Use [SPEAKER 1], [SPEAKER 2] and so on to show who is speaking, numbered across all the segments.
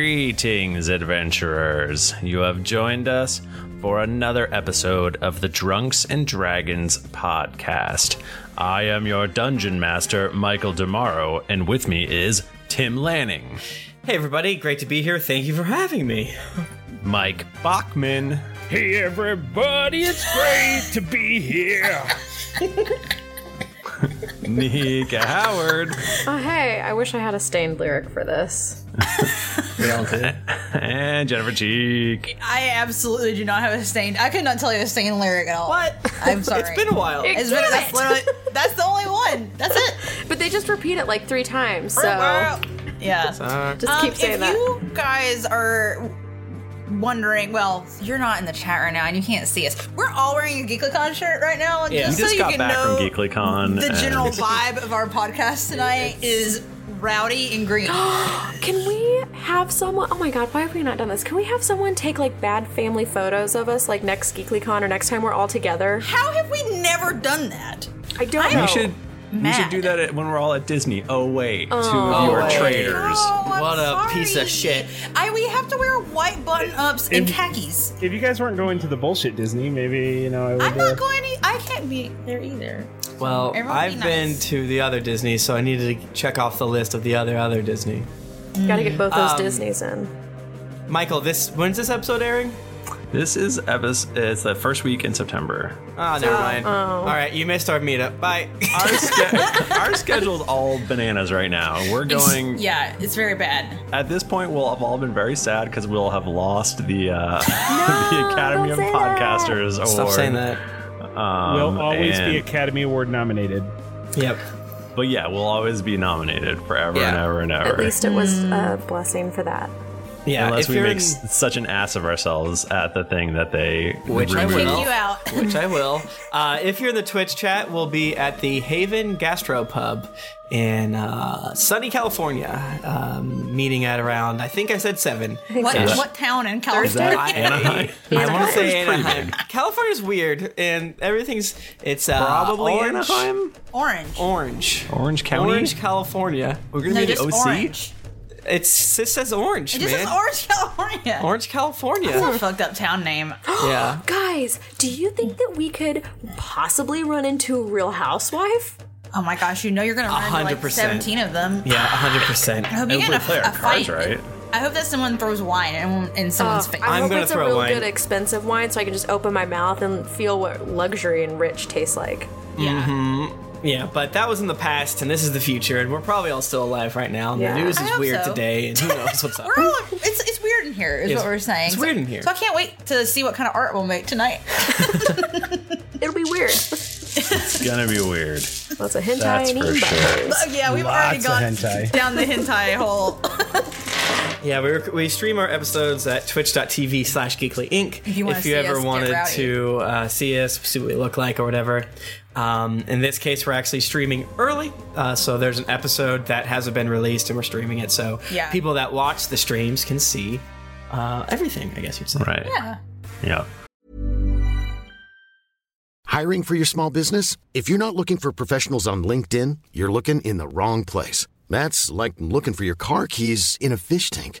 [SPEAKER 1] Greetings, adventurers! You have joined us for another episode of the Drunks and Dragons podcast. I am your dungeon master, Michael Demaro, and with me is Tim Lanning,
[SPEAKER 2] Hey, everybody, great to be here. Thank you for having me.
[SPEAKER 1] Mike Bachman,
[SPEAKER 3] Hey everybody, it's great to be here.
[SPEAKER 1] Nika Howard,
[SPEAKER 4] Oh, hey, I wish I had a stained lyric for this.
[SPEAKER 1] and Jennifer Cheek.
[SPEAKER 5] I absolutely do not have a stain. I could not tell you a stain lyric at all.
[SPEAKER 2] What?
[SPEAKER 5] I'm sorry.
[SPEAKER 2] It's been a while.
[SPEAKER 5] It's been- that's, literally- that's the only one. That's it.
[SPEAKER 4] But they just repeat it like three times, so
[SPEAKER 5] yeah.
[SPEAKER 2] uh,
[SPEAKER 4] just keep Oh.
[SPEAKER 5] Um,
[SPEAKER 4] saying
[SPEAKER 5] if
[SPEAKER 4] that.
[SPEAKER 5] you guys are wondering, well, you're not in the chat right now and you can't see us. We're all wearing a GeeklyCon shirt right now. and
[SPEAKER 2] Yeah. We
[SPEAKER 5] Just, so
[SPEAKER 1] Just
[SPEAKER 5] you
[SPEAKER 1] got
[SPEAKER 5] can
[SPEAKER 1] back
[SPEAKER 5] know
[SPEAKER 1] from GeeklyCon.
[SPEAKER 5] the
[SPEAKER 1] and-
[SPEAKER 5] general vibe of our podcast tonight is rowdy and green.
[SPEAKER 4] Can we have someone? Oh my god, why have we not done this? Can we have someone take like bad family photos of us, like next GeeklyCon or next time we're all together?
[SPEAKER 5] How have we never done that?
[SPEAKER 4] I don't know.
[SPEAKER 1] We should. We should
[SPEAKER 5] Mad.
[SPEAKER 1] do that at, when we're all at Disney. Oh wait, two of you
[SPEAKER 2] Oh,
[SPEAKER 1] are
[SPEAKER 2] wait.
[SPEAKER 1] traitors.
[SPEAKER 5] Oh, I'm
[SPEAKER 2] What a
[SPEAKER 5] sorry.
[SPEAKER 2] piece of shit.
[SPEAKER 5] I we have to wear white button ups and khakis.
[SPEAKER 3] If you guys weren't going to the bullshit Disney, maybe you know I would.
[SPEAKER 5] I'm
[SPEAKER 3] uh,
[SPEAKER 5] not going. To, I can't be there either.
[SPEAKER 6] Well,
[SPEAKER 5] Everyone be
[SPEAKER 6] I've been
[SPEAKER 5] nice.
[SPEAKER 6] to the other Disney, so I needed to check off the list of the other other Disney.
[SPEAKER 4] Gotta get both those Disneys in.
[SPEAKER 6] Michael, this when's this episode airing?
[SPEAKER 3] uh,
[SPEAKER 1] This is episode. It's the first week in September.
[SPEAKER 6] Ah, never
[SPEAKER 5] oh.
[SPEAKER 6] mind. All right, you missed our meetup. Bye.
[SPEAKER 1] Our, sch- our schedule's all bananas right now. We're going.
[SPEAKER 5] yeah, it's very bad.
[SPEAKER 1] At this point, we'll have all been very sad because we'll have lost the uh, the Academy of
[SPEAKER 4] don't say that.
[SPEAKER 1] Podcasters award.
[SPEAKER 6] Stop saying that.
[SPEAKER 1] Um,
[SPEAKER 3] We'll always
[SPEAKER 1] and-
[SPEAKER 3] be Academy Award nominated.
[SPEAKER 6] Yep.
[SPEAKER 1] but yeah, we'll always be nominated forever and
[SPEAKER 6] Yeah.
[SPEAKER 1] ever and ever.
[SPEAKER 4] At least it was a blessing for that.
[SPEAKER 6] Yeah.
[SPEAKER 1] Unless
[SPEAKER 6] if
[SPEAKER 1] we
[SPEAKER 6] you're
[SPEAKER 1] make
[SPEAKER 6] in-
[SPEAKER 1] s- such an ass of ourselves at the thing that they
[SPEAKER 6] Which I
[SPEAKER 1] ruined.
[SPEAKER 6] will.
[SPEAKER 5] Kick you out.
[SPEAKER 6] which I will. Uh, if you're in the Twitch chat, we'll be at the Haven Gastropub in uh, sunny California, um, meeting at around I think I said seven.
[SPEAKER 5] What
[SPEAKER 1] so.
[SPEAKER 5] what town in California?
[SPEAKER 6] I,
[SPEAKER 1] Anaheim?
[SPEAKER 6] I want
[SPEAKER 4] Anaheim's
[SPEAKER 6] to say Anaheim. California's weird, and everything's it's uh,
[SPEAKER 1] Probably
[SPEAKER 6] orange,
[SPEAKER 1] Anaheim,
[SPEAKER 5] Orange.
[SPEAKER 6] Orange,
[SPEAKER 1] Orange County.
[SPEAKER 6] Orange, California.
[SPEAKER 1] We're gonna
[SPEAKER 5] No,
[SPEAKER 1] be
[SPEAKER 5] just
[SPEAKER 1] the OC.
[SPEAKER 5] orange.
[SPEAKER 6] It's it says orange,
[SPEAKER 5] It
[SPEAKER 6] man.
[SPEAKER 5] just says Orange, Oh. California.
[SPEAKER 6] Orange,
[SPEAKER 5] That's
[SPEAKER 6] California.
[SPEAKER 5] a fucked up town name.
[SPEAKER 6] yeah.
[SPEAKER 4] Guys, do you think that we could possibly run into a real housewife?
[SPEAKER 5] Oh my gosh, you know you're gonna run into like
[SPEAKER 6] 100%.
[SPEAKER 5] 17 of them.
[SPEAKER 6] Yeah, hundred percent.
[SPEAKER 5] I hope you get in a,
[SPEAKER 1] we play our
[SPEAKER 5] a
[SPEAKER 1] cards
[SPEAKER 5] fight.
[SPEAKER 1] right.
[SPEAKER 5] I hope that someone throws wine in, in
[SPEAKER 2] Oh,
[SPEAKER 5] someone's
[SPEAKER 4] Ugh,
[SPEAKER 5] face.
[SPEAKER 4] Uh, I
[SPEAKER 6] I'm
[SPEAKER 4] hope
[SPEAKER 6] gonna
[SPEAKER 4] it's
[SPEAKER 6] throw
[SPEAKER 4] a real
[SPEAKER 6] wine.
[SPEAKER 4] good expensive wine so I can just open my mouth and feel what luxury and rich tastes like.
[SPEAKER 5] yeah.
[SPEAKER 6] Yeah, but that was in the past, and this is the future, and we're probably all still alive right now. And
[SPEAKER 4] Yeah.
[SPEAKER 6] The news
[SPEAKER 5] I
[SPEAKER 6] is
[SPEAKER 5] hope
[SPEAKER 6] weird
[SPEAKER 5] so.
[SPEAKER 6] today, and who knows what's up.
[SPEAKER 5] We're all, it's, it's weird in here, is
[SPEAKER 6] It's-
[SPEAKER 5] what we're saying.
[SPEAKER 6] it's
[SPEAKER 5] So-
[SPEAKER 6] weird in here.
[SPEAKER 5] So I can't wait to see what kind of art we'll make tonight.
[SPEAKER 4] It'll be weird.
[SPEAKER 1] It's gonna be weird.
[SPEAKER 4] That's a hentai
[SPEAKER 1] That's
[SPEAKER 4] and
[SPEAKER 1] for
[SPEAKER 4] emo.
[SPEAKER 1] sure.
[SPEAKER 5] Oh, yeah, we've already
[SPEAKER 3] Lots of
[SPEAKER 5] gone
[SPEAKER 3] hentai.
[SPEAKER 5] down the hentai hole.
[SPEAKER 6] yeah, we, rec- we stream our episodes at twitch.tv slash geekly inc. If
[SPEAKER 5] you wanna see
[SPEAKER 6] ever
[SPEAKER 5] us get
[SPEAKER 6] wanted
[SPEAKER 5] rowdy.
[SPEAKER 6] to uh, see us, see what we look like, or whatever. Um, in this case, we're actually streaming early, uh, so there's an episode that hasn't been released, and we're streaming it, so
[SPEAKER 5] Yeah.
[SPEAKER 6] people that watch the streams can see uh, everything, I guess you'd say.
[SPEAKER 1] Right.
[SPEAKER 5] Yeah.
[SPEAKER 1] Yeah.
[SPEAKER 7] Hiring for your small business? If you're not looking for professionals on LinkedIn, you're looking in the wrong place. That's like looking for your car keys in a fish tank.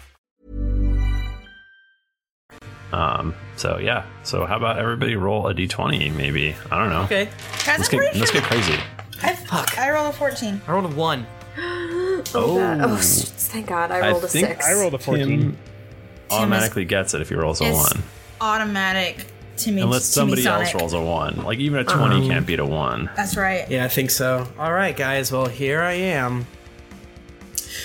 [SPEAKER 1] Um, so yeah. So how about everybody roll a d20? Maybe I don't know.
[SPEAKER 5] Okay.
[SPEAKER 1] Let's
[SPEAKER 5] Guys, I'm
[SPEAKER 1] get
[SPEAKER 5] pretty
[SPEAKER 1] let's
[SPEAKER 5] sure-
[SPEAKER 1] get crazy.
[SPEAKER 5] I fuck. I rolled a fourteen.
[SPEAKER 6] I rolled a one.
[SPEAKER 4] oh,
[SPEAKER 1] Oh.
[SPEAKER 4] God. oh, s- thank God! I
[SPEAKER 1] I
[SPEAKER 4] rolled a
[SPEAKER 1] think
[SPEAKER 4] six.
[SPEAKER 1] I rolled a 14.
[SPEAKER 4] Tim-
[SPEAKER 1] Automatically gets it if he rolls a
[SPEAKER 5] It's
[SPEAKER 1] one,
[SPEAKER 5] Automatic to me.
[SPEAKER 1] unless
[SPEAKER 5] to me
[SPEAKER 1] somebody else
[SPEAKER 5] Sonic.
[SPEAKER 1] rolls a one. Like even a 20
[SPEAKER 6] Um,
[SPEAKER 1] can't beat a one.
[SPEAKER 5] That's right.
[SPEAKER 6] Yeah, I think so. All right, guys. Well, here I am.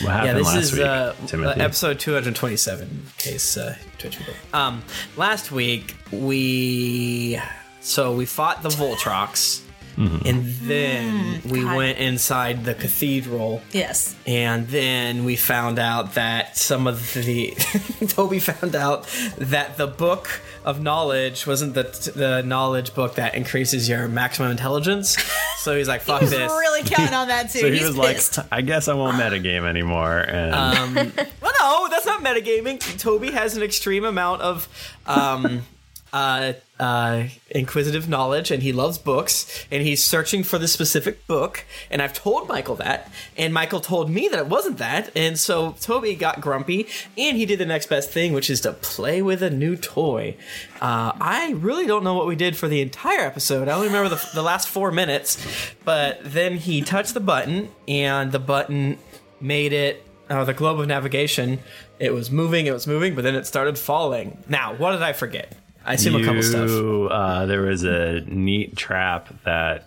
[SPEAKER 1] What happened
[SPEAKER 6] yeah, this
[SPEAKER 1] last
[SPEAKER 6] is
[SPEAKER 1] week,
[SPEAKER 6] uh,
[SPEAKER 1] Timothy?
[SPEAKER 6] uh, episode 227. In case uh, Twitch people. Um, last week we so we fought the Voltrox,
[SPEAKER 1] Mm-hmm.
[SPEAKER 6] and then we
[SPEAKER 5] Mm, God.
[SPEAKER 6] went inside the cathedral.
[SPEAKER 5] Yes.
[SPEAKER 6] And then we found out that some of the Toby found out that the book of knowledge wasn't the the knowledge book that increases your maximum intelligence. So he's like, "Fuck
[SPEAKER 5] He's
[SPEAKER 6] this."
[SPEAKER 5] really counting on that too.
[SPEAKER 1] so he
[SPEAKER 5] He's
[SPEAKER 1] was
[SPEAKER 5] pissed.
[SPEAKER 1] like, I guess I won't metagame anymore. And
[SPEAKER 6] Um, well, no, that's not metagaming. Toby has an extreme amount of um, uh, uh, inquisitive knowledge, and he loves books, and he's searching for the specific book. And I've told Michael that, and Michael told me that it wasn't that, and so Toby got grumpy, and he did the next best thing, which is to play with a new toy. Uh, I really don't know what we did for the entire episode. I only remember the, the last four minutes, but then he touched the button, and the button made it uh, the globe of navigation. It was moving, it was moving, but then it started falling. Now, what did I forget? I assume a couple stuff.
[SPEAKER 1] You, Uh, there was a neat trap that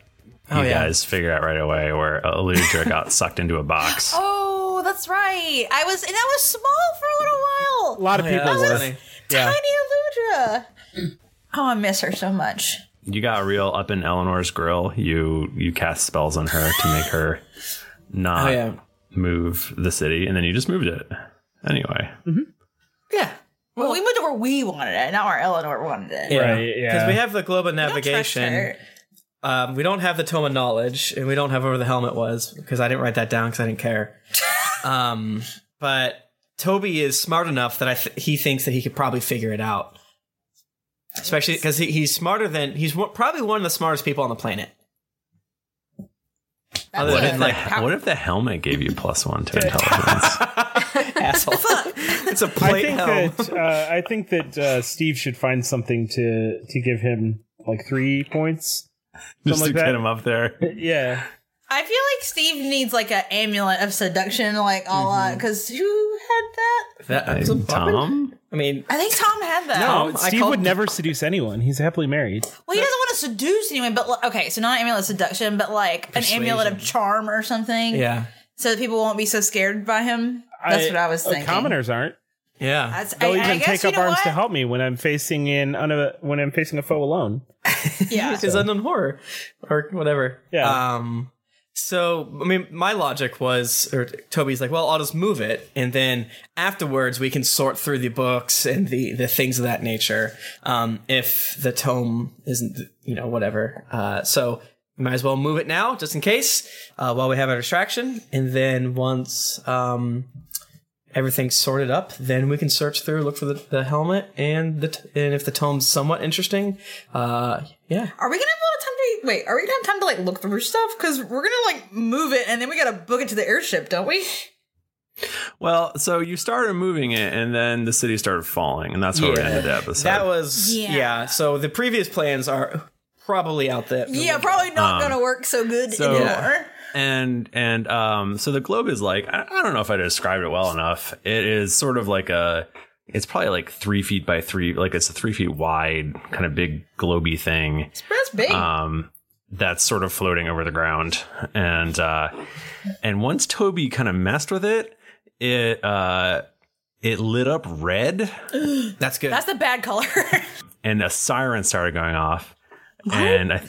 [SPEAKER 6] Oh,
[SPEAKER 1] you
[SPEAKER 6] yeah.
[SPEAKER 1] guys figure out right away where Eludra got sucked into a box.
[SPEAKER 5] Oh, that's right. I was and I was small for a little while.
[SPEAKER 1] A lot of people
[SPEAKER 5] I
[SPEAKER 6] Oh,
[SPEAKER 5] was
[SPEAKER 1] were.
[SPEAKER 5] Tiny
[SPEAKER 1] Yeah.
[SPEAKER 5] Aludra. Oh, I miss her so much.
[SPEAKER 1] You got real up in Eleanor's grill. You you cast spells on her to make her not
[SPEAKER 6] Oh, yeah.
[SPEAKER 1] move the city, and then you just moved it. Anyway,
[SPEAKER 5] Well, we moved to where we wanted it, not where Eleanor wanted it.
[SPEAKER 6] Because we have the globe of navigation.
[SPEAKER 5] her.
[SPEAKER 6] Um, we don't have the tome of knowledge, and we don't have where the helmet was because I didn't write that down because I didn't care. um, but Toby is smart enough that I th- he thinks that he could probably figure it out. Especially because he, he's smarter than he's one, probably one of the smartest people on the planet. Other
[SPEAKER 1] what
[SPEAKER 6] than,
[SPEAKER 1] if,
[SPEAKER 6] like,
[SPEAKER 1] the, what if the helmet gave you plus one to intelligence?
[SPEAKER 6] asshole. it's a
[SPEAKER 3] I
[SPEAKER 6] plate
[SPEAKER 3] think
[SPEAKER 6] helm.
[SPEAKER 3] that uh, I think that uh, Steve should find something to to give him like three points,
[SPEAKER 1] just
[SPEAKER 3] something
[SPEAKER 1] to
[SPEAKER 3] like
[SPEAKER 1] get
[SPEAKER 3] that.
[SPEAKER 1] him up there.
[SPEAKER 3] yeah,
[SPEAKER 5] I feel like Steve needs like an amulet of seduction, like a lot.
[SPEAKER 3] Mm-hmm.
[SPEAKER 5] Because who had that?
[SPEAKER 1] uh, Tom.
[SPEAKER 6] I mean,
[SPEAKER 5] I think Tom had that.
[SPEAKER 3] no, Steve would never seduce anyone. He's happily married.
[SPEAKER 5] Well, he doesn't want to seduce anyone, but like, okay, so not an amulet of seduction, but like
[SPEAKER 3] Persuasion.
[SPEAKER 5] an amulet of charm or something.
[SPEAKER 3] Yeah.
[SPEAKER 5] So that people won't be so scared by him. That's what I was
[SPEAKER 3] uh,
[SPEAKER 5] thinking.
[SPEAKER 3] Commoners aren't.
[SPEAKER 6] Yeah,
[SPEAKER 5] That's-
[SPEAKER 3] they'll
[SPEAKER 5] I- I
[SPEAKER 3] even
[SPEAKER 5] guess
[SPEAKER 3] take
[SPEAKER 5] you
[SPEAKER 3] up
[SPEAKER 5] know
[SPEAKER 3] arms
[SPEAKER 5] what?
[SPEAKER 3] to help me when I'm facing in on a, when I'm facing a foe alone.
[SPEAKER 5] Yeah,
[SPEAKER 6] is unknown horror or whatever. Yeah. Um. So I mean, my logic was, or Toby's like, well, I'll just move it, and then afterwards we can sort through the books and the the things of that nature. Um, if the tome isn't, you know, whatever. Uh, so might as well move it now, just in case, uh, while we have our distraction, and then once um everything's sorted up, then we can search through, look for the, the helmet, and the t- and if the tome's somewhat interesting, uh, yeah.
[SPEAKER 5] Are we gonna have a lot of time to wait? Are we gonna have time to like look through stuff? Because we're gonna like move it, and then we gotta book it to the airship, don't we?
[SPEAKER 1] Well, so you started moving it, and then the city started falling, and that's where we
[SPEAKER 6] Yeah.
[SPEAKER 1] ended the episode.
[SPEAKER 6] That was
[SPEAKER 5] Yeah.
[SPEAKER 6] yeah. So the previous plans are probably out there.
[SPEAKER 5] Yeah, probably not
[SPEAKER 1] Um,
[SPEAKER 5] gonna work so good
[SPEAKER 1] so-
[SPEAKER 5] anymore.
[SPEAKER 1] and and um, so the globe is like I, I don't know if I described it well enough. It is sort of like a it's probably like three feet by three, like it's a three feet wide kind of big globy thing.
[SPEAKER 5] That's big.
[SPEAKER 1] Um, that's sort of floating over the ground, and uh, and once Toby kind of messed with it, it uh, it lit up red.
[SPEAKER 6] That's good.
[SPEAKER 5] That's the bad color.
[SPEAKER 1] and a siren started going off. And I,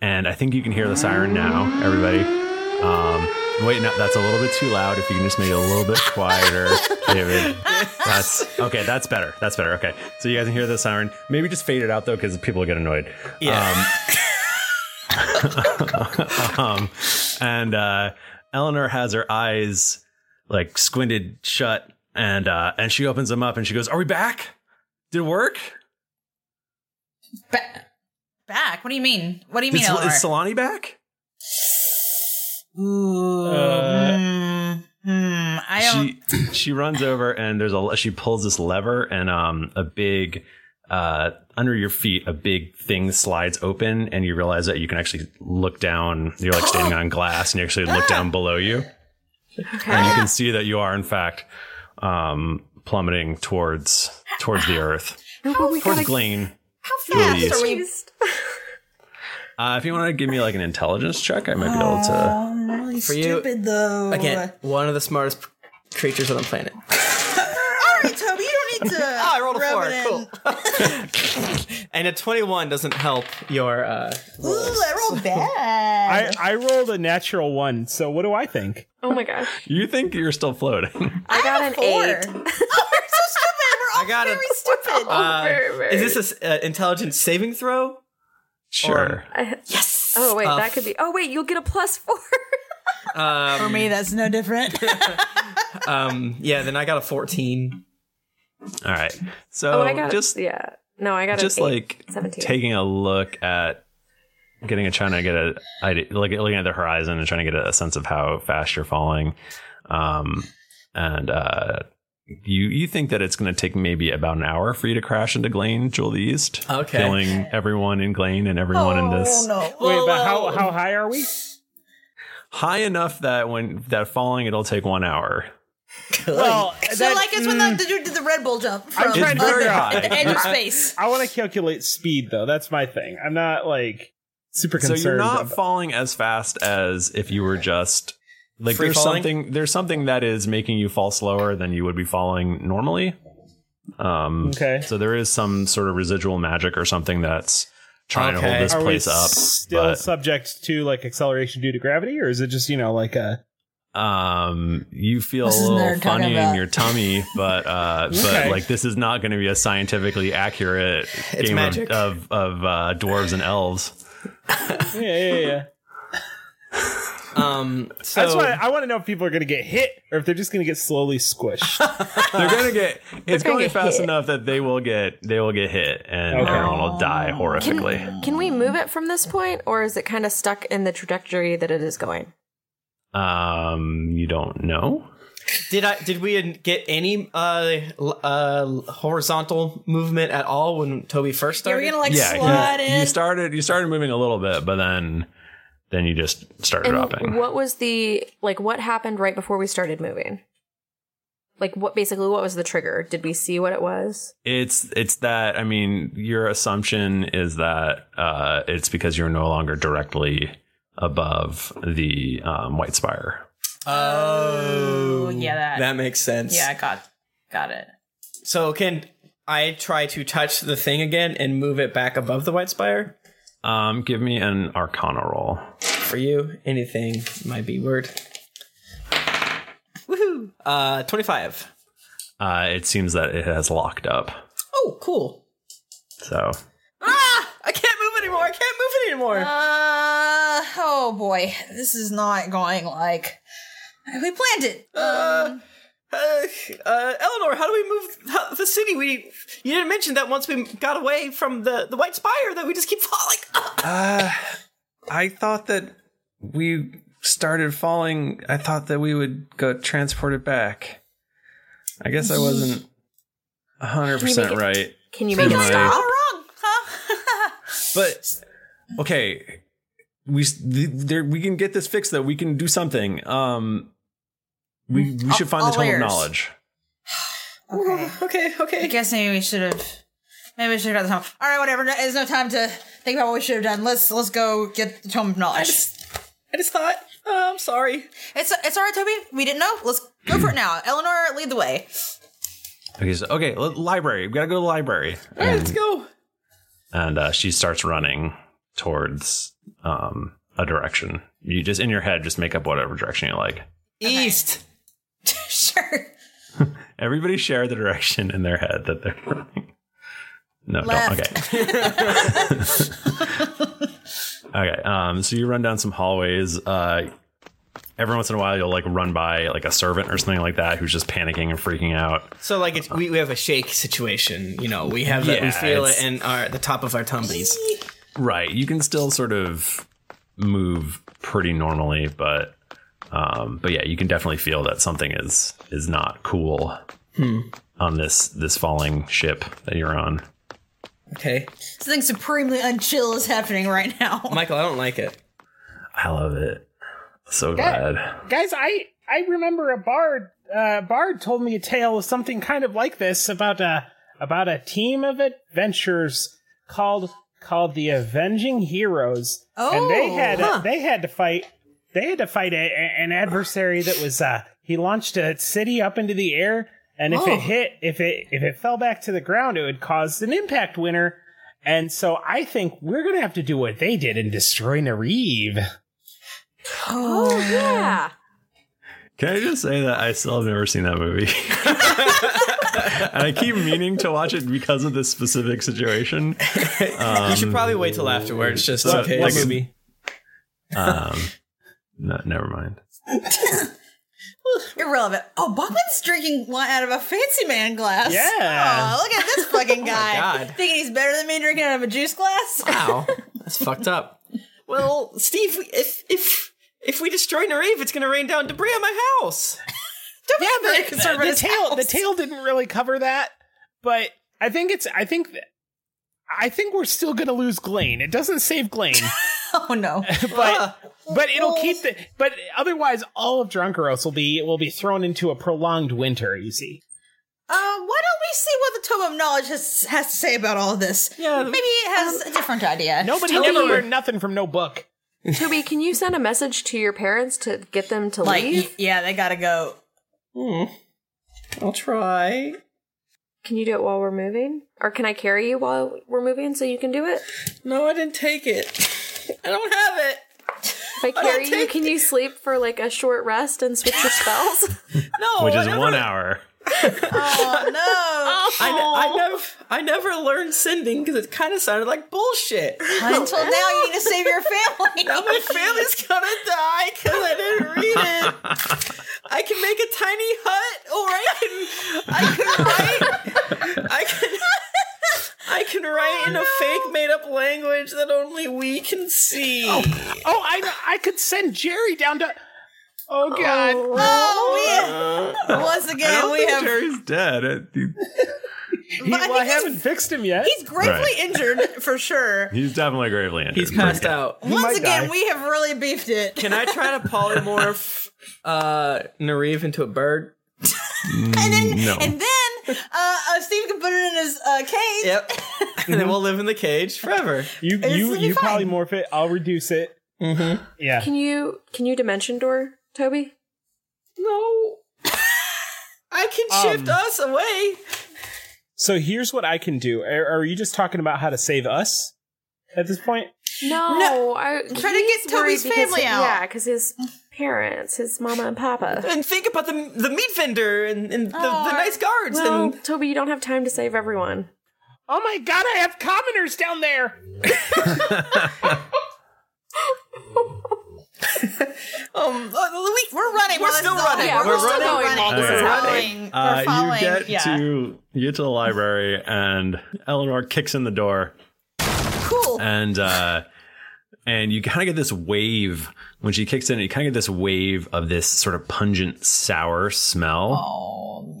[SPEAKER 1] and I think you can hear the siren now, everybody. Um, wait, no, that's a little bit too loud. If you can just make it a little bit quieter, David. That's okay. That's better. That's better. Okay, so you guys can hear the siren. Maybe just fade it out though, because people get annoyed.
[SPEAKER 6] Yeah.
[SPEAKER 1] Um, um, and uh, Eleanor has her eyes like squinted shut, and uh, and she opens them up and she goes, "Are we back? Did it work?
[SPEAKER 5] Back? What do you mean? What do you
[SPEAKER 1] Did
[SPEAKER 5] mean,
[SPEAKER 1] Sol-
[SPEAKER 5] Eleanor?
[SPEAKER 1] is Solani back?"
[SPEAKER 5] Ooh. hmm, I don't.
[SPEAKER 1] she she runs over and there's a she pulls this lever and um a big uh under your feet a big thing slides open and you realize that you can actually look down you're like standing on glass and you actually look down below you and you can see that you are in fact um plummeting towards towards the earth
[SPEAKER 4] How, Oh, we
[SPEAKER 1] towards
[SPEAKER 4] gotta-
[SPEAKER 1] Glane.
[SPEAKER 4] how
[SPEAKER 1] to the
[SPEAKER 4] fast
[SPEAKER 1] east.
[SPEAKER 4] are we?
[SPEAKER 1] Uh, if you want to give me like an intelligence check, I might be able
[SPEAKER 4] Uh.
[SPEAKER 1] to.
[SPEAKER 6] really For you, stupid
[SPEAKER 5] though.
[SPEAKER 6] Again, one of the smartest p- creatures on the planet.
[SPEAKER 5] All right, Toby, you don't need to. oh,
[SPEAKER 6] Ah,
[SPEAKER 5] I rolled a
[SPEAKER 6] four, cool. And a 21 doesn't help your uh
[SPEAKER 5] Ooh, I rolled bad.
[SPEAKER 3] I, I rolled a natural one, so what do I think?
[SPEAKER 4] Oh my gosh.
[SPEAKER 1] You think you're still floating?
[SPEAKER 4] I, got an eight.
[SPEAKER 5] oh, we're so stupid. We're all
[SPEAKER 6] got a-
[SPEAKER 5] very stupid.
[SPEAKER 6] uh, Is this a s- uh, intelligence saving throw?
[SPEAKER 1] Sure.
[SPEAKER 4] yes. Oh wait,
[SPEAKER 6] Uh,
[SPEAKER 4] that could be. Oh wait, you'll get a plus four.
[SPEAKER 6] um,
[SPEAKER 5] For me, that's no different.
[SPEAKER 6] um, yeah, then I got a 14.
[SPEAKER 1] All right. So
[SPEAKER 4] oh, I got
[SPEAKER 1] just
[SPEAKER 4] yeah. No, I got
[SPEAKER 1] just
[SPEAKER 4] an eight.
[SPEAKER 1] like
[SPEAKER 4] seventeen.
[SPEAKER 1] taking a look at getting a trying to get a idea, look at- looking at the horizon and trying to get a, sense of how fast you're falling um and uh you you think that it's going to take maybe about an hour for you to crash into Glane, Jewel of the East,
[SPEAKER 6] Okay.
[SPEAKER 1] killing everyone in Glane and everyone
[SPEAKER 4] Oh,
[SPEAKER 1] in this.
[SPEAKER 5] Oh, no.
[SPEAKER 3] Wait, but how, how high are we?
[SPEAKER 1] High enough that when that falling, it'll take one hour.
[SPEAKER 3] Well,
[SPEAKER 5] so
[SPEAKER 3] that- mm,
[SPEAKER 5] like it's when
[SPEAKER 8] Mm.
[SPEAKER 5] the, the dude did the Red Bull jump from
[SPEAKER 3] I'm trying to
[SPEAKER 5] uh,
[SPEAKER 3] figure
[SPEAKER 5] the,
[SPEAKER 3] out.
[SPEAKER 5] at the edge of space.
[SPEAKER 3] I, want to calculate speed though. That's my thing. I'm not like super
[SPEAKER 1] So
[SPEAKER 3] concerned.
[SPEAKER 1] you're not
[SPEAKER 3] about-
[SPEAKER 1] falling as fast as if you were just like
[SPEAKER 6] Free
[SPEAKER 1] there's
[SPEAKER 6] falling?
[SPEAKER 1] something there's something that is making you fall slower than you would be falling normally. Um,
[SPEAKER 3] Okay.
[SPEAKER 1] So there is some sort of residual magic or something that's trying to
[SPEAKER 3] Okay.
[SPEAKER 1] hold this
[SPEAKER 3] Are we
[SPEAKER 1] place up.
[SPEAKER 3] Still subject to like acceleration due to gravity, or is it just you know like a
[SPEAKER 1] but, um, you feel a
[SPEAKER 3] This is what
[SPEAKER 1] little
[SPEAKER 3] they're talking
[SPEAKER 1] funny in
[SPEAKER 3] about.
[SPEAKER 1] your tummy, but uh, but
[SPEAKER 3] Okay.
[SPEAKER 1] like this is not going to be a scientifically accurate game
[SPEAKER 6] magic.
[SPEAKER 1] of of, of uh, dwarves and elves.
[SPEAKER 3] yeah yeah yeah?
[SPEAKER 6] Um, so
[SPEAKER 3] That's why I want to know if people are going to get hit or if they're just going to get slowly squished.
[SPEAKER 1] They're gonna get. It's
[SPEAKER 4] gonna
[SPEAKER 1] going
[SPEAKER 4] get
[SPEAKER 1] fast
[SPEAKER 4] hit.
[SPEAKER 1] enough that they will get they will get hit and
[SPEAKER 3] Okay.
[SPEAKER 1] everyone will die horrifically.
[SPEAKER 4] Can we move it from this point, or is it kind of stuck in the trajectory that it is going?
[SPEAKER 1] um, you don't know.
[SPEAKER 6] did I did we in- get any uh l- uh horizontal movement at all when Toby first
[SPEAKER 5] Yeah,
[SPEAKER 6] started?
[SPEAKER 5] we're gonna like
[SPEAKER 1] yeah,
[SPEAKER 5] slide
[SPEAKER 1] you,
[SPEAKER 5] in.
[SPEAKER 1] you started you started moving a little bit, but then then you just started dropping.
[SPEAKER 4] what was the like? What happened right before we started moving? Like what? Basically, what was the trigger? Did we see what it was?
[SPEAKER 1] It's it's that I mean your assumption is that uh, it's because you're no longer directly above the um, white spire.
[SPEAKER 6] Oh,
[SPEAKER 5] yeah, that-
[SPEAKER 6] that makes sense.
[SPEAKER 5] yeah, I got got it.
[SPEAKER 6] So can I try to touch the thing again and move it back above the white spire?
[SPEAKER 1] Um, give me an Arcana roll.
[SPEAKER 6] For you, anything might be word. Woohoo! Uh, twenty-five.
[SPEAKER 1] Uh, it seems that it has locked up.
[SPEAKER 6] Oh, cool.
[SPEAKER 1] So
[SPEAKER 6] Ah! I can't move anymore. I can't move it anymore.
[SPEAKER 5] Uh oh boy, this is not going like we planned it. Um,
[SPEAKER 6] Uh, uh, Eleanor, how do we move how, the city? We you didn't mention that once we got away from the the white spire that we just keep falling.
[SPEAKER 1] Uh, I thought that we started falling. I thought that we would go transported back. I guess I wasn't a hundred
[SPEAKER 4] Can you
[SPEAKER 1] percent
[SPEAKER 4] make it-
[SPEAKER 1] right.
[SPEAKER 4] Can you
[SPEAKER 1] in
[SPEAKER 4] make it
[SPEAKER 1] my-
[SPEAKER 4] stop?
[SPEAKER 1] But okay, we s- th- there we can get this fixed. Though we can do something. Um, we we should find
[SPEAKER 5] all
[SPEAKER 1] the tunnel
[SPEAKER 5] layers.
[SPEAKER 1] of knowledge.
[SPEAKER 5] okay, okay, okay. I guess maybe we should have. Maybe we should have done this home. All right, whatever. no- There's no time to think about what we should have done. Let's let's go get the tome of knowledge. I just,
[SPEAKER 6] thought. Oh, I'm sorry.
[SPEAKER 5] It's it's all right, Toby. We didn't know. Let's go for it now. Eleanor, lead the way.
[SPEAKER 1] Okay, so, okay, li- library. We gotta go to the library.
[SPEAKER 6] Let's go.
[SPEAKER 1] And uh, she starts running towards um, a direction. You just in your head just make up whatever direction you like.
[SPEAKER 6] Mm.
[SPEAKER 5] East. sure.
[SPEAKER 1] Everybody share the direction in their head that they're running. No, don't. Okay.
[SPEAKER 5] Left.
[SPEAKER 1] Okay. Um, so you run down some hallways. Uh, every once in a while, you'll like run by like a servant or something like that who's just panicking and freaking out.
[SPEAKER 6] So like it's, we, we have a shake situation, you know, we have that we
[SPEAKER 1] Yeah,
[SPEAKER 6] feel it
[SPEAKER 1] it's-
[SPEAKER 6] in our the top of our tumblies.
[SPEAKER 1] Right. You can still sort of move pretty normally, but um, but yeah, you can definitely feel that something is is not cool
[SPEAKER 5] Hmm.
[SPEAKER 1] on this this falling ship that you're on.
[SPEAKER 6] Okay.
[SPEAKER 5] Something supremely unchill is happening right now.
[SPEAKER 6] Michael, I don't like it.
[SPEAKER 1] I love it. So
[SPEAKER 3] Yeah.
[SPEAKER 1] glad.
[SPEAKER 3] Guys, I I remember a bard uh, bard told me a tale of something kind of like this about a about a team of adventurers called called the Avenging Heroes, and they
[SPEAKER 5] Oh,
[SPEAKER 3] had
[SPEAKER 5] huh.
[SPEAKER 3] they had to fight they had to fight a, a- an adversary that was uh, he launched a city up into the air, and if
[SPEAKER 5] Oh.
[SPEAKER 3] it hit if it if it fell back to the ground, it would cause an impact winner. And so I think we're gonna have to do what they did and destroy Nereve.
[SPEAKER 4] Oh, yeah.
[SPEAKER 1] Can I just say that I still have never seen that movie? and I keep meaning to watch it because of this specific situation.
[SPEAKER 6] you should
[SPEAKER 1] Um,
[SPEAKER 6] probably wait till afterwards just in
[SPEAKER 1] so,
[SPEAKER 6] case.
[SPEAKER 1] like, Um, no, never mind.
[SPEAKER 5] Irrelevant. Oh, Buckman's drinking wine out of a fancy man glass.
[SPEAKER 6] Yeah.
[SPEAKER 5] Oh, look at this fucking guy.
[SPEAKER 6] God.
[SPEAKER 5] Thinking he's better than me drinking out of a juice glass?
[SPEAKER 6] Wow. That's fucked up. Well, Steve, we- if if if we destroy Nereve, it's gonna rain down debris on my house.
[SPEAKER 3] Don't yeah,
[SPEAKER 6] very
[SPEAKER 3] but
[SPEAKER 6] concerned
[SPEAKER 3] the,
[SPEAKER 6] about
[SPEAKER 3] the
[SPEAKER 6] his
[SPEAKER 3] tail the tail didn't really cover that, but I think it's I think th- I think we're still gonna lose Glane. It doesn't save Glane.
[SPEAKER 5] oh no.
[SPEAKER 3] but but it'll keep the but otherwise all of Drunkeros will be will be thrown into a prolonged winter, you see.
[SPEAKER 5] Uh, why don't we see what the Tome of Knowledge has, has to say about all of this? Yeah. Maybe it has a different idea.
[SPEAKER 3] Nobody never learned nothing from no book.
[SPEAKER 4] Toby, can you send a message to your parents to get them to
[SPEAKER 5] Like,
[SPEAKER 4] leave?
[SPEAKER 5] y- yeah, they gotta go.
[SPEAKER 6] I'll try.
[SPEAKER 4] Can you do it while we're moving? Or can I carry you while we're moving so you can do it?
[SPEAKER 6] No, I didn't take it. I don't have it.
[SPEAKER 4] If I carry you, can you sleep for like a short rest and switch your spells?
[SPEAKER 6] No,
[SPEAKER 1] Which
[SPEAKER 6] Oh, I
[SPEAKER 1] is
[SPEAKER 6] never-
[SPEAKER 1] one hour.
[SPEAKER 5] Oh no!
[SPEAKER 6] I, ne- I never, I never learned sending because it kind of sounded like bullshit.
[SPEAKER 5] Until now, you need to save your family.
[SPEAKER 6] now my family's gonna die because I didn't read it. I can make a tiny hut, or I can, I can write, I can, I can write in a fake made-up language that only we can see.
[SPEAKER 3] Oh, oh, I I could send Jerry down to Oh god.
[SPEAKER 5] Oh,
[SPEAKER 1] man.
[SPEAKER 5] Once again,
[SPEAKER 1] I don't
[SPEAKER 5] we
[SPEAKER 1] think
[SPEAKER 5] have-
[SPEAKER 1] Jerry's dead. It- he-
[SPEAKER 3] He- well, I haven't fixed him yet.
[SPEAKER 5] He's gravely
[SPEAKER 1] Right.
[SPEAKER 5] injured for sure.
[SPEAKER 1] he's definitely gravely injured.
[SPEAKER 6] He's passed out.
[SPEAKER 5] Once again, we have really beefed it.
[SPEAKER 6] Can I try to polymorph uh Nereve into a bird? no.
[SPEAKER 5] And then uh, uh, Steve can put it in his uh, cage.
[SPEAKER 6] Yep. and then we'll live in the cage forever.
[SPEAKER 3] You you you polymorph it, I'll reduce it.
[SPEAKER 6] Mm-hmm.
[SPEAKER 3] Yeah.
[SPEAKER 4] Can you can you dimension door, Toby?
[SPEAKER 6] No. I can shift
[SPEAKER 3] Um,
[SPEAKER 6] us away.
[SPEAKER 3] So here's what I can do. Are, are you just talking about how to save us at this point?
[SPEAKER 4] No,
[SPEAKER 5] No.
[SPEAKER 4] I
[SPEAKER 5] Try to get
[SPEAKER 4] he's
[SPEAKER 5] Toby's
[SPEAKER 4] worried because-
[SPEAKER 5] family out.
[SPEAKER 4] Yeah, because his parents, his mama and papa.
[SPEAKER 6] And think about the the meat vendor and, and the,
[SPEAKER 5] Oh,
[SPEAKER 6] the nice guards
[SPEAKER 4] Well,
[SPEAKER 6] and
[SPEAKER 4] Toby, you don't have time to save everyone.
[SPEAKER 3] Oh my god, I have commoners down there.
[SPEAKER 5] Um,
[SPEAKER 6] uh,
[SPEAKER 5] oh, we, we're running.
[SPEAKER 6] We're
[SPEAKER 5] while this
[SPEAKER 6] still
[SPEAKER 5] is all-
[SPEAKER 6] running.
[SPEAKER 5] Yeah, we're,
[SPEAKER 6] We're
[SPEAKER 5] still
[SPEAKER 6] running.
[SPEAKER 5] going.
[SPEAKER 6] All
[SPEAKER 5] while this
[SPEAKER 1] right.
[SPEAKER 5] is
[SPEAKER 1] We're
[SPEAKER 5] happening.
[SPEAKER 1] Uh,
[SPEAKER 5] we're following.
[SPEAKER 1] you get
[SPEAKER 5] yeah.
[SPEAKER 1] to you get to the library, and Eleanor kicks in the door.
[SPEAKER 5] Cool.
[SPEAKER 1] And uh, and you kind of get this wave when she kicks in. You kind of get this wave of this sort of pungent, sour smell.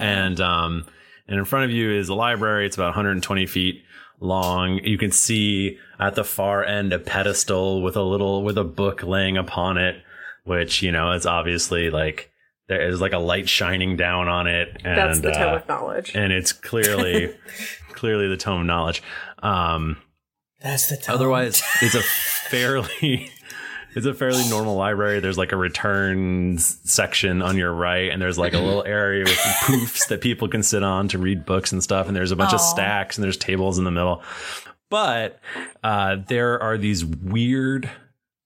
[SPEAKER 1] And um, and in front of you is the library. It's about 120 feet long. You can see at the far end a pedestal with a little with a book laying upon it, which you know is obviously like. There is like a light shining down on it, and
[SPEAKER 4] That's the tome
[SPEAKER 1] uh,
[SPEAKER 4] of knowledge.
[SPEAKER 1] and it's clearly, clearly the tome of knowledge. Um,
[SPEAKER 6] That's the
[SPEAKER 1] Otherwise, it's a fairly it's a fairly normal library. There's like a returns section on your right, and there's like a little area with poofs that people can sit on to read books and stuff. And there's a bunch of
[SPEAKER 5] Aw.
[SPEAKER 1] stacks, and there's tables in the middle. But uh, there are these weird,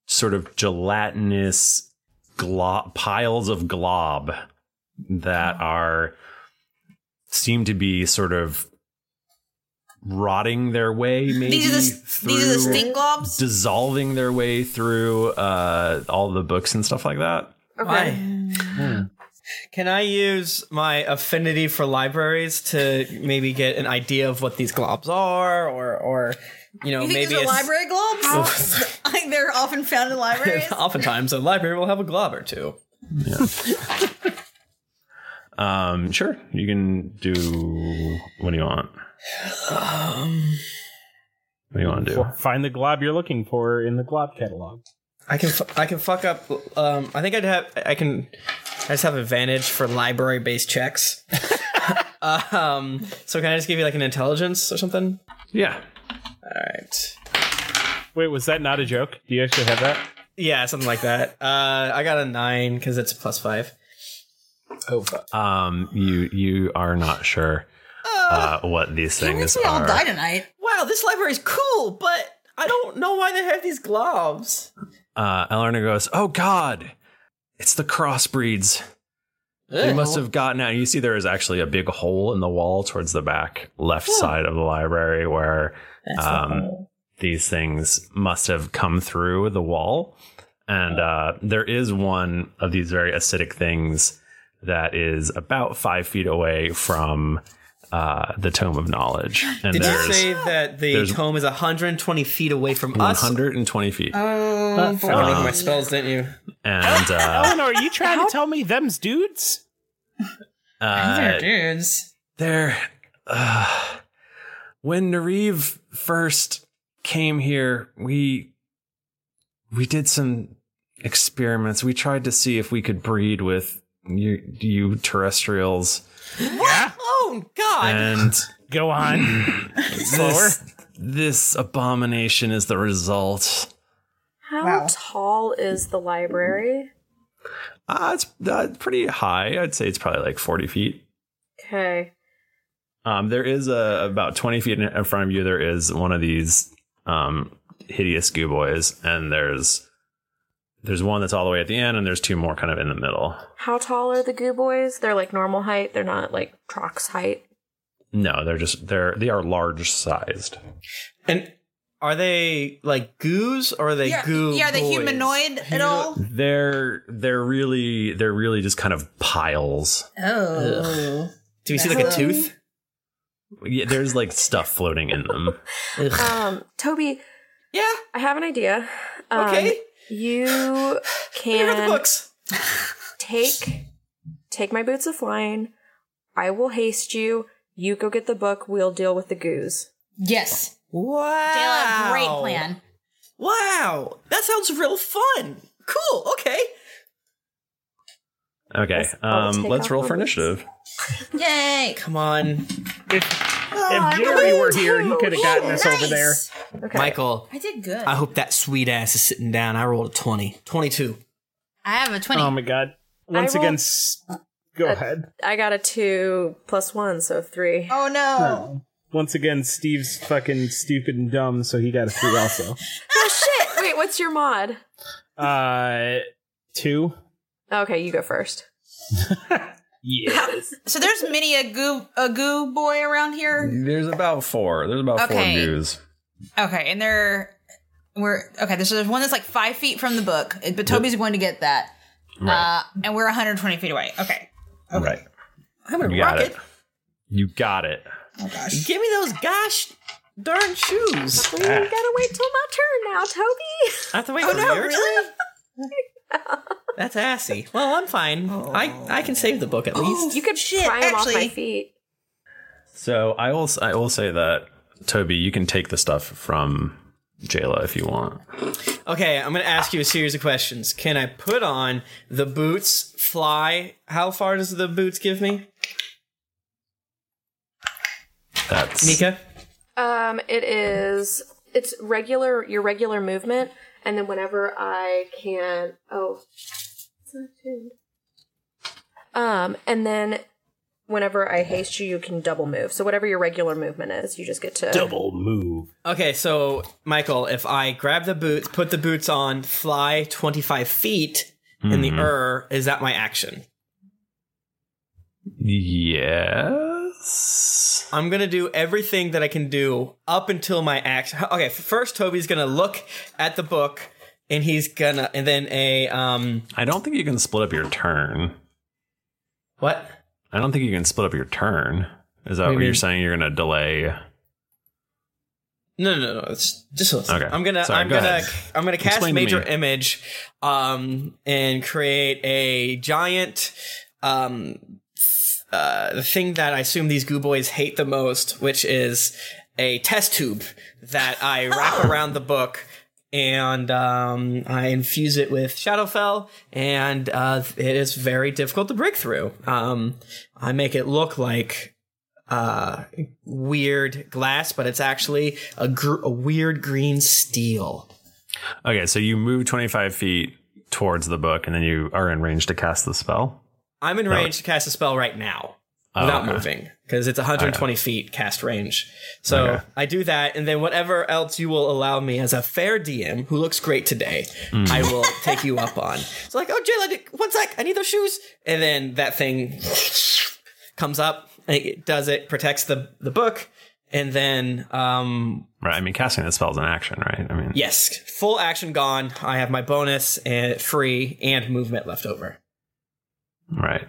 [SPEAKER 1] sort of gelatinous glo- piles of glob
[SPEAKER 5] Mm.
[SPEAKER 1] that are seem to be sort of rotting their way maybe
[SPEAKER 5] These are the s- these are the
[SPEAKER 1] through-
[SPEAKER 5] stink globs?
[SPEAKER 1] dissolving their way through uh, all the books and stuff like that
[SPEAKER 6] Hmm. Can I use my affinity for libraries to maybe get an idea of what these globs are, or, or you know,
[SPEAKER 5] you think
[SPEAKER 6] maybe
[SPEAKER 5] there's a
[SPEAKER 6] it's-
[SPEAKER 5] library globes? I think they're often found in libraries.
[SPEAKER 6] Oftentimes, a library will have a glob or two.
[SPEAKER 1] um sure you can do what do you want
[SPEAKER 6] Um,
[SPEAKER 1] what do you want to do
[SPEAKER 3] Find the glob you're looking for in the glob catalog.
[SPEAKER 6] I can fu- I can fuck up. Um, I think I'd have I can I just have advantage for library based checks. um, so can I just give you like an intelligence or something?
[SPEAKER 1] Yeah.
[SPEAKER 6] All right.
[SPEAKER 3] Wait, was that not a joke? Do you actually have that?
[SPEAKER 6] Yeah, something like that. Uh, I got a nine because it's a plus five. Oh fuck.
[SPEAKER 1] um you you are not sure uh, what these things
[SPEAKER 5] we all
[SPEAKER 1] are
[SPEAKER 5] die tonight.
[SPEAKER 6] Wow, this library's cool, but I don't know why they have these globs.
[SPEAKER 1] uh, Eleanor goes, "Oh God, it's the crossbreeds. They
[SPEAKER 6] Ew.
[SPEAKER 1] must have gotten out." You see, there is actually a big hole in the wall towards the back left side of the library where um, these things must have come through the wall, and uh, there is one of these very acidic things that is about five feet away from uh, the Tome of Knowledge. And
[SPEAKER 6] Did you
[SPEAKER 1] there's
[SPEAKER 6] say that the
[SPEAKER 1] there's-
[SPEAKER 6] tome is 120 feet away from us?
[SPEAKER 1] 120 feet.
[SPEAKER 6] Oh,
[SPEAKER 1] boy.
[SPEAKER 6] I wrote my spells, didn't you?
[SPEAKER 1] and uh,
[SPEAKER 3] Eleanor, are you trying to tell me them's dudes?
[SPEAKER 1] uh,
[SPEAKER 6] dudes.
[SPEAKER 1] They're. Uh, when Nariv first came here, we we did some experiments. We tried to see if we could breed with you, you terrestrials.
[SPEAKER 6] What? Oh God!
[SPEAKER 1] And
[SPEAKER 3] go on.
[SPEAKER 1] this, this abomination is the result.
[SPEAKER 4] How tall is the library?
[SPEAKER 1] Uh, it's uh, pretty high. I'd say it's probably like forty feet.
[SPEAKER 4] Okay.
[SPEAKER 1] Um, there is a about twenty feet in- in front of you. There is one of these um, hideous goo boys, and there's there's one that's all the way at the end, and there's two more kind of in the middle.
[SPEAKER 4] How tall are the goo boys? They're like normal height. They're not like Trox height.
[SPEAKER 1] No, they're just they're they are large sized.
[SPEAKER 6] And are they like goos or are they
[SPEAKER 5] yeah,
[SPEAKER 6] goo?
[SPEAKER 5] yeah, are they
[SPEAKER 6] boys?
[SPEAKER 5] humanoid at all?
[SPEAKER 1] They're they're really they're really just kind of piles.
[SPEAKER 5] Oh.
[SPEAKER 6] Do we see like a
[SPEAKER 4] That's-
[SPEAKER 6] tooth?
[SPEAKER 1] Yeah, there's like stuff floating in them.
[SPEAKER 4] Um, Toby.
[SPEAKER 6] Yeah.
[SPEAKER 4] I have an idea. Um,
[SPEAKER 6] Okay.
[SPEAKER 4] You
[SPEAKER 6] me
[SPEAKER 4] can
[SPEAKER 6] read the books.
[SPEAKER 4] take take my boots of wine. I will haste you. You go get the book. We'll deal with the goose.
[SPEAKER 5] Yes.
[SPEAKER 6] Wow.
[SPEAKER 5] Dayla, great plan.
[SPEAKER 6] Wow, that sounds real fun. Cool. Okay.
[SPEAKER 1] Okay,
[SPEAKER 6] I'll
[SPEAKER 1] um,
[SPEAKER 6] take
[SPEAKER 1] let's
[SPEAKER 6] off
[SPEAKER 1] roll
[SPEAKER 6] my
[SPEAKER 1] for initiative.
[SPEAKER 5] Yay!
[SPEAKER 6] Come on,
[SPEAKER 3] if Jerry were here, he could have gotten us over there.
[SPEAKER 6] Michael.
[SPEAKER 5] I did good.
[SPEAKER 6] I hope that sweet ass is sitting down. I rolled a 20. 22.
[SPEAKER 5] I have a 20.
[SPEAKER 6] Um,
[SPEAKER 3] Oh my god. Once
[SPEAKER 4] I
[SPEAKER 3] again,
[SPEAKER 4] rolled-
[SPEAKER 3] s- go ahead.
[SPEAKER 4] I got a two plus one, so three.
[SPEAKER 5] Oh no!
[SPEAKER 3] Once again, Steve's fucking stupid and dumb, so he got a three also.
[SPEAKER 6] Hmm.
[SPEAKER 4] oh shit! Wait, what's your mod?
[SPEAKER 3] Uh, two.
[SPEAKER 4] Okay, you go first.
[SPEAKER 1] Yes.
[SPEAKER 5] So there's many a goo a goo boy around here.
[SPEAKER 1] There's about four. There's about
[SPEAKER 5] Okay.
[SPEAKER 1] four goos.
[SPEAKER 6] Mm-hmm.
[SPEAKER 5] Okay, and there we're okay. There's, there's one that's like five feet from the book, but Toby's going to get that,
[SPEAKER 1] Right.
[SPEAKER 5] uh, and we're 120 feet away. Okay,
[SPEAKER 1] All right.
[SPEAKER 6] I'm gonna
[SPEAKER 1] you
[SPEAKER 6] rock
[SPEAKER 1] got
[SPEAKER 6] it.
[SPEAKER 1] it. You got it.
[SPEAKER 5] Oh gosh.
[SPEAKER 6] Give me those gosh darn shoes.
[SPEAKER 4] We gotta wait till my turn now, Toby.
[SPEAKER 6] I have to wait
[SPEAKER 4] Oh,
[SPEAKER 6] for
[SPEAKER 4] no,
[SPEAKER 6] yours? That's assy. Well, I'm fine. I I can save the book at least.
[SPEAKER 4] you could pry them off my
[SPEAKER 5] actually.
[SPEAKER 4] feet.
[SPEAKER 1] So I will I will say that Toby, you can take the stuff from Jayla if you want.
[SPEAKER 6] Okay, I'm gonna ask you a series of questions. Can I put on the boots? Fly? How far does the boots give me?
[SPEAKER 1] That's
[SPEAKER 6] Mika.
[SPEAKER 4] Um, it is it's regular your regular movement, and then whenever I can, oh, it's not tuned. Um, and then whenever I haste you, you can double move. So whatever your regular movement is, you just get to
[SPEAKER 1] move.
[SPEAKER 6] Okay, so Michael, if I grab the boots, put the boots on, fly 25 feet in the
[SPEAKER 1] Mhm.
[SPEAKER 6] air, is that my action?
[SPEAKER 1] Yes.
[SPEAKER 6] I'm going to do everything that I can do up until my action. Okay, f- first Toby's going to look at the book and he's going to and then a um
[SPEAKER 1] I don't think you can split up your turn.
[SPEAKER 6] What?
[SPEAKER 1] I don't think you can split up your turn. Is that
[SPEAKER 6] What do
[SPEAKER 1] what,
[SPEAKER 6] you
[SPEAKER 1] you're
[SPEAKER 6] mean?
[SPEAKER 1] saying? You're going to delay.
[SPEAKER 6] No, no, no. It's just listen.
[SPEAKER 1] Okay.
[SPEAKER 6] I'm gonna,
[SPEAKER 1] Sorry,
[SPEAKER 6] I'm
[SPEAKER 1] go
[SPEAKER 6] gonna,
[SPEAKER 1] ahead.
[SPEAKER 6] I'm gonna cast
[SPEAKER 1] Explain to
[SPEAKER 6] major
[SPEAKER 1] me.
[SPEAKER 6] image, um, and create a giant, um, uh, the thing that I assume these goo boys hate the most, which is a test tube that I wrap around the book. And um, I infuse it with Shadowfell, and uh, it is very difficult to break through. Um, I make it look like uh weird glass but it's actually a, gr- a weird green steel
[SPEAKER 1] Okay, so you move 25 feet towards the book, and then you are in range to cast the spell.
[SPEAKER 6] i'm in
[SPEAKER 1] No.
[SPEAKER 6] range to cast a spell right now
[SPEAKER 1] Oh,
[SPEAKER 6] without
[SPEAKER 1] okay.
[SPEAKER 6] moving because it's 120 feet cast range so
[SPEAKER 1] Okay.
[SPEAKER 6] i do that and then whatever else you will allow me as a fair dm who looks great today
[SPEAKER 1] Mm.
[SPEAKER 6] i will take you up on it's like oh jayla d- one sec i need those shoes and then that thing comes up and it does it protects the the book and then um
[SPEAKER 1] Right. I mean, casting the spell is an action, right? I mean,
[SPEAKER 6] Yes, full action gone. I have my bonus and free and movement left over.
[SPEAKER 1] right.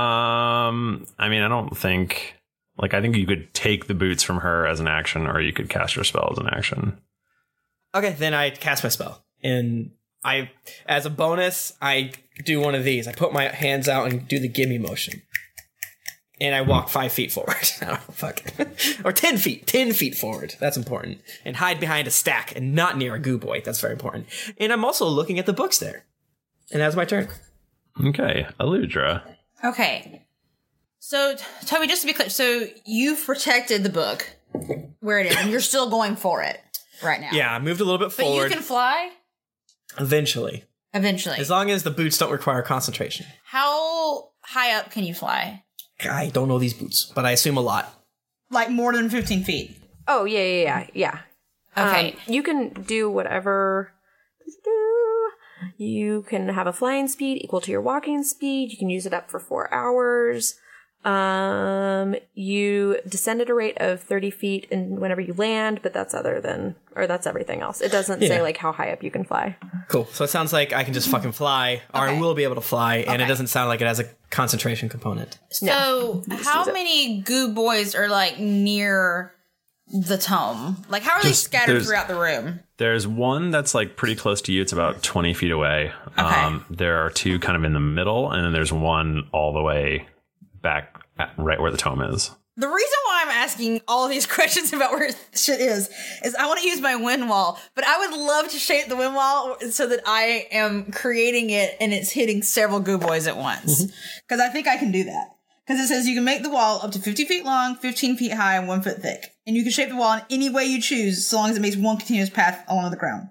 [SPEAKER 1] Um, I mean, I don't think like I think you could take the boots from her as an action, or you could cast your spell as an action.
[SPEAKER 6] Okay, then I cast my spell and I, as a bonus, I do one of these. I put my hands out and do the gimme motion, and I walk five feet forward. I don't know, fuck, or ten feet, ten feet forward. That's important. And hide behind a stack and not near a goo boy. That's very important. And I'm also looking at the books there. And that's my turn.
[SPEAKER 1] Okay, Aludra.
[SPEAKER 5] Okay. So, T- Toby, just to be clear, so you've protected the book where it is, and you're still going for it right now.
[SPEAKER 6] Yeah, I moved a little bit
[SPEAKER 5] But you
[SPEAKER 6] forward.
[SPEAKER 5] can fly
[SPEAKER 6] eventually,
[SPEAKER 5] eventually.
[SPEAKER 6] as long as the boots don't require concentration.
[SPEAKER 5] How high up can you fly?
[SPEAKER 6] I don't know these boots, but I assume a lot.
[SPEAKER 5] Like more than 15 feet.
[SPEAKER 4] Oh yeah, yeah, yeah, yeah. Okay, you can do whatever. You can have a flying speed equal to your walking speed. You can use it up for four hours. Um, you descend at a rate of thirty feet, and whenever you land, but that's other than or that's everything else. It doesn't say
[SPEAKER 6] Yeah.
[SPEAKER 4] like how high up you can fly.
[SPEAKER 6] Cool. So it sounds like I can just fucking fly, or I will be able to fly, and it doesn't sound like it has a concentration component.
[SPEAKER 5] So, how many goo boys are like near the tome? Like, how are they
[SPEAKER 1] Just-
[SPEAKER 5] scattered
[SPEAKER 1] there's-
[SPEAKER 5] throughout the room?
[SPEAKER 1] There's one that's like pretty close to you. It's about 20 feet away. Um, there are two kind of in the middle, and then there's one all the way back at right where the tome is.
[SPEAKER 5] The reason why I'm asking all these questions about where shit is is I want to use my wind wall, but I would love to shape the wind wall so that I am creating it and it's hitting several goo boys at once. Because I think I can do that. Because it says you can make the wall up to 50 feet long, 15 feet high, and one foot thick. And you can shape the wall in any way you choose, so long as it makes one continuous path along the ground.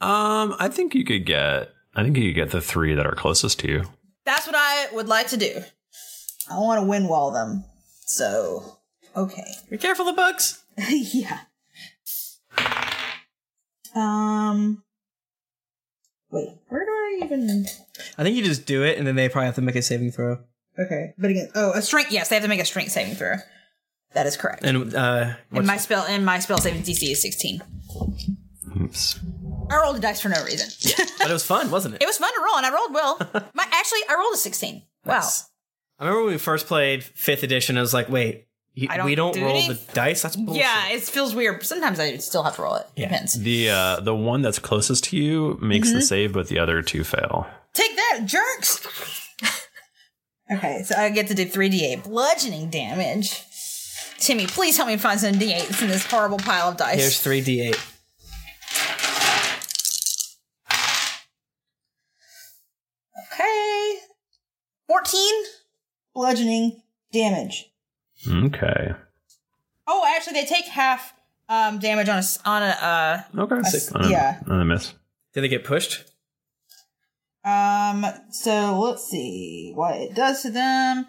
[SPEAKER 1] Um, I think you could get. I think you could get the three that are closest to you.
[SPEAKER 5] That's what I would like to do. I want to wind wall them. So, okay.
[SPEAKER 6] Be careful the bugs.
[SPEAKER 5] yeah. Um. Wait, where do I even?
[SPEAKER 6] I think you just do it, and then they probably have to make a saving throw.
[SPEAKER 5] Okay, but again, oh, a strength. Yes, they have to make a strength saving throw. That is correct.
[SPEAKER 6] And uh,
[SPEAKER 5] And
[SPEAKER 6] what's-
[SPEAKER 5] my spell and my spell saving DC is sixteen.
[SPEAKER 1] Oops.
[SPEAKER 5] I rolled a dice for no reason.
[SPEAKER 6] but it was fun, wasn't it?
[SPEAKER 5] It was fun to roll, and I rolled well. my actually, I rolled a sixteen. Wow.
[SPEAKER 6] I remember when we first played Fifth Edition. I was like, wait, you,
[SPEAKER 5] I don't
[SPEAKER 6] we don't
[SPEAKER 5] do
[SPEAKER 6] roll
[SPEAKER 5] any-
[SPEAKER 6] the dice. That's bullshit.
[SPEAKER 5] Yeah, it feels weird. Sometimes I still have to roll it. Depends.
[SPEAKER 1] The uh, the one that's closest to you makes the
[SPEAKER 5] Mhm.
[SPEAKER 1] save, but the other two fail.
[SPEAKER 5] Take that, jerks! okay, so I get to do 3d8 bludgeoning damage. Timmy, please help me find some d8s in this horrible pile of dice.
[SPEAKER 6] Here's three d eight.
[SPEAKER 5] Okay. 14 bludgeoning damage.
[SPEAKER 1] Okay.
[SPEAKER 5] Oh, actually, they take half um, damage on a. s- On a uh,
[SPEAKER 1] Okay.
[SPEAKER 5] a s-
[SPEAKER 1] On a-
[SPEAKER 5] yeah.
[SPEAKER 1] on a miss.
[SPEAKER 6] Did they get pushed?
[SPEAKER 5] Um, so let's see what it does to them.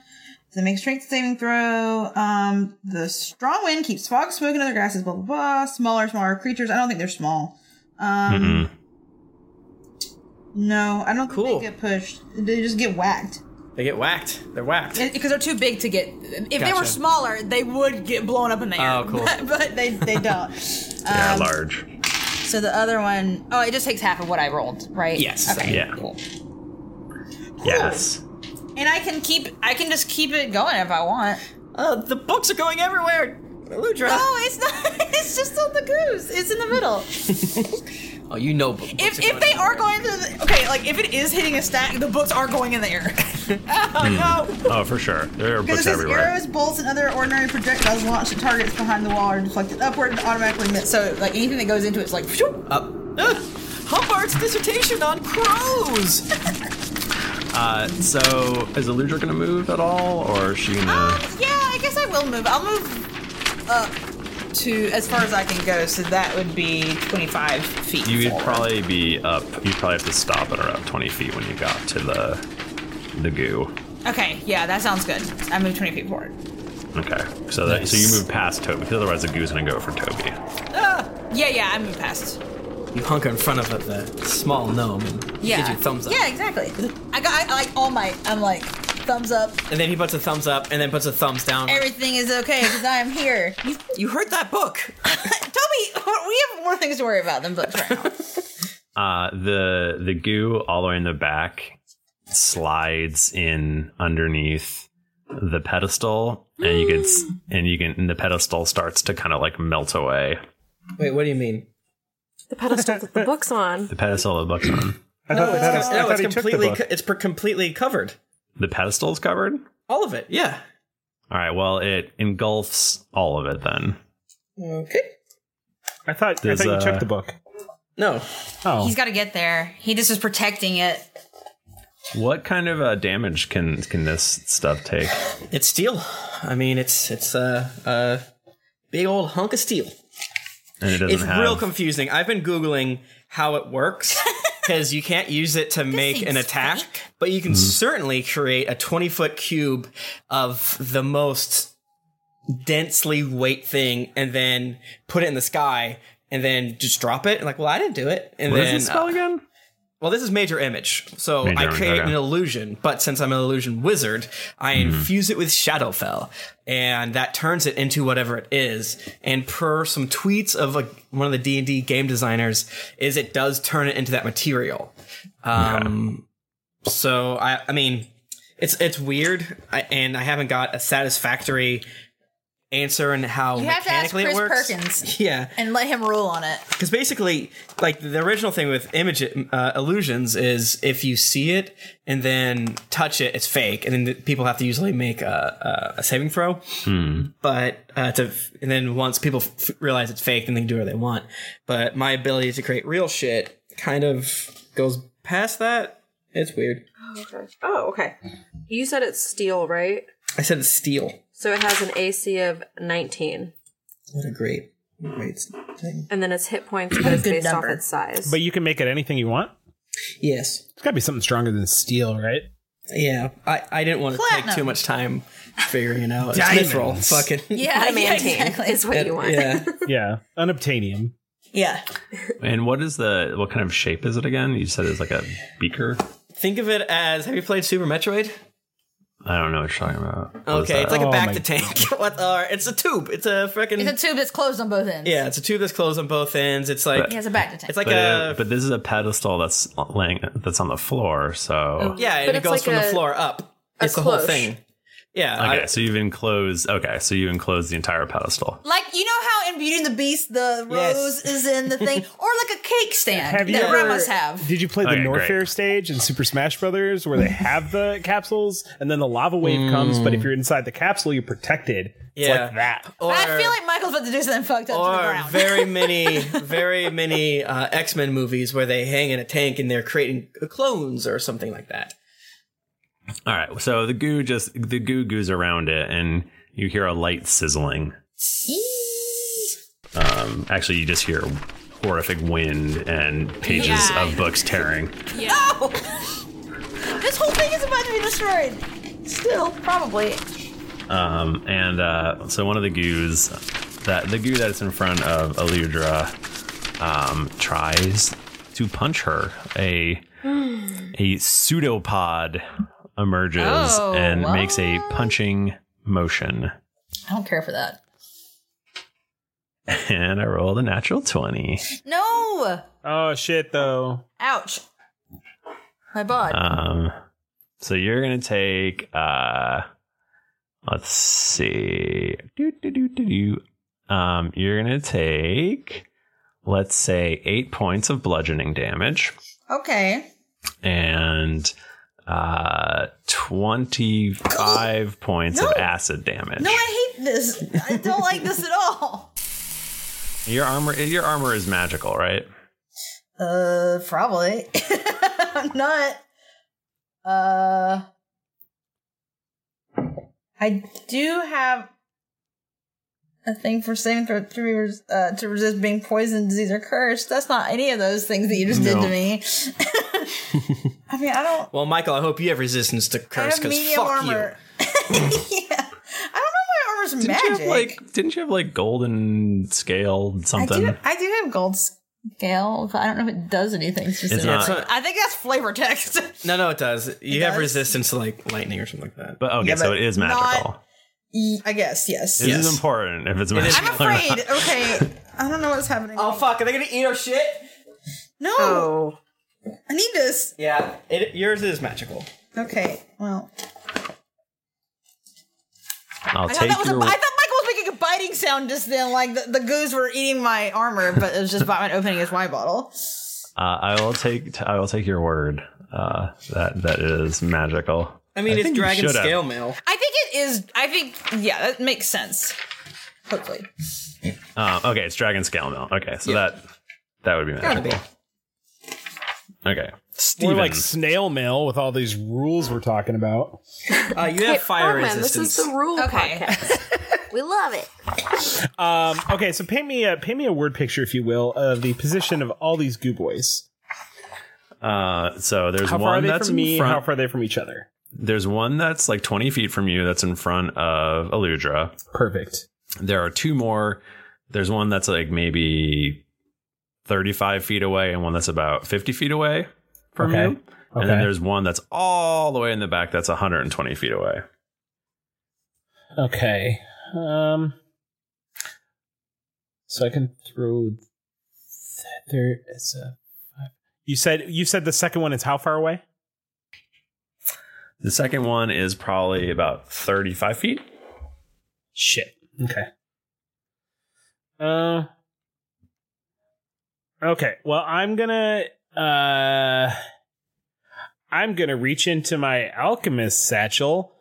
[SPEAKER 5] So make strength saving throw. Um, the strong wind keeps fog, smoke, and other gases, blah, blah, blah. Smaller, smaller creatures. I don't think they're small. Um, No, I don't
[SPEAKER 6] Cool.
[SPEAKER 5] think they get pushed. They just get whacked.
[SPEAKER 6] They get whacked. They're whacked.
[SPEAKER 5] Because they're too big to get. If
[SPEAKER 6] they were Gotcha.
[SPEAKER 5] smaller, they would get blown up in the
[SPEAKER 6] air. Oh, cool.
[SPEAKER 5] but, but they, they don't.
[SPEAKER 1] Yeah,
[SPEAKER 5] Um,
[SPEAKER 1] large.
[SPEAKER 5] So the other one, oh, it just takes half of what I rolled, right? Okay.
[SPEAKER 1] Yeah. Yes.
[SPEAKER 5] And I can keep, I can just keep it going if I want. Uh, the books are going everywhere. Ludra. No, it's not. It's just on the goose. It's in the middle.
[SPEAKER 6] Oh, you know. b- books
[SPEAKER 5] If,
[SPEAKER 6] are
[SPEAKER 5] if
[SPEAKER 6] going
[SPEAKER 5] they
[SPEAKER 6] in.
[SPEAKER 5] are going through the, okay, like if it is hitting a stack, the books are going in the air.
[SPEAKER 1] Hmm.
[SPEAKER 5] oh no.
[SPEAKER 1] Oh, for sure. There are books
[SPEAKER 5] Because it says
[SPEAKER 1] everywhere.
[SPEAKER 5] arrows, bolts, and other ordinary projectiles launched at targets behind the wall are deflected upward and automatically missed. So, like anything that goes into it's like, phew.
[SPEAKER 6] Up. Humbard's Uh, dissertation on crows.
[SPEAKER 1] Uh, so is Eludra gonna move at all, or is she gonna?
[SPEAKER 5] Um, Yeah, I guess I will move. I'll move up to as far as I can go. So that would be 25 feet.
[SPEAKER 1] You would
[SPEAKER 5] forward.
[SPEAKER 1] probably be up. You'd probably have to stop at around twenty feet when you got to the the goo.
[SPEAKER 5] Okay, yeah, that sounds good. I moved 20 feet forward.
[SPEAKER 1] Okay, so that so you move past Toby, because otherwise the goo's gonna go for Toby.
[SPEAKER 5] Ah, yeah, yeah, I moved past.
[SPEAKER 6] You hunker in front of the the small gnome and
[SPEAKER 5] Yeah.
[SPEAKER 6] gives you a thumbs up.
[SPEAKER 5] Yeah, exactly. I got I, like all my. I'm like thumbs up.
[SPEAKER 6] And then he puts a thumbs up and then puts a thumbs down.
[SPEAKER 5] Everything is okay because I am here. You,
[SPEAKER 6] you heard that book.
[SPEAKER 5] Toby, we have more things to worry about than books right now.
[SPEAKER 1] Uh, the the goo all the way in the back slides in underneath the pedestal, and you can s-
[SPEAKER 6] Hmm.
[SPEAKER 1] and you can and the pedestal starts to kind of like melt away.
[SPEAKER 6] Wait, what do you mean?
[SPEAKER 4] The pedestal with the books on.
[SPEAKER 1] The pedestal of the book's on.
[SPEAKER 6] no,
[SPEAKER 1] thought-
[SPEAKER 6] it's,
[SPEAKER 1] I thought-
[SPEAKER 6] no,
[SPEAKER 1] I thought
[SPEAKER 6] it's
[SPEAKER 1] he took the
[SPEAKER 6] completely
[SPEAKER 1] book.
[SPEAKER 6] co- it's per- completely covered.
[SPEAKER 1] The pedestal's covered.
[SPEAKER 6] All of it. Yeah.
[SPEAKER 1] All right. Well, it engulfs all of it then.
[SPEAKER 6] Okay.
[SPEAKER 3] I thought
[SPEAKER 1] Does,
[SPEAKER 3] I thought you
[SPEAKER 1] uh,
[SPEAKER 3] took the book.
[SPEAKER 6] No.
[SPEAKER 1] Oh.
[SPEAKER 5] He's got to get there. He just is protecting it.
[SPEAKER 1] What kind of uh, damage can can this stuff take?
[SPEAKER 6] It's steel. I mean, it's it's a uh, uh, big old hunk of steel.
[SPEAKER 1] And it doesn't
[SPEAKER 6] it's
[SPEAKER 1] have.
[SPEAKER 6] real confusing. I've been googling how it works because you can't use it to make an
[SPEAKER 1] seems
[SPEAKER 6] attack, but you can
[SPEAKER 1] Mm-hmm.
[SPEAKER 6] certainly create a twenty foot cube of the most densely weight thing, and then put it in the sky, and then just drop it. like, well, I didn't do it. And
[SPEAKER 1] What is
[SPEAKER 6] then uh,
[SPEAKER 1] this spell
[SPEAKER 6] again? Well, this is major image, so
[SPEAKER 1] Major
[SPEAKER 6] I
[SPEAKER 1] image,
[SPEAKER 6] create
[SPEAKER 1] okay. Mm-hmm.
[SPEAKER 6] an illusion. But since I'm an illusion wizard, I infuse it with Shadowfell, and that turns it into whatever it is. And per some tweets of like one of the D and D game designers, is it does turn it into that material. Um, So I, I mean, it's it's weird, I, and I haven't got a satisfactory answer on how
[SPEAKER 5] You have to ask
[SPEAKER 6] mechanically
[SPEAKER 5] Chris
[SPEAKER 6] it works.
[SPEAKER 5] Perkins.
[SPEAKER 6] Yeah,
[SPEAKER 5] and let him rule on it.
[SPEAKER 6] because basically, like the original thing with image uh, illusions is if you see it and then touch it, it's fake, and then the people have to usually make a, a, a saving throw. But uh, to and then once people f- realize it's fake, then they can do whatever they want. But my ability to create real shit kind of goes past that. It's weird.
[SPEAKER 4] Oh, okay. Oh, okay. You said it's steel, right?
[SPEAKER 6] I said it's steel.
[SPEAKER 4] So it has an AC of 19.
[SPEAKER 6] What a great, great thing.
[SPEAKER 4] And then its hit points, but it's based off its size.
[SPEAKER 3] But you can make it anything you want.
[SPEAKER 6] Yes,
[SPEAKER 3] it's got to be something stronger than steel, right?
[SPEAKER 6] Yeah, I, I didn't want to take too
[SPEAKER 3] Platinum.
[SPEAKER 6] much time figuring it out.
[SPEAKER 3] Diamonds.
[SPEAKER 6] It's roll, fucking.
[SPEAKER 4] Adamantine is what you want.
[SPEAKER 6] Yeah.
[SPEAKER 3] yeah. Unobtainium.
[SPEAKER 5] Yeah.
[SPEAKER 1] And what is the what kind of shape is it again? You said it's like a beaker.
[SPEAKER 6] Think of it as have you played Super Metroid?
[SPEAKER 1] I don't know what you're talking about. What is
[SPEAKER 6] Okay, it's
[SPEAKER 1] that? Oh
[SPEAKER 6] like a back to tank. what are it's a tube. It's a freaking
[SPEAKER 5] It's a tube that's closed on both ends.
[SPEAKER 6] Yeah, it's a tube that's closed on both ends. It's like
[SPEAKER 5] He has a back to tank.
[SPEAKER 6] It's like
[SPEAKER 1] but,
[SPEAKER 6] a
[SPEAKER 1] it- but this is a pedestal that's laying that's on the floor. So
[SPEAKER 6] Oh, yeah,
[SPEAKER 5] But
[SPEAKER 6] and it
[SPEAKER 5] it's
[SPEAKER 6] goes
[SPEAKER 5] like
[SPEAKER 6] from the
[SPEAKER 5] a-
[SPEAKER 6] floor up.
[SPEAKER 5] a
[SPEAKER 6] It's the whole
[SPEAKER 5] cloche.
[SPEAKER 6] thing. Yeah,
[SPEAKER 1] Okay, so you've enclosed. Okay, so you enclosed the entire pedestal.
[SPEAKER 5] Like you know how in Beauty and the Beast the
[SPEAKER 1] Yes.
[SPEAKER 5] rose is in the thing, or like a cake stand
[SPEAKER 3] Have you
[SPEAKER 5] that
[SPEAKER 3] ever-
[SPEAKER 5] grandmas have.
[SPEAKER 3] Did you play the
[SPEAKER 1] Okay,
[SPEAKER 3] Norfair
[SPEAKER 1] great.
[SPEAKER 3] stage in Super Smash Brothers where they have the capsules and then the lava wave comes, but if you're inside the capsule, you're protected. It's
[SPEAKER 6] Yeah.
[SPEAKER 3] like that.
[SPEAKER 6] Oh.
[SPEAKER 5] I feel like Michael's about to do something fucked up to the ground.
[SPEAKER 6] very many, very many uh, X Men movies where they hang in a tank and they're creating clones or something like that.
[SPEAKER 1] All right, so the goo just the goo goos around it, and you hear a light sizzling. Um, actually, you just hear horrific wind and pages
[SPEAKER 5] Yeah.
[SPEAKER 1] of books tearing.
[SPEAKER 5] Yeah. this whole thing is about to be destroyed. Still, probably.
[SPEAKER 1] Um, and uh, so one of the goos that the goo that's in front of Eludra um, tries to punch her. A a pseudopod emerges
[SPEAKER 5] Oh,
[SPEAKER 1] and makes a punching motion.
[SPEAKER 5] I don't care for that.
[SPEAKER 1] And I rolled a natural twenty.
[SPEAKER 5] No!
[SPEAKER 3] Oh shit though.
[SPEAKER 5] Ouch. My butt.
[SPEAKER 1] Um, so you're gonna take uh, let's see, do do do do do. Um, you're gonna take, let's say, eight points of bludgeoning damage
[SPEAKER 5] okay.
[SPEAKER 1] and uh, twenty five points of acid damage.
[SPEAKER 5] No, I hate this. I don't like this at all.
[SPEAKER 1] Your armor, your armor is magical, right?
[SPEAKER 5] Uh, probably. I'm not. Uh, I do have a thing for saving throw to, be res- uh, to resist being poisoned, disease, or cursed. That's not any of those things that you just did
[SPEAKER 6] No.
[SPEAKER 5] to me. I mean, I don't.
[SPEAKER 6] Well, Michael, I hope you have resistance to
[SPEAKER 5] I
[SPEAKER 6] curse
[SPEAKER 5] have
[SPEAKER 6] because
[SPEAKER 5] medium
[SPEAKER 6] fuck
[SPEAKER 5] armor. yeah, I don't know if my armor's
[SPEAKER 1] Didn't
[SPEAKER 5] magic.
[SPEAKER 1] you have like? Didn't you have like golden scaled something?
[SPEAKER 5] I do, I do have gold scale, but I don't know if it does anything specifically.
[SPEAKER 6] It's not-
[SPEAKER 5] I think that's flavor text.
[SPEAKER 6] you. No, no, it does. You have
[SPEAKER 5] does?
[SPEAKER 6] resistance to like lightning or something like that.
[SPEAKER 1] But okay,
[SPEAKER 5] Yeah,
[SPEAKER 1] so
[SPEAKER 5] but
[SPEAKER 1] it is
[SPEAKER 5] not-
[SPEAKER 1] magical.
[SPEAKER 5] Y- I guess, yes.
[SPEAKER 1] This is important if it's
[SPEAKER 6] It is
[SPEAKER 1] magical. or
[SPEAKER 5] I'm
[SPEAKER 1] not.
[SPEAKER 5] afraid. Okay. I don't know what's happening. Oh,
[SPEAKER 6] fuck. Are they going to eat our shit?
[SPEAKER 5] No.
[SPEAKER 4] Uh,
[SPEAKER 1] oh.
[SPEAKER 4] Oh.
[SPEAKER 5] I need this.
[SPEAKER 6] Yeah, it, yours is magical.
[SPEAKER 5] Okay. Well,
[SPEAKER 1] I'll
[SPEAKER 5] I thought,
[SPEAKER 1] take
[SPEAKER 5] that was a,
[SPEAKER 1] your.
[SPEAKER 5] I thought Michael was making a biting sound just then, like the, the goos were eating my armor, but it was just Batman opening his wine bottle.
[SPEAKER 1] uh, I will take. I will take your word. Uh, that that is magical.
[SPEAKER 6] I mean, it's
[SPEAKER 1] think you
[SPEAKER 6] dragon
[SPEAKER 1] should have.
[SPEAKER 6] scale mail.
[SPEAKER 5] I think it is. I think, yeah, that makes sense. Hopefully.
[SPEAKER 1] Uh, okay, it's dragon scale mill. Okay, so that that would be
[SPEAKER 5] Gotta
[SPEAKER 1] magical. Okay,
[SPEAKER 3] We're
[SPEAKER 1] Steven.
[SPEAKER 3] like snail mail with all these rules we're talking about.
[SPEAKER 6] Uh, you
[SPEAKER 5] oh,
[SPEAKER 6] have fire resistance.
[SPEAKER 4] This is the rule podcast. we love it.
[SPEAKER 3] Um, okay, so paint me a paint me a word picture, if you will, of the position of all these goo boys.
[SPEAKER 1] uh, so there's
[SPEAKER 3] how far are
[SPEAKER 1] one
[SPEAKER 3] they
[SPEAKER 1] that's
[SPEAKER 3] from me?
[SPEAKER 1] in
[SPEAKER 3] and
[SPEAKER 1] front.
[SPEAKER 3] How far are they from each other?
[SPEAKER 1] There's one that's like 20 feet from you that's in front of Aludra.
[SPEAKER 3] Perfect.
[SPEAKER 1] There are two more. There's one that's like maybe 35 feet away and one that's about 50 feet away from
[SPEAKER 3] Okay.
[SPEAKER 1] you. And then
[SPEAKER 3] Okay.
[SPEAKER 1] there's one that's all the way in the back that's 120 feet away.
[SPEAKER 3] Okay. Um. So I can throw. Th- there is a. You said you said the second one is how far away?
[SPEAKER 1] The second one is probably about 35 feet.
[SPEAKER 3] Shit. Okay. Uh. Okay. Well, I'm gonna. Uh. I'm gonna reach into my alchemist satchel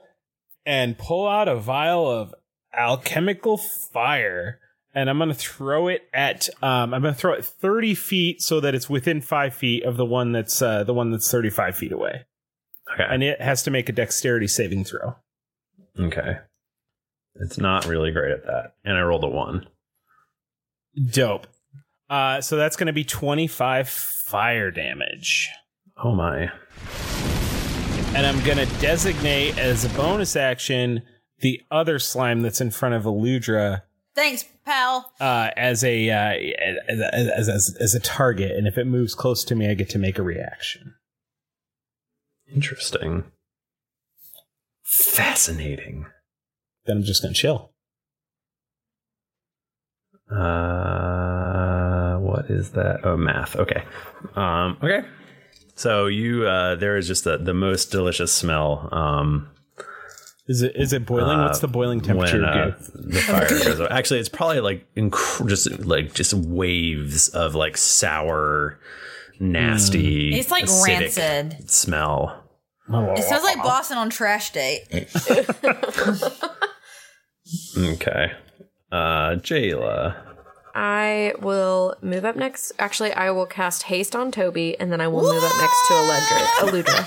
[SPEAKER 3] and pull out a vial of alchemical fire, and I'm gonna throw it at. Um. I'm gonna throw it 30 feet so that it's within five feet of the one that's uh, the one that's 35 feet away.
[SPEAKER 1] Okay.
[SPEAKER 3] And it has to make a dexterity saving throw.
[SPEAKER 1] Okay. It's not really great at that. And I rolled a one.
[SPEAKER 3] Dope. Uh, so that's going to be 25 fire damage.
[SPEAKER 1] Oh my.
[SPEAKER 3] And I'm going to designate as a bonus action the other slime that's in front of Eludra
[SPEAKER 5] Thanks, pal.
[SPEAKER 3] uh, as a uh, as, as, as, as a target. And if it moves close to me, I get to make a reaction.
[SPEAKER 1] Interesting. Fascinating.
[SPEAKER 3] Then I'm just going to chill.
[SPEAKER 1] Uh, what is that? Oh, math. Okay. Um, okay. So you, uh, there is just the, the most delicious smell. Um,
[SPEAKER 3] Is it is it boiling? What's the boiling temperature
[SPEAKER 1] Uh, When, uh,
[SPEAKER 3] of goo?
[SPEAKER 1] the fire goes up. Actually, it's probably like inc- just like just waves of like sour, nasty.
[SPEAKER 5] It's like
[SPEAKER 1] acidic
[SPEAKER 5] rancid.
[SPEAKER 1] smell.
[SPEAKER 5] It smells like Boston on trash day.
[SPEAKER 1] Okay. Uh, Jayla.
[SPEAKER 4] I will move up next. Actually, I will cast haste on Toby, and then I will move up next to Aludra.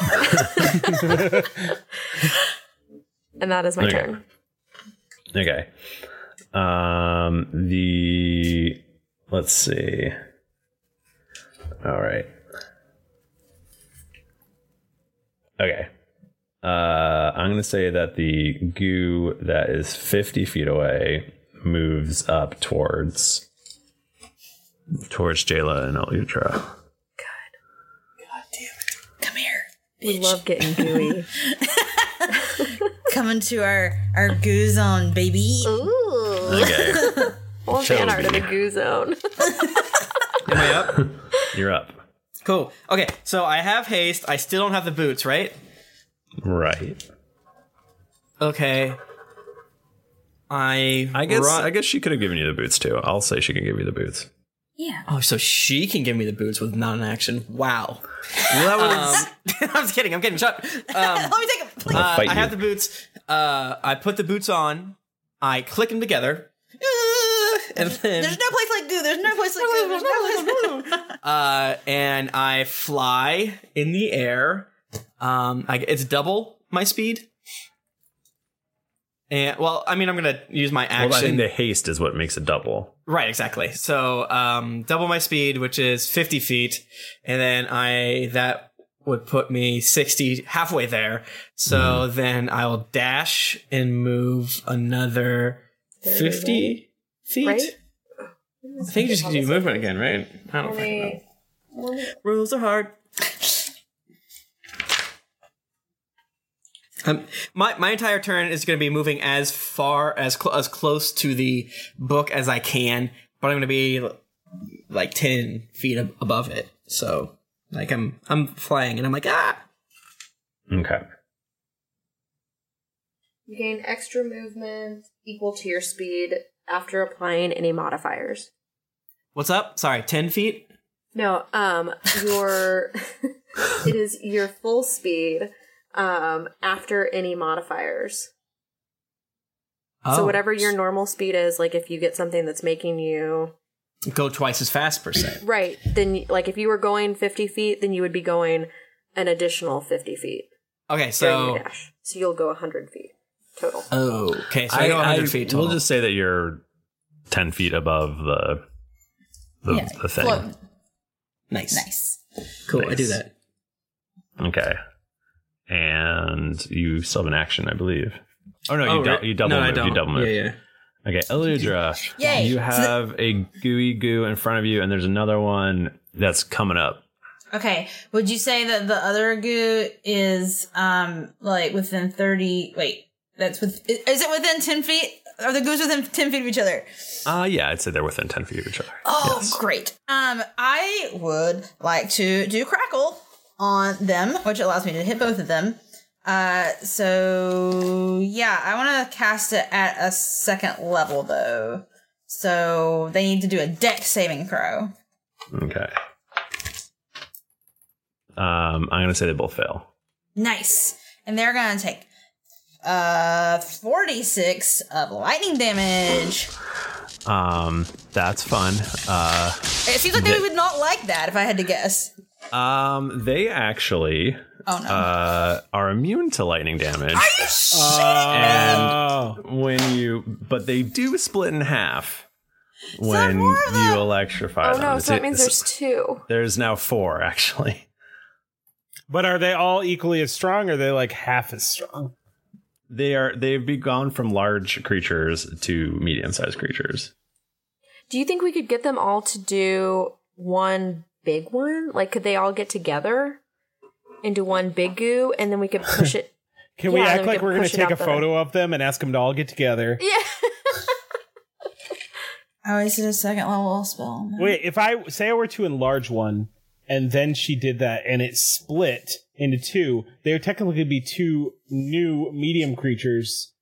[SPEAKER 4] Aludra. and that is my
[SPEAKER 1] Okay.
[SPEAKER 4] turn.
[SPEAKER 1] Okay. Um the let's see. All right. Okay. Uh, I'm going to say that the goo that is 50 feet away moves up towards towards Jayla and Elutra.
[SPEAKER 4] We love getting gooey.
[SPEAKER 5] Coming to our our goo zone, baby.
[SPEAKER 4] Ooh.
[SPEAKER 1] Okay.
[SPEAKER 4] Old fan art of the
[SPEAKER 1] Toby.
[SPEAKER 4] goo zone.
[SPEAKER 1] You're up.
[SPEAKER 6] Cool. Okay, so I have haste. I still don't have the boots, right?
[SPEAKER 1] Right.
[SPEAKER 6] Okay. I
[SPEAKER 1] I guess
[SPEAKER 6] run-
[SPEAKER 1] I guess she could have given you the boots too. I'll say she can give you the boots.
[SPEAKER 4] Yeah.
[SPEAKER 6] Oh, so she can give me the boots with non action. Wow. Um, I'm just kidding. I'm getting shot. Um,
[SPEAKER 5] Let me take a.
[SPEAKER 6] uh,
[SPEAKER 5] fight
[SPEAKER 6] I have
[SPEAKER 5] you.
[SPEAKER 6] the boots. Uh, I put the boots on. I click them together, and then
[SPEAKER 5] There's no place like goo. There's no place like goo. There's no place.
[SPEAKER 6] uh, and I fly in the air. Um, I, it's double my speed. And well, I mean, I'm gonna use my action.
[SPEAKER 1] Well, I think the haste is what makes it double.
[SPEAKER 6] Right, exactly. So um, double my speed, which is 50 feet, and then I that would put me 60 halfway there. So then I will dash and move another 50. feet.
[SPEAKER 4] Right?
[SPEAKER 6] I think you just do movement again, right? I don't think.
[SPEAKER 4] Only- only-
[SPEAKER 6] Rules are hard. Um, my my entire turn is going to be moving as far as cl- as close to the book as I can, but I'm going to be like ten feet ab- above it. So like I'm I'm flying and I'm like ah.
[SPEAKER 1] Okay.
[SPEAKER 4] You gain extra movement equal to your speed after applying any modifiers.
[SPEAKER 6] What's up? Sorry, ten feet.
[SPEAKER 4] No, um, your it is your full speed um after any modifiers. So
[SPEAKER 6] Oh.
[SPEAKER 4] whatever your normal speed is, like if you get something that's making you
[SPEAKER 6] Go twice as fast per se.
[SPEAKER 4] right, then like if you were going 50 feet, then you would be going an additional 50 feet during
[SPEAKER 6] Okay,
[SPEAKER 4] your
[SPEAKER 6] so
[SPEAKER 4] dash. So you'll go 100 feet total.
[SPEAKER 6] oh, okay, so I, go 100 feet total.
[SPEAKER 1] We'll just say that you're ten feet above the the, the thing.
[SPEAKER 6] Nice.
[SPEAKER 5] Nice.
[SPEAKER 6] Cool, I
[SPEAKER 1] Nice.
[SPEAKER 6] do that.
[SPEAKER 1] Okay. And you still have an action, I believe. Oh no, you,
[SPEAKER 6] Oh,
[SPEAKER 1] dou-
[SPEAKER 6] right.
[SPEAKER 1] you double
[SPEAKER 6] No, I
[SPEAKER 1] move. You
[SPEAKER 6] don't.
[SPEAKER 1] double move.
[SPEAKER 6] Yeah, yeah.
[SPEAKER 1] Okay, Eludra.
[SPEAKER 5] Yay.
[SPEAKER 1] You
[SPEAKER 5] So the-
[SPEAKER 1] have a gooey goo in front of you, and there's another one that's coming up.
[SPEAKER 5] Okay. Would you say that the other goo is um like within thirty? Wait, that's with. Is is it within ten feet? Are the goos within ten feet of each other?
[SPEAKER 1] Uh yeah, I'd say they're within ten feet of each other.
[SPEAKER 5] Oh, great. Um, I would like to do crackle on them, which allows me to hit both of them. Uh, so yeah, I want to cast it at a second level though. So they need to do a deck saving throw.
[SPEAKER 1] Okay. Um, I'm gonna say they both fail.
[SPEAKER 5] Nice. And they're gonna take uh 46 of lightning damage.
[SPEAKER 1] Um, that's fun. Uh,
[SPEAKER 5] It seems like they
[SPEAKER 1] They-
[SPEAKER 5] would not like that if I had to guess.
[SPEAKER 1] um, they actually
[SPEAKER 5] Oh, no.
[SPEAKER 1] uh, are immune to lightning damage.
[SPEAKER 3] Oh.
[SPEAKER 1] And when you, but they do split in half when you electrify
[SPEAKER 4] Oh
[SPEAKER 1] them.
[SPEAKER 4] no,
[SPEAKER 1] It's-
[SPEAKER 4] so that means
[SPEAKER 1] it's-
[SPEAKER 4] there's two.
[SPEAKER 1] there's now four actually.
[SPEAKER 3] But are they all equally as strong? Or are they like half as strong?
[SPEAKER 1] They are they've be gone from large creatures to medium sized creatures.
[SPEAKER 4] Do you think we could get them all to do one big one? Like, could they all get together into one big goo, and then we could push it?
[SPEAKER 3] Can we
[SPEAKER 4] Yeah,
[SPEAKER 3] act
[SPEAKER 4] then
[SPEAKER 3] like
[SPEAKER 4] could
[SPEAKER 3] we're going
[SPEAKER 4] push
[SPEAKER 3] to
[SPEAKER 4] it
[SPEAKER 3] take
[SPEAKER 4] out
[SPEAKER 3] a
[SPEAKER 4] the-
[SPEAKER 3] photo of them and ask them to all get together?
[SPEAKER 5] I wasted a second level spell.
[SPEAKER 3] Wait, if I say I were to enlarge one, and then she did that, and it split into two, there would technically be two new medium creatures.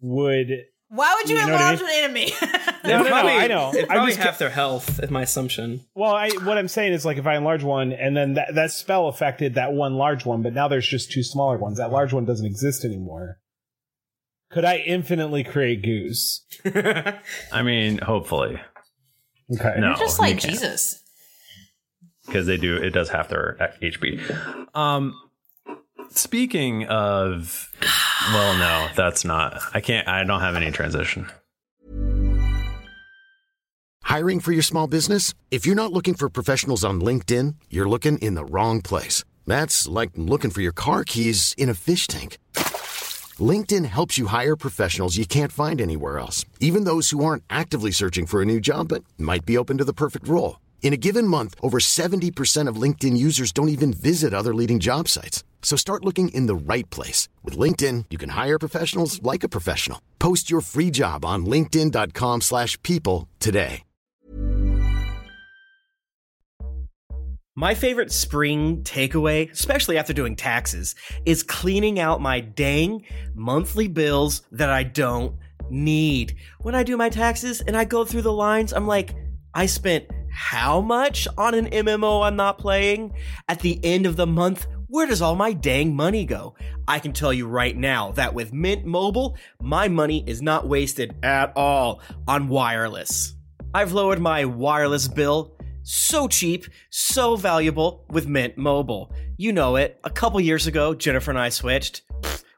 [SPEAKER 3] Would
[SPEAKER 5] Why would you,
[SPEAKER 3] You know what I
[SPEAKER 5] enlarge an enemy?
[SPEAKER 3] No, no, no, I know.
[SPEAKER 6] It's
[SPEAKER 3] I'm
[SPEAKER 6] probably
[SPEAKER 3] just-
[SPEAKER 6] half their health, is my assumption.
[SPEAKER 3] well, I what I'm saying is like if I enlarge one, and then that that spell affected that one large one, but now there's just two smaller ones. That large one doesn't exist anymore. Could I infinitely create goose?
[SPEAKER 1] I mean, hopefully.
[SPEAKER 3] Okay.
[SPEAKER 1] No,
[SPEAKER 5] You're just like Jesus.
[SPEAKER 1] because they do it does half their HP. Um, speaking of, well, no, that's not. I can't. I don't have any transition.
[SPEAKER 7] Hiring for your small business? If you're not looking for professionals on LinkedIn, you're looking in the wrong place. That's like looking for your car keys in a fish tank. LinkedIn helps you hire professionals you can't find anywhere else, even those who aren't actively searching for a new job but might be open to the perfect role. In a given month, over 70% of LinkedIn users don't even visit other leading job sites. So start looking in the right place. With LinkedIn, you can hire professionals like a professional. Post your free job on linkedin.com/people slash people today.
[SPEAKER 9] My favorite spring takeaway, especially after doing taxes, is cleaning out my dang monthly bills that I don't need. When I do my taxes and I go through the lines, I'm like, I spent how much on an MMO I'm not playing? At the end of the month, where does all my dang money go? I can tell you right now that with Mint Mobile, my money is not wasted at all on wireless. I've lowered my wireless bill so cheap, so valuable with Mint Mobile. You know it. A couple years ago, Jennifer and I switched. Pfft,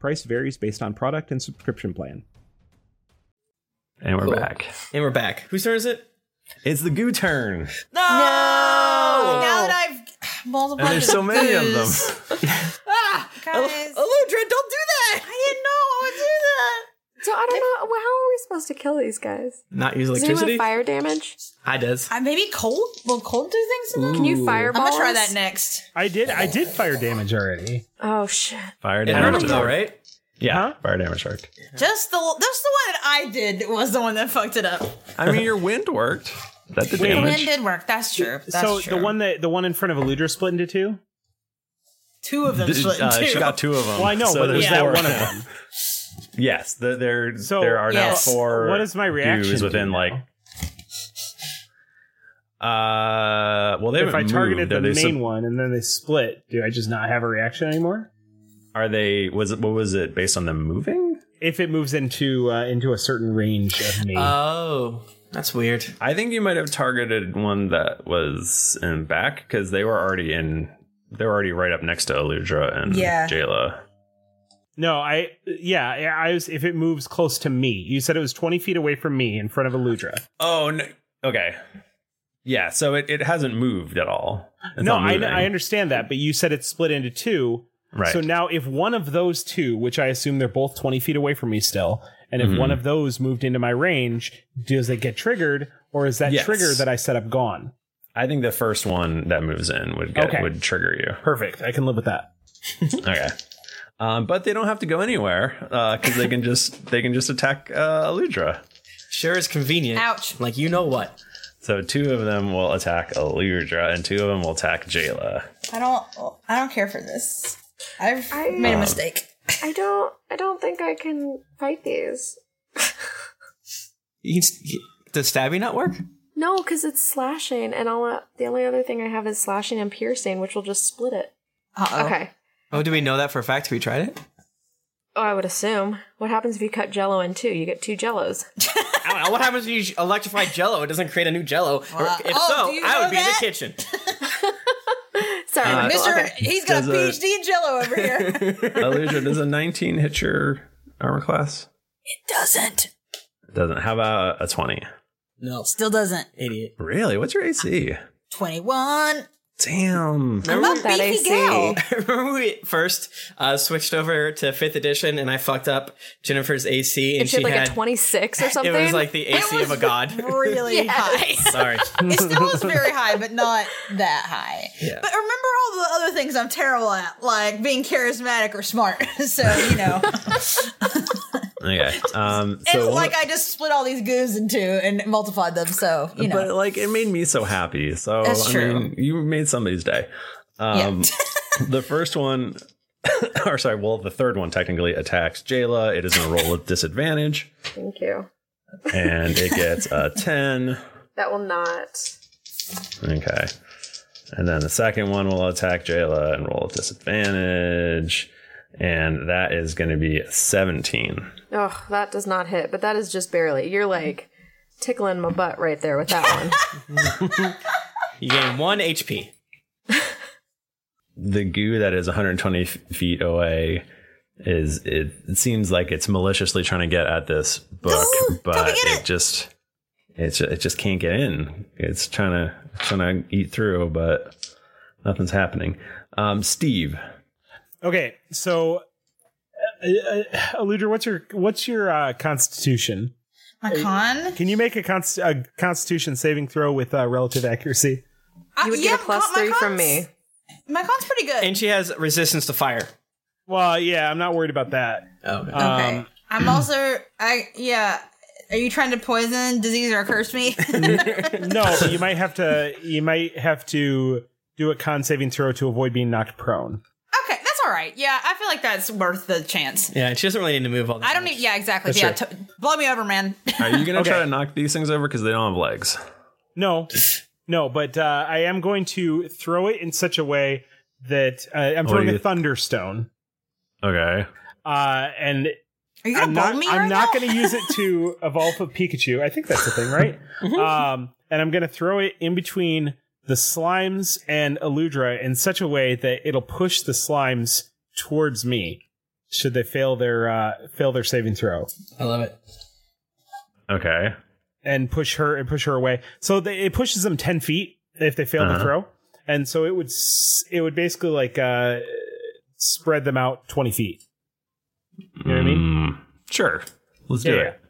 [SPEAKER 3] Price varies based on product and subscription plan.
[SPEAKER 1] And we're
[SPEAKER 3] Cool.
[SPEAKER 1] back.
[SPEAKER 9] And we're back. Whose turn is it?
[SPEAKER 3] It's the goo turn.
[SPEAKER 5] No! Now that I've multiplied
[SPEAKER 1] And there's so many of them.
[SPEAKER 5] Ah, guys. Eludra, don't do that! I didn't know I would do that.
[SPEAKER 4] So I don't know. How are we supposed to kill these guys?
[SPEAKER 6] Not use
[SPEAKER 4] Does anyone have
[SPEAKER 6] electricity.
[SPEAKER 4] fire damage?
[SPEAKER 6] I does.
[SPEAKER 5] Uh, maybe cold. Will cold do things?
[SPEAKER 3] Can you Ooh. fireball
[SPEAKER 5] I'm gonna try
[SPEAKER 4] us?
[SPEAKER 5] that next.
[SPEAKER 3] I did. I did fire damage already.
[SPEAKER 4] Oh shit!
[SPEAKER 1] Fire
[SPEAKER 3] It hurt
[SPEAKER 1] damage.
[SPEAKER 3] him
[SPEAKER 1] is-
[SPEAKER 3] though,
[SPEAKER 6] right?
[SPEAKER 1] Yeah, fire damage worked.
[SPEAKER 5] Just the just the one that I did was the one that fucked it up.
[SPEAKER 1] I mean, your wind worked. That did
[SPEAKER 5] The wind
[SPEAKER 1] damage.
[SPEAKER 5] did work. That's true. That's
[SPEAKER 3] so
[SPEAKER 5] true.
[SPEAKER 3] the one that the one in front of Eludra split into two.
[SPEAKER 5] two of them
[SPEAKER 1] Th-
[SPEAKER 5] split in
[SPEAKER 1] uh,
[SPEAKER 5] two.
[SPEAKER 1] She got two of them.
[SPEAKER 3] Well, I know,
[SPEAKER 1] so
[SPEAKER 3] but
[SPEAKER 1] there's
[SPEAKER 3] was that
[SPEAKER 1] four
[SPEAKER 3] one of
[SPEAKER 1] now.
[SPEAKER 3] them?
[SPEAKER 1] Yes, the, there
[SPEAKER 3] So,
[SPEAKER 1] there are
[SPEAKER 3] yes.
[SPEAKER 1] now four.
[SPEAKER 3] What is my reaction
[SPEAKER 1] dudes
[SPEAKER 3] to
[SPEAKER 1] within like? Uh, well, they
[SPEAKER 3] if I
[SPEAKER 1] haven't
[SPEAKER 3] targeted
[SPEAKER 1] moved.
[SPEAKER 3] the
[SPEAKER 1] Are they
[SPEAKER 3] main
[SPEAKER 1] sub-
[SPEAKER 3] one and then they split, do I just not have a reaction anymore?
[SPEAKER 1] Are they? Was it? What was it? Based on them moving?
[SPEAKER 3] If it moves into uh, into a certain range of me,
[SPEAKER 6] Oh, that's weird.
[SPEAKER 1] I think you might have targeted one that was in back because they were already in. They were already right up next to Eludra and
[SPEAKER 3] Yeah.
[SPEAKER 1] Jayla.
[SPEAKER 3] no, I yeah, yeah, I was if it moves close to me. You said it was twenty feet away from me in front of Eludra.
[SPEAKER 1] Oh, no. okay. Yeah, so it, it hasn't moved at all. It's
[SPEAKER 3] no,
[SPEAKER 1] not
[SPEAKER 3] I,
[SPEAKER 1] moving.
[SPEAKER 3] I understand that, but you said it's split into two.
[SPEAKER 1] Right.
[SPEAKER 3] So now, if one of those two, which I assume they're both 20 feet away from me still, and if
[SPEAKER 1] Mhm.
[SPEAKER 3] one of those moved into my range, does it get triggered, or is that
[SPEAKER 1] Yes.
[SPEAKER 3] trigger that I set up gone?
[SPEAKER 1] I think the first one that moves in would get
[SPEAKER 3] Okay.
[SPEAKER 1] would trigger you.
[SPEAKER 3] Perfect. I can live with that.
[SPEAKER 1] okay. Um, but they don't have to go anywhere because they can just they can just attack uh, Aludra.
[SPEAKER 6] Sure is convenient.
[SPEAKER 5] Ouch.
[SPEAKER 6] Like you know what?
[SPEAKER 1] So two of them will attack Aludra and two of them will attack Jayla.
[SPEAKER 5] I don't. I don't care for this. I've made a
[SPEAKER 1] Um,
[SPEAKER 5] mistake.
[SPEAKER 4] I don't. I don't think I can fight these.
[SPEAKER 6] You can, you- does stabbing not work?
[SPEAKER 4] No, because it's slashing, and all uh, the only other thing I have is slashing and piercing, which will just split it.
[SPEAKER 6] Uh-oh.
[SPEAKER 4] Okay.
[SPEAKER 6] Oh, do we know that for a fact? Have we tried it?
[SPEAKER 4] Oh, I would assume. What happens if you cut Jello in two? You get two Jellos.
[SPEAKER 6] Ow, ow, what happens when you electrify Jello? It doesn't create a new Jello. Or
[SPEAKER 4] Wow.
[SPEAKER 6] if
[SPEAKER 4] Oh,
[SPEAKER 6] so,
[SPEAKER 4] do you
[SPEAKER 6] I would
[SPEAKER 4] know
[SPEAKER 6] be
[SPEAKER 4] that?
[SPEAKER 6] in the kitchen.
[SPEAKER 4] Sorry,
[SPEAKER 1] Uh,
[SPEAKER 4] Michael.
[SPEAKER 1] Mr.
[SPEAKER 4] Okay.
[SPEAKER 5] He's got a
[SPEAKER 1] Does
[SPEAKER 5] PhD in Jello over here.
[SPEAKER 1] Aludra, does a 19 hit your armor class?
[SPEAKER 5] it doesn't.
[SPEAKER 1] It doesn't. How about a 20?
[SPEAKER 6] No.
[SPEAKER 5] Still doesn't.
[SPEAKER 6] Idiot.
[SPEAKER 1] Really? What's your AC?
[SPEAKER 5] Twenty-one.
[SPEAKER 1] Damn.
[SPEAKER 5] I'm a
[SPEAKER 6] That
[SPEAKER 5] beefy gal.
[SPEAKER 6] Remember we first uh, switched over to fifth edition, and I fucked up Jennifer's AC, and
[SPEAKER 4] It should
[SPEAKER 6] she
[SPEAKER 4] like
[SPEAKER 6] had
[SPEAKER 4] a twenty-six or something.
[SPEAKER 6] It was like the AC of a god.
[SPEAKER 5] Really high.
[SPEAKER 6] Sorry.
[SPEAKER 5] It still was very high, but not that high.
[SPEAKER 6] Yeah.
[SPEAKER 5] But remember all the other things I'm terrible at, like being charismatic or smart. so you know,
[SPEAKER 1] Okay. Um,
[SPEAKER 5] and
[SPEAKER 1] so
[SPEAKER 5] like I just split all these goos into and multiplied them. So you know,
[SPEAKER 1] But like it made me so happy. So
[SPEAKER 5] That's
[SPEAKER 1] I
[SPEAKER 5] true.
[SPEAKER 1] mean, you made somebody's day. Um the first one or sorry, well the third one technically attacks Jayla. It is in a roll with disadvantage
[SPEAKER 4] Thank you.
[SPEAKER 1] and it gets a 10.
[SPEAKER 4] That will not.
[SPEAKER 1] Okay. And then the second one will attack Jayla and roll with disadvantage and that is going to be 17.
[SPEAKER 4] Oh, that does not hit, but that is just barely. You're like tickling my butt right there with that
[SPEAKER 6] You gain one HP.
[SPEAKER 1] the goo that is 120 f- feet away is it, it seems like it's maliciously trying to get at this book but it, just it's ju- it just can't get in it's trying to trying to eat through but nothing's happening um steve
[SPEAKER 3] Okay, so uh, uh, Eludra, what's your what's your uh, Constitution?
[SPEAKER 5] My con?
[SPEAKER 3] Can you make a, const- a Constitution saving throw with uh, relative accuracy?
[SPEAKER 5] you would get a plus
[SPEAKER 4] three from me.
[SPEAKER 5] My con's pretty good.
[SPEAKER 6] And she has resistance to fire.
[SPEAKER 3] Well, yeah, I'm not worried about that. Um,
[SPEAKER 6] Oh, no.
[SPEAKER 5] Okay. I'm also I yeah. Are you trying to poison, disease, or curse me?
[SPEAKER 3] no, but you might have to. You might have to do a con saving throw to avoid being knocked prone.
[SPEAKER 5] Okay, that's all right. Yeah, I feel like that's worth the chance.
[SPEAKER 6] Yeah, she doesn't really need to move all that.
[SPEAKER 5] I don't need. Yeah, exactly.
[SPEAKER 1] That's
[SPEAKER 5] yeah,
[SPEAKER 1] true.
[SPEAKER 5] t- blow me over, man.
[SPEAKER 1] are you gonna try to knock these things over because they don't have legs
[SPEAKER 3] No, no, but uh, I am going to throw it in such a way that uh, I'm
[SPEAKER 1] What are
[SPEAKER 3] throwing a
[SPEAKER 1] you-
[SPEAKER 3] thunderstone,
[SPEAKER 1] okay
[SPEAKER 3] uh, and
[SPEAKER 5] Are you
[SPEAKER 3] I'm not.
[SPEAKER 5] me
[SPEAKER 3] I'm
[SPEAKER 5] right
[SPEAKER 3] not
[SPEAKER 5] now?
[SPEAKER 3] going to use it to evolve a Pikachu. I think that's the thing, right?
[SPEAKER 5] Mm-hmm.
[SPEAKER 3] um, and I'm going to throw it in between the slimes and Eludra in such a way that it'll push the slimes towards me. Should they fail their uh, fail their saving throw?
[SPEAKER 6] I love it.
[SPEAKER 1] okay
[SPEAKER 3] and push her and push her away. So they, it pushes them ten feet if they fail
[SPEAKER 1] Uh-huh.
[SPEAKER 3] to throw, and so it would s- it would basically like uh, spread them out twenty feet. You know what I mean?
[SPEAKER 1] sure Mm, Let's do it.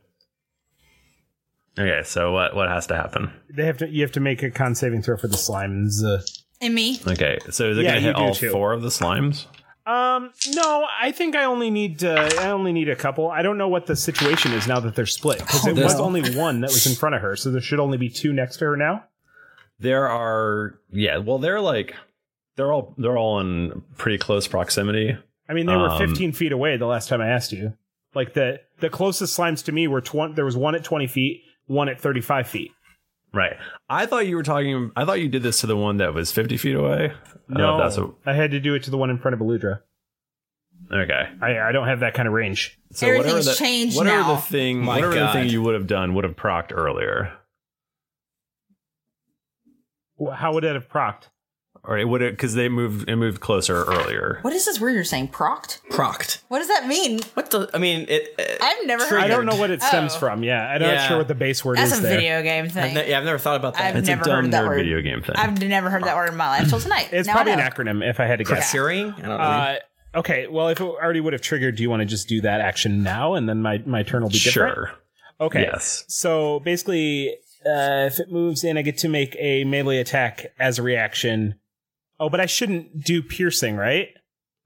[SPEAKER 1] Okay, so what what has to happen?
[SPEAKER 3] They have to. You have to make a con saving throw for the slimes.
[SPEAKER 5] And me.
[SPEAKER 1] Okay, so is it
[SPEAKER 3] Yeah,
[SPEAKER 1] going to
[SPEAKER 3] you
[SPEAKER 1] hit
[SPEAKER 3] do
[SPEAKER 1] all
[SPEAKER 3] too.
[SPEAKER 1] four of the slimes?
[SPEAKER 3] Um, no, I think I only need uh, I only need a couple. I don't know what the situation is now that they're split because
[SPEAKER 1] Oh,
[SPEAKER 3] it
[SPEAKER 1] no.
[SPEAKER 3] was only one that was in front of her, so there should only be two next to her now.
[SPEAKER 1] There are yeah. Well, they're like they're all they're all in pretty close proximity.
[SPEAKER 3] I mean, they were
[SPEAKER 1] Um,
[SPEAKER 3] 15 feet away the last time I asked you. Like the the closest slimes to me were 20. There was one at 20 feet, one at 35 feet.
[SPEAKER 1] Right. I thought you were talking. I thought you did this to the one that was fifty feet away. I don't know
[SPEAKER 3] No,
[SPEAKER 1] if that's what-
[SPEAKER 3] I had to do it to the one in front of Beludra.
[SPEAKER 1] okay.
[SPEAKER 3] I, I don't have that kind of range.
[SPEAKER 1] So whatever
[SPEAKER 5] Everything's
[SPEAKER 1] the,
[SPEAKER 5] changed
[SPEAKER 1] whatever
[SPEAKER 5] now.
[SPEAKER 1] the thing,
[SPEAKER 3] My
[SPEAKER 1] whatever
[SPEAKER 3] God.
[SPEAKER 1] the thing you would have done would have procced earlier,
[SPEAKER 3] Wh- How would it have procced?
[SPEAKER 1] or it would have because they moved. It moved closer earlier.
[SPEAKER 5] What is this word you're saying? Proct?
[SPEAKER 6] Proct.
[SPEAKER 5] What does that mean?
[SPEAKER 6] What the? I mean, it. uh, it
[SPEAKER 5] I've never heard
[SPEAKER 3] I
[SPEAKER 5] of
[SPEAKER 3] don't know what it stems
[SPEAKER 5] Oh.
[SPEAKER 3] from. Yeah, I'm not
[SPEAKER 6] Yeah.
[SPEAKER 3] sure what the base word
[SPEAKER 5] That's
[SPEAKER 3] is
[SPEAKER 5] a
[SPEAKER 3] there.
[SPEAKER 5] video game
[SPEAKER 6] I've
[SPEAKER 5] thing.
[SPEAKER 6] ne- yeah, I've never thought about that.
[SPEAKER 5] I've never heard that word. I've never heard that word in my life till tonight.
[SPEAKER 3] It's
[SPEAKER 5] Now I
[SPEAKER 3] probably an
[SPEAKER 5] know.
[SPEAKER 3] acronym, if I had to guess.
[SPEAKER 6] Procuring? I don't know.
[SPEAKER 3] Uh, okay, well, if it already would have triggered, do you want to just do that action now, and then my, my turn will be different?
[SPEAKER 1] Sure.
[SPEAKER 3] Okay.
[SPEAKER 1] Yes.
[SPEAKER 3] So basically, uh, if it moves in, I get to make a melee attack as a reaction. Oh, but I shouldn't do piercing, right?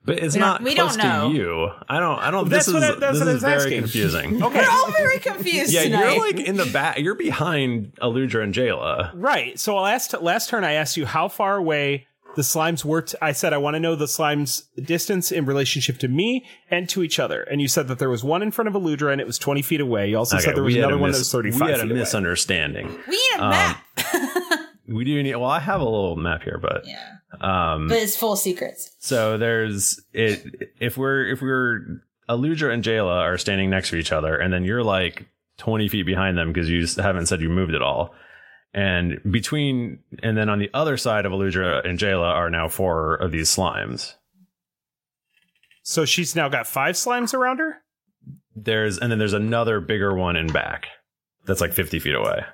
[SPEAKER 1] But it's
[SPEAKER 3] We don't-
[SPEAKER 1] not
[SPEAKER 3] we
[SPEAKER 1] close
[SPEAKER 3] don't know.
[SPEAKER 1] to you. I don't. I don't.
[SPEAKER 3] That's
[SPEAKER 1] this
[SPEAKER 3] what I-
[SPEAKER 1] is
[SPEAKER 3] that's
[SPEAKER 1] this
[SPEAKER 3] what I
[SPEAKER 1] is
[SPEAKER 3] was
[SPEAKER 1] very
[SPEAKER 3] asking.
[SPEAKER 1] confusing.
[SPEAKER 3] Okay. We're
[SPEAKER 5] all very confused
[SPEAKER 1] yeah,
[SPEAKER 5] tonight.
[SPEAKER 1] you're like in the back. You're behind Aludra and Jayla.
[SPEAKER 3] Right. So last last turn, I asked you how far away the slimes were. T- I said I want to know the slimes' distance in relationship to me and to each other. And you said that there was one in front of Eludra, and it was twenty feet away. You also
[SPEAKER 1] Okay,
[SPEAKER 3] said there was
[SPEAKER 1] we had
[SPEAKER 3] another
[SPEAKER 1] a
[SPEAKER 3] one that was
[SPEAKER 1] mis-
[SPEAKER 3] thirty-five.
[SPEAKER 1] We had
[SPEAKER 3] feet
[SPEAKER 1] a
[SPEAKER 3] away.
[SPEAKER 1] misunderstanding.
[SPEAKER 5] We need a
[SPEAKER 1] Um,
[SPEAKER 5] map,
[SPEAKER 1] We do need. Well, I have a little map here, but yeah. Um,
[SPEAKER 5] but it's full of secrets.
[SPEAKER 1] So there's it if we're if we're Aludra and Jayla are standing next to each other, and then you're like 20 feet behind them because you s- haven't said you moved at all. And between and then on the other side of Aludra and Jayla are now four of these slimes.
[SPEAKER 3] So she's now got five slimes around her.
[SPEAKER 1] There's and then there's another bigger one in back that's like 50 feet away.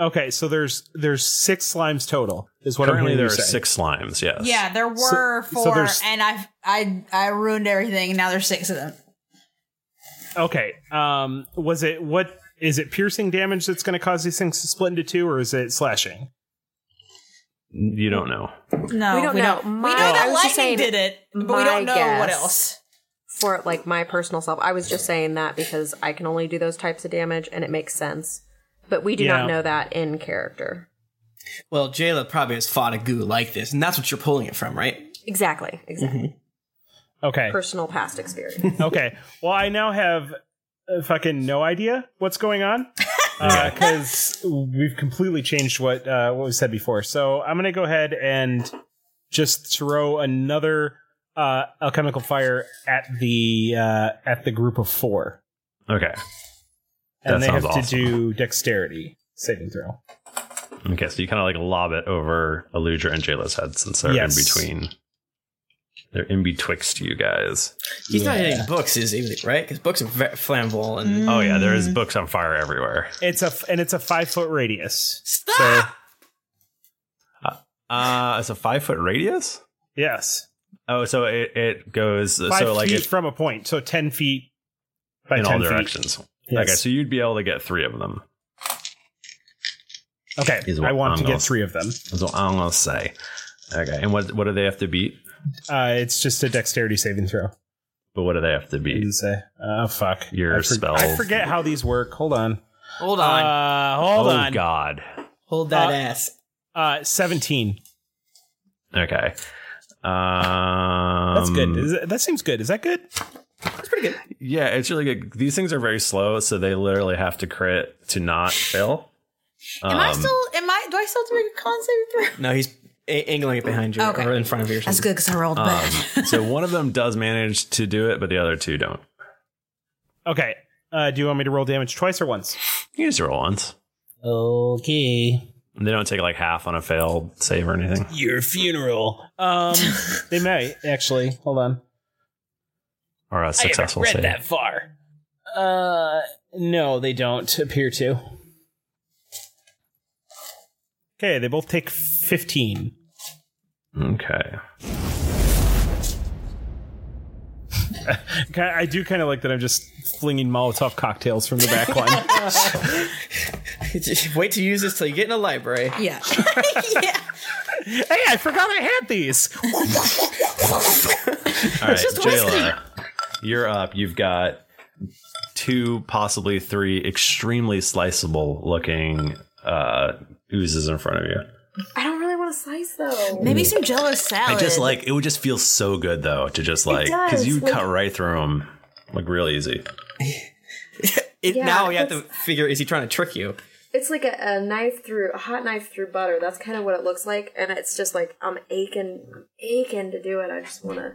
[SPEAKER 3] Okay, so there's there's six slimes total. Is what
[SPEAKER 1] Currently
[SPEAKER 3] I'm
[SPEAKER 1] there are six slimes. Yes.
[SPEAKER 5] Yeah, there were
[SPEAKER 3] so
[SPEAKER 5] four,
[SPEAKER 3] there's-
[SPEAKER 5] and I've I I ruined everything. and Now there's six of them.
[SPEAKER 3] Okay. Um, was it what is it piercing damage that's going to cause these things to split into two, or is it slashing?
[SPEAKER 1] You don't know.
[SPEAKER 5] No,
[SPEAKER 4] we don't know.
[SPEAKER 5] we
[SPEAKER 4] My-
[SPEAKER 5] know
[SPEAKER 4] I
[SPEAKER 5] that
[SPEAKER 4] was
[SPEAKER 5] lightning
[SPEAKER 4] just saying
[SPEAKER 5] did it, but we
[SPEAKER 4] my
[SPEAKER 5] don't know what
[SPEAKER 4] guess
[SPEAKER 5] else.
[SPEAKER 4] For like my personal self, I was just saying that because I can only do those types of damage, and it makes sense. But we do
[SPEAKER 6] Yeah.
[SPEAKER 4] not know that in character.
[SPEAKER 6] Well, Jayla probably has fought a goo like this, and that's what you're pulling it from, right?
[SPEAKER 4] Exactly. Exactly.
[SPEAKER 3] Okay.
[SPEAKER 4] Personal past experience.
[SPEAKER 3] okay. Well, I now have uh, fucking no idea what's going on because we've completely changed what uh, what we said before. So I'm gonna go ahead and just throw another uh, alchemical fire at the uh, at the group of four,
[SPEAKER 1] Okay.
[SPEAKER 3] and
[SPEAKER 1] That
[SPEAKER 3] they have
[SPEAKER 1] sounds
[SPEAKER 3] to do dexterity saving throw.
[SPEAKER 1] Okay, so you kind of like lob it over Aludra and Jayla's head since they're
[SPEAKER 6] Yes.
[SPEAKER 1] in between. They're in betwixt you guys.
[SPEAKER 6] He's not hitting books, is he? Right? Because books are ve- flammable.
[SPEAKER 5] Mm.
[SPEAKER 6] And
[SPEAKER 1] Oh yeah, there is books on fire everywhere.
[SPEAKER 3] It's a f- and it's a five foot radius.
[SPEAKER 5] Stop.
[SPEAKER 1] Uh, it's a five foot radius.
[SPEAKER 3] Yes.
[SPEAKER 1] Oh, so it, it goes
[SPEAKER 3] five
[SPEAKER 1] so like
[SPEAKER 3] feet
[SPEAKER 1] it,
[SPEAKER 3] from a point, so ten feet by
[SPEAKER 1] in
[SPEAKER 3] 10
[SPEAKER 1] all
[SPEAKER 3] feet.
[SPEAKER 1] directions.
[SPEAKER 3] Yes.
[SPEAKER 1] Okay, so you'd be able to get three of them.
[SPEAKER 3] Okay,
[SPEAKER 1] is what
[SPEAKER 3] I want
[SPEAKER 1] I'm
[SPEAKER 3] to get
[SPEAKER 1] gonna-
[SPEAKER 3] three of them.
[SPEAKER 1] That's what I'm gonna say. Okay, and what what do they have to beat?
[SPEAKER 3] Uh, it's just a dexterity saving throw.
[SPEAKER 1] But what do they have to beat?
[SPEAKER 3] Oh fuck!
[SPEAKER 1] Your
[SPEAKER 3] I, for-
[SPEAKER 1] spell.
[SPEAKER 3] I forget how these work. Hold on.
[SPEAKER 6] Hold on.
[SPEAKER 3] Uh, hold
[SPEAKER 1] oh,
[SPEAKER 3] on.
[SPEAKER 1] God.
[SPEAKER 6] Hold that
[SPEAKER 3] Uh,
[SPEAKER 6] ass.
[SPEAKER 3] Uh, seventeen.
[SPEAKER 1] Okay. Um,
[SPEAKER 3] That's good. Is that, that seems good. Is that good?
[SPEAKER 1] Yeah, it's really good. These things are very slow, so they literally have to crit to not fail.
[SPEAKER 5] Am I
[SPEAKER 1] Um,
[SPEAKER 5] still? Am I? Do I still have to make a con saving
[SPEAKER 6] No, he's a- angling it behind you
[SPEAKER 5] Okay.
[SPEAKER 6] or in front of you. Or
[SPEAKER 5] throw? That's
[SPEAKER 6] something.
[SPEAKER 5] good because I rolled
[SPEAKER 1] um,
[SPEAKER 5] bad.
[SPEAKER 1] so one of them does manage to do it, but the other two don't.
[SPEAKER 3] Okay. Uh, do you want me to roll damage twice or once?
[SPEAKER 1] You just roll once.
[SPEAKER 3] Okay.
[SPEAKER 1] And they don't take like half on a failed save or anything.
[SPEAKER 3] Your funeral. Um, they may actually. Hold on.
[SPEAKER 1] Or a successful save.
[SPEAKER 3] far. Uh, no, they don't appear to. Okay, they both take fifteen.
[SPEAKER 1] Okay.
[SPEAKER 3] Ki- I do kind of like that I'm just flinging Molotov cocktails from the back line.
[SPEAKER 6] Wait to use this till you get in a library.
[SPEAKER 5] Yeah.
[SPEAKER 3] hey, I forgot I had these.
[SPEAKER 1] All right,
[SPEAKER 3] It's just whiskey.
[SPEAKER 1] Jayla, you're up. You've got two, possibly three, extremely sliceable looking uh, oozes in front of you.
[SPEAKER 4] I don't really want to slice though.
[SPEAKER 5] Maybe some jello salad.
[SPEAKER 1] I just like it would just feel so good though to just like because
[SPEAKER 4] does,
[SPEAKER 1] you
[SPEAKER 4] like-
[SPEAKER 1] cut right through them like real easy.
[SPEAKER 6] It,
[SPEAKER 4] Yeah,
[SPEAKER 6] now we have to figure: is he trying to trick you?
[SPEAKER 4] It's like a, a knife through a hot knife through butter. That's kind of what it looks like, and it's just like I'm aching, I'm aching to do it. I just want to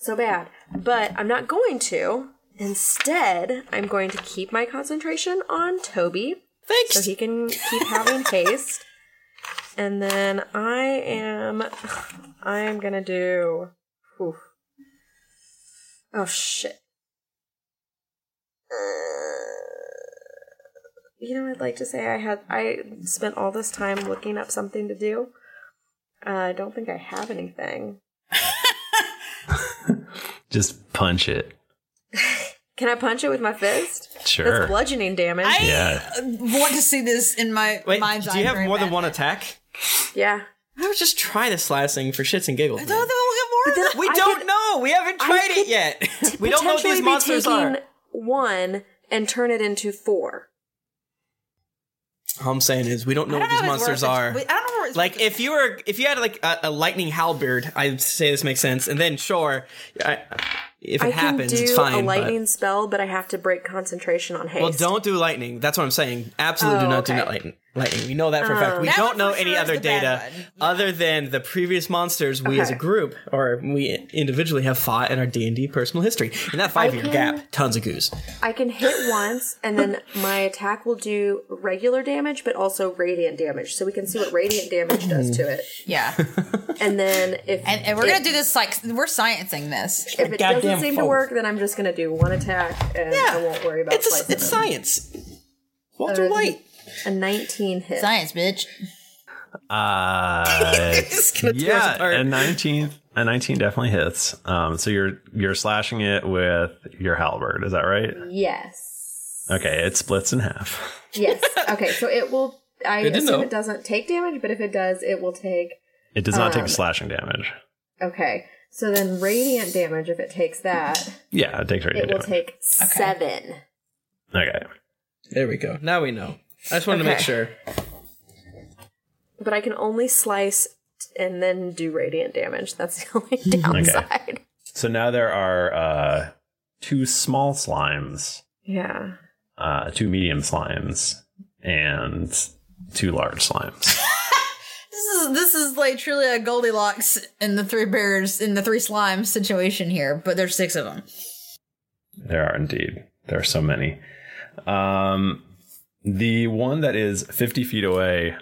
[SPEAKER 4] so bad, but I'm not going to. Instead, I'm going to keep my concentration on Toby.
[SPEAKER 5] Thanks.
[SPEAKER 4] So he can keep having haste. And then I am, I am gonna do. oof. Oh shit. you know i'd like to say i had i spent all this time looking up something to do uh, i don't think i have anything
[SPEAKER 1] Just punch it.
[SPEAKER 4] can i punch it with my fist
[SPEAKER 1] Sure.
[SPEAKER 4] that's bludgeoning damage
[SPEAKER 1] yeah.
[SPEAKER 5] Mm. want to see this in my
[SPEAKER 6] Wait,
[SPEAKER 5] mind's eye.
[SPEAKER 6] do you have
[SPEAKER 5] very
[SPEAKER 6] more than
[SPEAKER 5] bad.
[SPEAKER 6] one attack?
[SPEAKER 4] Yeah.
[SPEAKER 6] I was just trying this last thing for shits and giggles. man.
[SPEAKER 5] But then
[SPEAKER 6] we
[SPEAKER 4] I
[SPEAKER 6] don't
[SPEAKER 4] could-
[SPEAKER 6] know. We haven't
[SPEAKER 4] I
[SPEAKER 6] tried
[SPEAKER 4] could
[SPEAKER 6] it yet. we don't know what
[SPEAKER 4] potentially
[SPEAKER 6] these
[SPEAKER 4] be
[SPEAKER 6] monsters are.
[SPEAKER 4] taking one and turn it into four
[SPEAKER 6] All I'm saying is we don't know what these monsters are.
[SPEAKER 5] I don't know where it's
[SPEAKER 6] like if you were if you had like a, a lightning halberd, I'd say this makes sense. And then sure, I, if it
[SPEAKER 4] i
[SPEAKER 6] happens,
[SPEAKER 4] can do
[SPEAKER 6] it's fine.
[SPEAKER 4] a
[SPEAKER 6] but-
[SPEAKER 4] lightning spell but i have to break concentration on haste
[SPEAKER 6] well, don't do lightning. That's what I'm saying. Absolutely, do
[SPEAKER 4] Oh,
[SPEAKER 6] not do
[SPEAKER 4] okay.
[SPEAKER 6] not lightning. Lightning. We know that for a fact.
[SPEAKER 4] Um,
[SPEAKER 6] We
[SPEAKER 4] That
[SPEAKER 6] don't
[SPEAKER 4] one
[SPEAKER 6] know
[SPEAKER 4] for
[SPEAKER 6] any
[SPEAKER 4] sure is
[SPEAKER 6] other
[SPEAKER 4] the bad
[SPEAKER 6] data other than the previous monsters we as a
[SPEAKER 4] Okay.
[SPEAKER 6] group or we individually have fought in our D and D personal history. In that five year
[SPEAKER 4] can-
[SPEAKER 6] gap, tons of goose.
[SPEAKER 4] I can hit once, and then my attack will do regular damage, but also radiant damage. So we can see what radiant damage does to it.
[SPEAKER 5] Yeah.
[SPEAKER 4] And then if
[SPEAKER 5] And, and we're
[SPEAKER 4] if-
[SPEAKER 5] gonna do this like we're sciencing this.
[SPEAKER 4] If it doesn't seem to work, then I'm just gonna do one attack, and I won't worry about.
[SPEAKER 5] It's a-
[SPEAKER 4] slicing
[SPEAKER 5] it's
[SPEAKER 4] it.
[SPEAKER 6] science.
[SPEAKER 5] Walter
[SPEAKER 4] Uh,
[SPEAKER 5] White.
[SPEAKER 4] A 19 hit.
[SPEAKER 5] Science, bitch.
[SPEAKER 1] Uh,
[SPEAKER 5] Just gonna tear us
[SPEAKER 1] yeah, a nineteen, a nineteen definitely hits. Um, so you're you're slashing it with your halberd. Is that right?
[SPEAKER 4] Yes.
[SPEAKER 1] Okay, it splits in half.
[SPEAKER 4] Yes. Okay. So it will. I
[SPEAKER 1] Good to
[SPEAKER 4] assume
[SPEAKER 1] know.
[SPEAKER 4] it doesn't take damage, but if it does, it will take.
[SPEAKER 1] It does not
[SPEAKER 4] Um,
[SPEAKER 1] take slashing damage.
[SPEAKER 4] Okay. So then radiant damage, if it takes that,
[SPEAKER 1] Yeah, it takes
[SPEAKER 4] it
[SPEAKER 1] radiant
[SPEAKER 4] will
[SPEAKER 1] damage.
[SPEAKER 4] take seven.
[SPEAKER 1] okay,
[SPEAKER 6] there we go. Now we know. I just wanted to make
[SPEAKER 4] Okay.
[SPEAKER 6] sure.
[SPEAKER 4] But I can only slice and then do radiant damage. That's the only downside.
[SPEAKER 1] So now there are uh, two small slimes,
[SPEAKER 4] Yeah.
[SPEAKER 1] uh, two medium slimes, and two large slimes.
[SPEAKER 5] This is this is like truly a Goldilocks and the three bears in the three slimes situation here, but there's six of them.
[SPEAKER 1] There are indeed. There are so many. Um, the one that is 50 feet away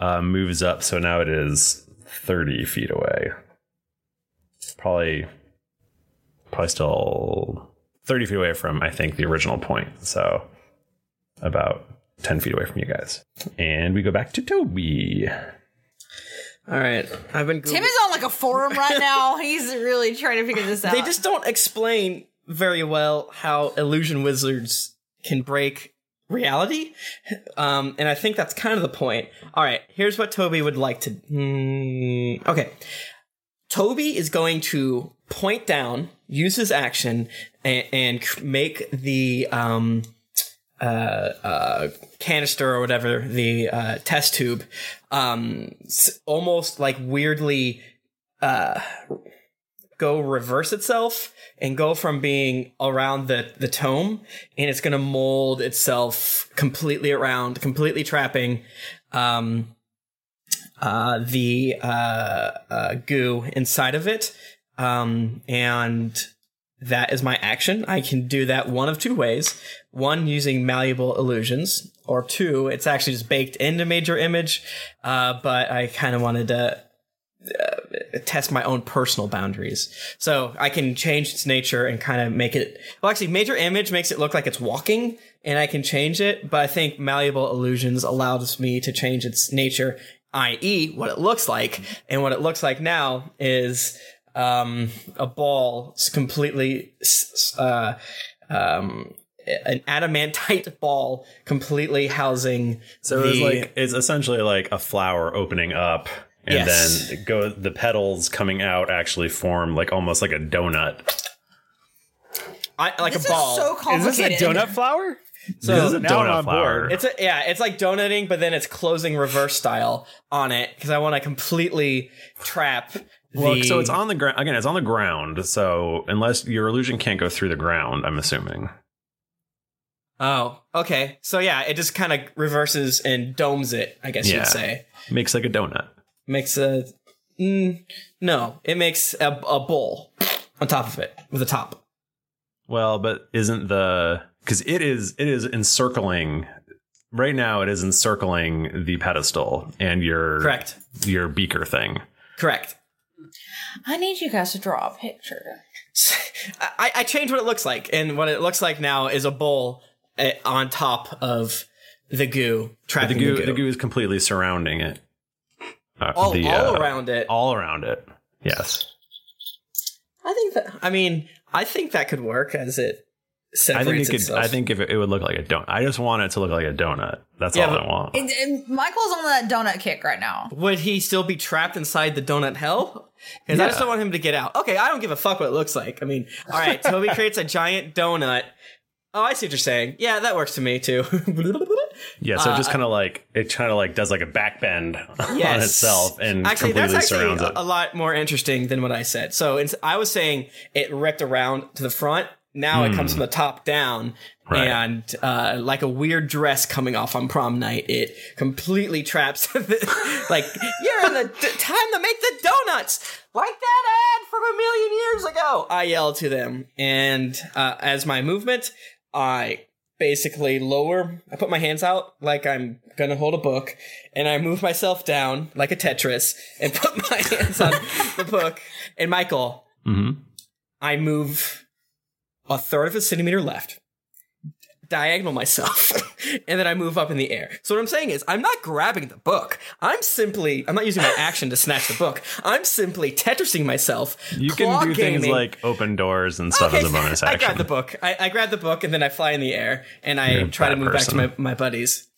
[SPEAKER 1] uh, moves up, so now it is 30 feet away. Probably, probably still 30 feet away from, I think, the original point. So about 10 feet away from you guys. And we go back to Toby.
[SPEAKER 6] All right. I've been
[SPEAKER 5] Tim is on like a forum right now. He's really trying to figure this out.
[SPEAKER 6] They just don't explain very well how illusion wizards can break reality. Um, and I think that's kind of the point. All right, here's what Toby would like to. Hmm, okay. Toby is going to point down, use his action, and, and c- make the um, uh, uh, canister or whatever, the uh, test tube, um, s- almost like weirdly. Uh, go reverse itself and go from being around the the tome and it's going to mold itself completely around completely trapping um uh the uh, uh goo inside of it um and that is my action i can do that one of two ways one using malleable illusions or two it's actually just baked into major image uh but i kind of wanted to test my own personal boundaries. So I can change its nature and kind of make it. Well, actually, major image makes it look like it's walking, and I can change it. But I think malleable illusions allows me to change its nature, i.e., what it looks like. And what it looks like now is um, a ball s- completely s- s- uh, um, an adamantite ball completely housing
[SPEAKER 1] So it was
[SPEAKER 6] the-
[SPEAKER 1] like it's essentially like a flower opening up, and
[SPEAKER 6] Yes.
[SPEAKER 1] then go the petals coming out actually form like almost like a donut.
[SPEAKER 6] I, like
[SPEAKER 5] This
[SPEAKER 6] a
[SPEAKER 5] is
[SPEAKER 6] ball.
[SPEAKER 5] so Is this a complicated. donut
[SPEAKER 6] flower?
[SPEAKER 1] This is a donut flower.
[SPEAKER 6] It's a, yeah, it's like donuting, but then it's closing reverse style on it because I want to completely trap.
[SPEAKER 1] Well,
[SPEAKER 6] the,
[SPEAKER 1] so it's on the ground again. It's on the ground. So unless your illusion can't go through the ground, I'm assuming.
[SPEAKER 6] Oh, okay. So yeah, it just kind of reverses and domes it. I guess you'd say
[SPEAKER 1] makes like a donut.
[SPEAKER 6] makes a mm, no. It makes a, a bowl on top of it with a top.
[SPEAKER 1] Well, but isn't the because it is it is encircling right now. It is encircling the pedestal and your
[SPEAKER 6] Correct.
[SPEAKER 1] your beaker thing.
[SPEAKER 6] Correct.
[SPEAKER 5] I need you guys to draw a picture.
[SPEAKER 6] I, I changed what it looks like, and what it looks like now is a bowl eh, on top of the goo,
[SPEAKER 1] But
[SPEAKER 6] trapping
[SPEAKER 1] the goo,
[SPEAKER 6] The goo.
[SPEAKER 1] the goo is completely surrounding it. Uh,
[SPEAKER 6] all,
[SPEAKER 1] the,
[SPEAKER 6] all
[SPEAKER 1] uh,
[SPEAKER 6] around it.
[SPEAKER 1] All around it. Yes.
[SPEAKER 6] I think that. I mean, I think that could work as it
[SPEAKER 1] I
[SPEAKER 6] separates
[SPEAKER 1] think it could.
[SPEAKER 6] itself.
[SPEAKER 1] I think if it, it would look like a donut. I just want it to look like a donut. That's
[SPEAKER 6] Yeah,
[SPEAKER 1] all
[SPEAKER 6] but-
[SPEAKER 1] I want.
[SPEAKER 5] And- and Michael's on that donut kick right now.
[SPEAKER 6] Would he still be trapped inside the donut hell? Because I just
[SPEAKER 1] Yeah.
[SPEAKER 6] don't want him to get out. Okay, I don't give a fuck what it looks like. I mean, all right, Toby creates a giant donut. Oh, I see what you're saying. Yeah, that works to me too.
[SPEAKER 1] Yeah. So it
[SPEAKER 6] Uh,
[SPEAKER 1] just kind of like it kind of like does like a back bend on itself and
[SPEAKER 6] actually,
[SPEAKER 1] completely
[SPEAKER 6] that's actually
[SPEAKER 1] surrounds
[SPEAKER 6] a,
[SPEAKER 1] it.
[SPEAKER 6] a lot more interesting than what I said. So it's, I was saying it ripped around to the front. Now it comes
[SPEAKER 1] Hmm.
[SPEAKER 6] from the top down,
[SPEAKER 1] Right.
[SPEAKER 6] and uh, like a weird dress coming off on prom night, it completely traps. the- like you're in the d- time to make the donuts, like that ad from a million years ago. I yell to them, and uh, as my movement, I basically lower. I put my hands out like I'm gonna hold a book, and I move myself down like a Tetris, and put my hands on the book. And Michael,
[SPEAKER 1] Mm-hmm.
[SPEAKER 6] I move a third of a centimeter left, diagonal myself, and then I move up in the air. So what I'm saying is, I'm not grabbing the book. I'm simply, I'm not using my action to snatch the book. I'm simply tetrising myself.
[SPEAKER 1] You
[SPEAKER 6] claw
[SPEAKER 1] can do things
[SPEAKER 6] gaming.
[SPEAKER 1] like open doors and stuff as a bonus
[SPEAKER 6] I
[SPEAKER 1] action.
[SPEAKER 6] grab the book. I, I grab the book, and then I fly in the air, and I
[SPEAKER 1] You're a
[SPEAKER 6] try to
[SPEAKER 1] bad
[SPEAKER 6] move back
[SPEAKER 1] person.
[SPEAKER 6] to my, my buddies.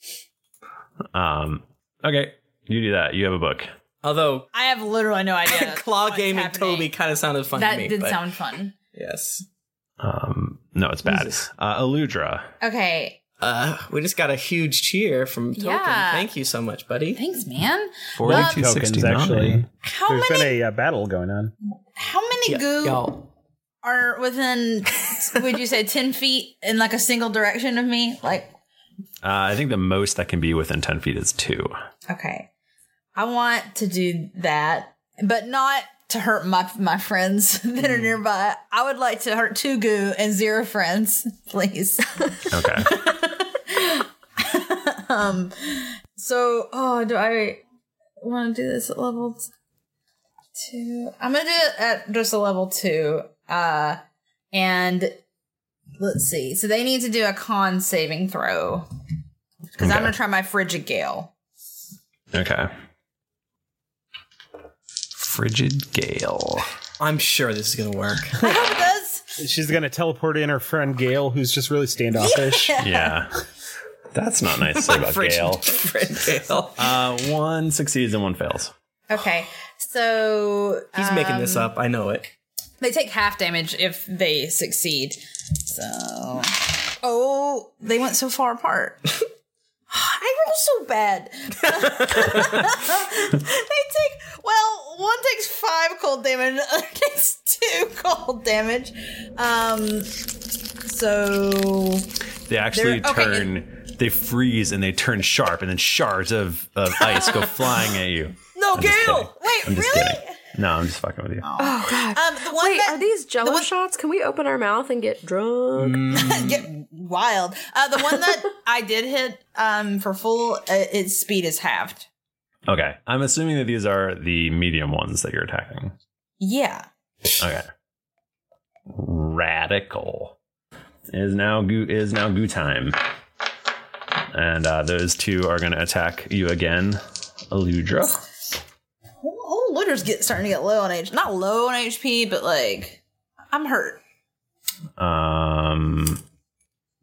[SPEAKER 1] Um. Okay. You do that. You have a book.
[SPEAKER 6] Although
[SPEAKER 5] I have literally no idea.
[SPEAKER 6] claw gaming Toby kind of sounded fun
[SPEAKER 5] that
[SPEAKER 6] to me.
[SPEAKER 5] did
[SPEAKER 6] but-
[SPEAKER 5] sound fun.
[SPEAKER 6] Yes.
[SPEAKER 1] Um. No, it's bad. Uh, Eludra.
[SPEAKER 5] Okay.
[SPEAKER 6] Uh, we just got a huge cheer from Token.
[SPEAKER 5] Yeah.
[SPEAKER 6] Thank you so much, buddy.
[SPEAKER 5] Thanks, man.
[SPEAKER 3] Forty-two
[SPEAKER 5] Um,
[SPEAKER 3] tokens actually.
[SPEAKER 5] How
[SPEAKER 3] There's
[SPEAKER 5] many-
[SPEAKER 3] been a uh, battle going on.
[SPEAKER 5] How many
[SPEAKER 3] Yeah,
[SPEAKER 5] goo
[SPEAKER 3] y'all.
[SPEAKER 5] are within? would you say ten feet in like a single direction of me? Like,
[SPEAKER 1] Uh, I think the most that can be within ten feet is two.
[SPEAKER 5] okay, I want to do that, but not to hurt my my friends that are nearby. I would like to hurt two goo and zero friends, please.
[SPEAKER 1] Okay.
[SPEAKER 5] um, so oh, do I want to do this at level t- two? I'm gonna do it at just a level two. Uh, and let's see. So they need to do a con saving throw because I'm
[SPEAKER 1] Okay.
[SPEAKER 5] gonna try my frigid gale.
[SPEAKER 1] Okay. Frigid Gale.
[SPEAKER 6] I'm sure this is gonna work.
[SPEAKER 3] She's gonna teleport in her friend Gail, who's just really standoffish.
[SPEAKER 5] Yeah.
[SPEAKER 1] Yeah. That's not nice to say about
[SPEAKER 3] Frigid-
[SPEAKER 1] Gale.
[SPEAKER 6] Gale.
[SPEAKER 1] Uh, one succeeds and one fails.
[SPEAKER 5] Okay, so
[SPEAKER 6] He's making this
[SPEAKER 5] um,
[SPEAKER 6] up. I know it.
[SPEAKER 5] They take half damage if they succeed. So, oh, they went so far apart. I roll so bad. they take well, one takes five cold damage, and the other takes two cold damage. Um, so
[SPEAKER 1] They actually
[SPEAKER 5] They're- okay,
[SPEAKER 1] turn. they freeze and they turn sharp, and then shards of, of ice go flying at you.
[SPEAKER 5] no,
[SPEAKER 1] I'm just kidding.
[SPEAKER 5] Oh, Gale. Wait,
[SPEAKER 1] I'm just
[SPEAKER 5] really?
[SPEAKER 1] kidding. No, I'm just fucking with you.
[SPEAKER 4] Oh god.
[SPEAKER 5] Um, the one
[SPEAKER 4] Wait, are these jello shots? Can we open our mouth and get drunk?
[SPEAKER 1] Mm.
[SPEAKER 5] Get wild. Uh, the one that I did hit um for full, uh, its speed is halved.
[SPEAKER 1] Okay, I'm assuming that these are the medium ones that you're attacking.
[SPEAKER 5] Yeah.
[SPEAKER 1] Okay. Radical is now goo is now goo time, and uh, those two are going to attack you again, Aludra.
[SPEAKER 5] Oh, oh, look Twitter's get starting to get low on H. Not low on HP, but like I'm hurt.
[SPEAKER 1] Um,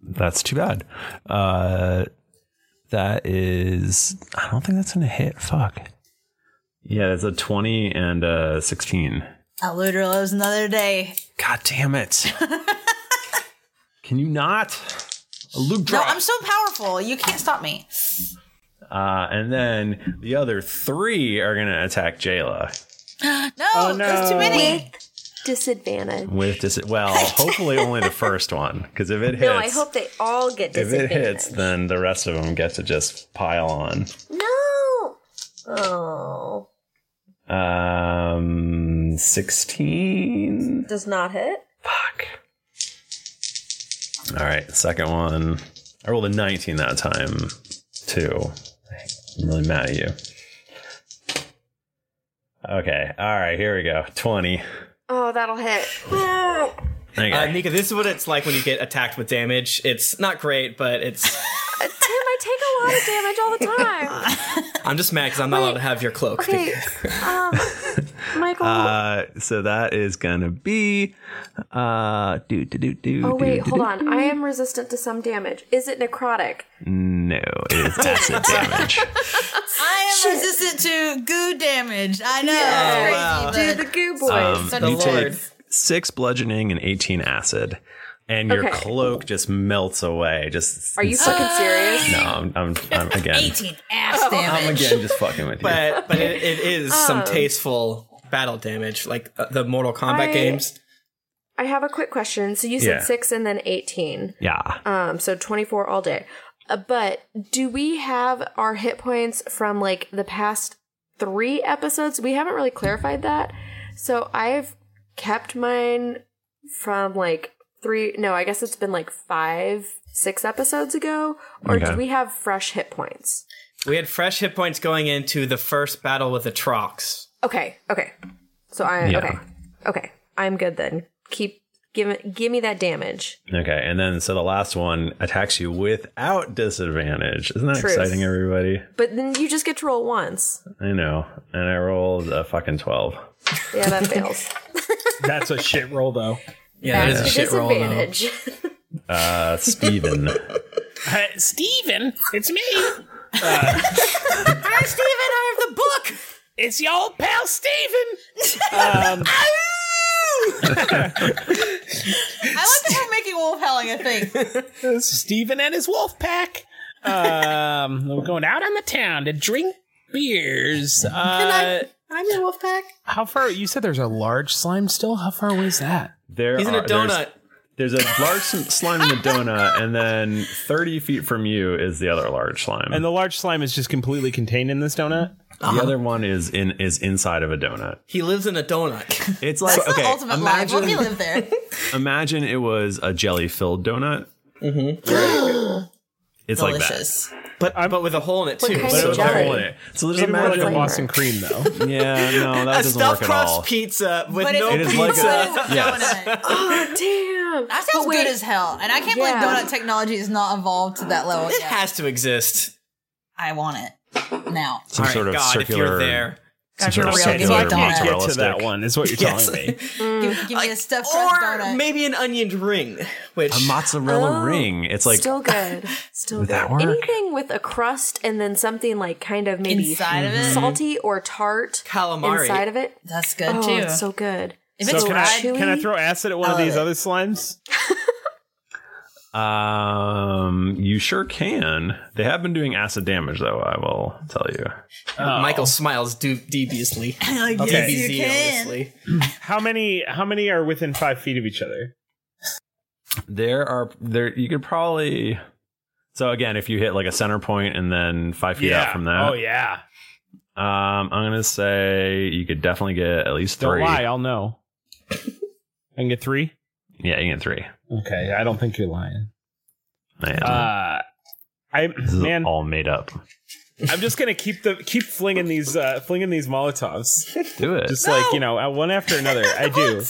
[SPEAKER 1] that's too bad. Uh, that is. I don't think that's gonna hit. Fuck. Yeah, that's a twenty and a sixteen.
[SPEAKER 5] I literally lives another day.
[SPEAKER 1] God damn it! Can you not? A loop
[SPEAKER 5] No,
[SPEAKER 1] drop.
[SPEAKER 5] I'm so powerful. You can't stop me.
[SPEAKER 1] uh, and then the other three are gonna attack Jayla
[SPEAKER 5] no,
[SPEAKER 4] Oh,
[SPEAKER 5] there's too
[SPEAKER 4] no.
[SPEAKER 5] many.
[SPEAKER 4] Disadvantage.
[SPEAKER 1] with dis- well, hopefully only the first one because if it hits,
[SPEAKER 4] No, I hope they all get
[SPEAKER 1] if it
[SPEAKER 4] disadvantage.
[SPEAKER 1] hits, then the rest of them get to just pile on.
[SPEAKER 4] No. Oh.
[SPEAKER 1] Um, sixteen.
[SPEAKER 4] Does not hit.
[SPEAKER 1] All right, second one. I rolled a 19 that time, too. I'm really mad at you. Okay, all right, here we go. 20.
[SPEAKER 4] Oh, that'll hit.
[SPEAKER 6] Uh, Nika, this is what it's like when you get attacked with damage. It's not great, but it's.
[SPEAKER 4] Tim, I take a lot of damage all the time.
[SPEAKER 6] I'm just mad because I'm not allowed to have your cloak.
[SPEAKER 4] Okay. Um, Michael.
[SPEAKER 1] Uh, so that is gonna be uh, do do do do.
[SPEAKER 4] oh
[SPEAKER 1] do,
[SPEAKER 4] wait,
[SPEAKER 1] do,
[SPEAKER 4] hold
[SPEAKER 1] do.
[SPEAKER 4] on. I am resistant to some damage. Is it necrotic?
[SPEAKER 1] No, it is acid damage.
[SPEAKER 5] I am resistant to goo damage. I know.
[SPEAKER 4] Yeah.
[SPEAKER 5] It's crazy,
[SPEAKER 4] Dude, the goo
[SPEAKER 1] Um,
[SPEAKER 5] Such
[SPEAKER 1] you
[SPEAKER 5] a
[SPEAKER 1] take
[SPEAKER 5] lord.
[SPEAKER 1] six bludgeoning and 18 acid, and your
[SPEAKER 4] Okay.
[SPEAKER 1] cloak just melts away. Just
[SPEAKER 4] Are you fucking serious? Um,
[SPEAKER 1] No, I'm, I'm, I'm again.
[SPEAKER 4] ass
[SPEAKER 1] I'm again just fucking with you.
[SPEAKER 6] But but it, it is some
[SPEAKER 4] Um,
[SPEAKER 6] tasteful battle damage, like uh, the Mortal Kombat
[SPEAKER 4] I-
[SPEAKER 6] games.
[SPEAKER 4] I have a quick question. So you said
[SPEAKER 6] Yeah.
[SPEAKER 4] six and then eighteen.
[SPEAKER 1] Yeah.
[SPEAKER 4] Um, so twenty four all day. Uh, but do we have our hit points from like the past three episodes? We haven't really clarified that. So I've kept mine from like three. No, I guess it's been like five, six episodes ago. Or
[SPEAKER 6] Okay.
[SPEAKER 4] do we have fresh hit points?
[SPEAKER 6] We had fresh hit points going into the first battle with the Trox.
[SPEAKER 4] Okay. Okay. So I
[SPEAKER 1] Yeah.
[SPEAKER 4] okay. Okay. I'm good then. Keep give give me that damage.
[SPEAKER 1] Okay, and then so the last one attacks you without disadvantage. Isn't that
[SPEAKER 4] Truth.
[SPEAKER 1] exciting, everybody?
[SPEAKER 4] But then you just get to roll once.
[SPEAKER 1] I know. And I rolled a fucking 12.
[SPEAKER 4] Yeah, that fails.
[SPEAKER 3] That's a shit roll, though.
[SPEAKER 1] Yeah,
[SPEAKER 4] Back
[SPEAKER 1] that is a
[SPEAKER 4] to
[SPEAKER 1] shit roll, though.
[SPEAKER 4] disadvantage.
[SPEAKER 1] Uh, Steven.
[SPEAKER 3] Uh, Steven, it's me.
[SPEAKER 5] Hi, Uh, Steven. I have the book.
[SPEAKER 3] It's your old pal, Steven. Um,
[SPEAKER 5] I like that we're making wolf howling a thing.
[SPEAKER 3] Steven and his wolf pack. Um, we're going out on the town to drink beers. Uh,
[SPEAKER 5] Can I? I'm in wolf pack.
[SPEAKER 3] How far? You said there's a large slime still. How far away is that?
[SPEAKER 1] There
[SPEAKER 3] He's in a
[SPEAKER 1] are- Uh, there's-
[SPEAKER 3] donut.
[SPEAKER 1] There's, a large sl- slime in the donut, and then 30 feet from you is the Uh-huh. other large slime.
[SPEAKER 3] And the large slime is just completely contained in this donut.
[SPEAKER 1] the other one is in is inside of a donut.
[SPEAKER 6] He lives in a donut.
[SPEAKER 1] It's like
[SPEAKER 5] That's
[SPEAKER 1] okay,
[SPEAKER 5] the ultimate lie. Let me live there.
[SPEAKER 1] imagine it was a jelly filled donut. Mm-hmm. It's
[SPEAKER 6] like that, but but with a hole in it
[SPEAKER 1] What
[SPEAKER 6] too.
[SPEAKER 1] kind
[SPEAKER 6] so
[SPEAKER 1] of
[SPEAKER 6] it's
[SPEAKER 1] jelly?
[SPEAKER 6] all in it.
[SPEAKER 1] So there's Maybe more imagine- like a Boston
[SPEAKER 3] cream though.
[SPEAKER 1] like that. Yeah, no, that
[SPEAKER 6] a
[SPEAKER 1] doesn't
[SPEAKER 6] stuffed
[SPEAKER 1] work at
[SPEAKER 6] crust
[SPEAKER 1] all.
[SPEAKER 6] pizza with
[SPEAKER 5] But it's-
[SPEAKER 6] no
[SPEAKER 1] It is
[SPEAKER 6] pizza.
[SPEAKER 1] like a yes.
[SPEAKER 4] oh damn!
[SPEAKER 5] That sounds good as hell, and I can't
[SPEAKER 4] Yeah.
[SPEAKER 5] believe donut technology is not evolved to that level
[SPEAKER 6] It
[SPEAKER 5] yet.
[SPEAKER 6] has to exist.
[SPEAKER 5] I want it now.
[SPEAKER 1] Some
[SPEAKER 6] All right,
[SPEAKER 1] sort of
[SPEAKER 6] God, if you're
[SPEAKER 1] circular-
[SPEAKER 6] there.
[SPEAKER 1] some sort of
[SPEAKER 5] Gotta be real,
[SPEAKER 1] circular
[SPEAKER 5] give me a donut.
[SPEAKER 1] mozzarella
[SPEAKER 5] Get to
[SPEAKER 1] stick.
[SPEAKER 3] that one, is what you're
[SPEAKER 6] Yes.
[SPEAKER 3] telling me.
[SPEAKER 5] Give, give me a stuffed
[SPEAKER 6] Or
[SPEAKER 5] crust donut.
[SPEAKER 6] maybe an onion ring, which
[SPEAKER 1] A mozzarella
[SPEAKER 4] Oh.
[SPEAKER 1] ring. It's like
[SPEAKER 4] still good. Still
[SPEAKER 1] Would
[SPEAKER 4] good.
[SPEAKER 1] that work?
[SPEAKER 4] Anything with a crust and then something like kind of maybe
[SPEAKER 5] Inside of it?
[SPEAKER 4] salty or tart
[SPEAKER 6] Calamari.
[SPEAKER 4] inside of it.
[SPEAKER 5] That's good
[SPEAKER 4] oh,
[SPEAKER 5] too.
[SPEAKER 4] It's so good.
[SPEAKER 3] so can I, can I throw acid at one of
[SPEAKER 4] I love
[SPEAKER 3] these
[SPEAKER 4] it.
[SPEAKER 3] other slimes?
[SPEAKER 1] Um, you sure can. They have been doing acid damage, though. I will tell you.
[SPEAKER 6] Michael smiles du- deviously.
[SPEAKER 5] yes,
[SPEAKER 6] Deviously,
[SPEAKER 3] you can.
[SPEAKER 6] honestly.
[SPEAKER 3] How many? How many are within five feet of each other?
[SPEAKER 1] There are there. You could probably. So again, if you hit like a center point and then five feet out from that,
[SPEAKER 3] Oh yeah.
[SPEAKER 1] Um, I'm gonna say you could definitely get at least
[SPEAKER 3] Don't
[SPEAKER 1] 3
[SPEAKER 3] lie. I'll know. I can get three.
[SPEAKER 1] Yeah, you get three.
[SPEAKER 3] Okay, I don't think you're lying.
[SPEAKER 1] Man,
[SPEAKER 3] Uh, I
[SPEAKER 1] this is
[SPEAKER 3] man,
[SPEAKER 1] all made up.
[SPEAKER 3] I'm just gonna keep the keep flinging these uh, flinging these Molotovs.
[SPEAKER 1] Do it.
[SPEAKER 3] just like you know, uh, one after another. I do.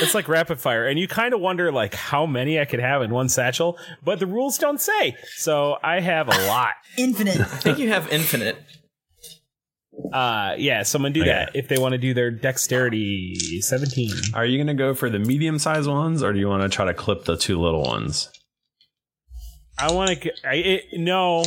[SPEAKER 3] it's like rapid fire, and you kind of wonder like how many I could have in one satchel, but the rules don't say. So I have a lot.
[SPEAKER 5] Infinite.
[SPEAKER 6] I think you have infinite.
[SPEAKER 3] Uh, yeah, someone do
[SPEAKER 1] Okay.
[SPEAKER 3] that if they want to do their dexterity 17.
[SPEAKER 1] Are you going to go for the medium sized ones or do you want to try to clip the two little ones?
[SPEAKER 3] I want to. I it, no.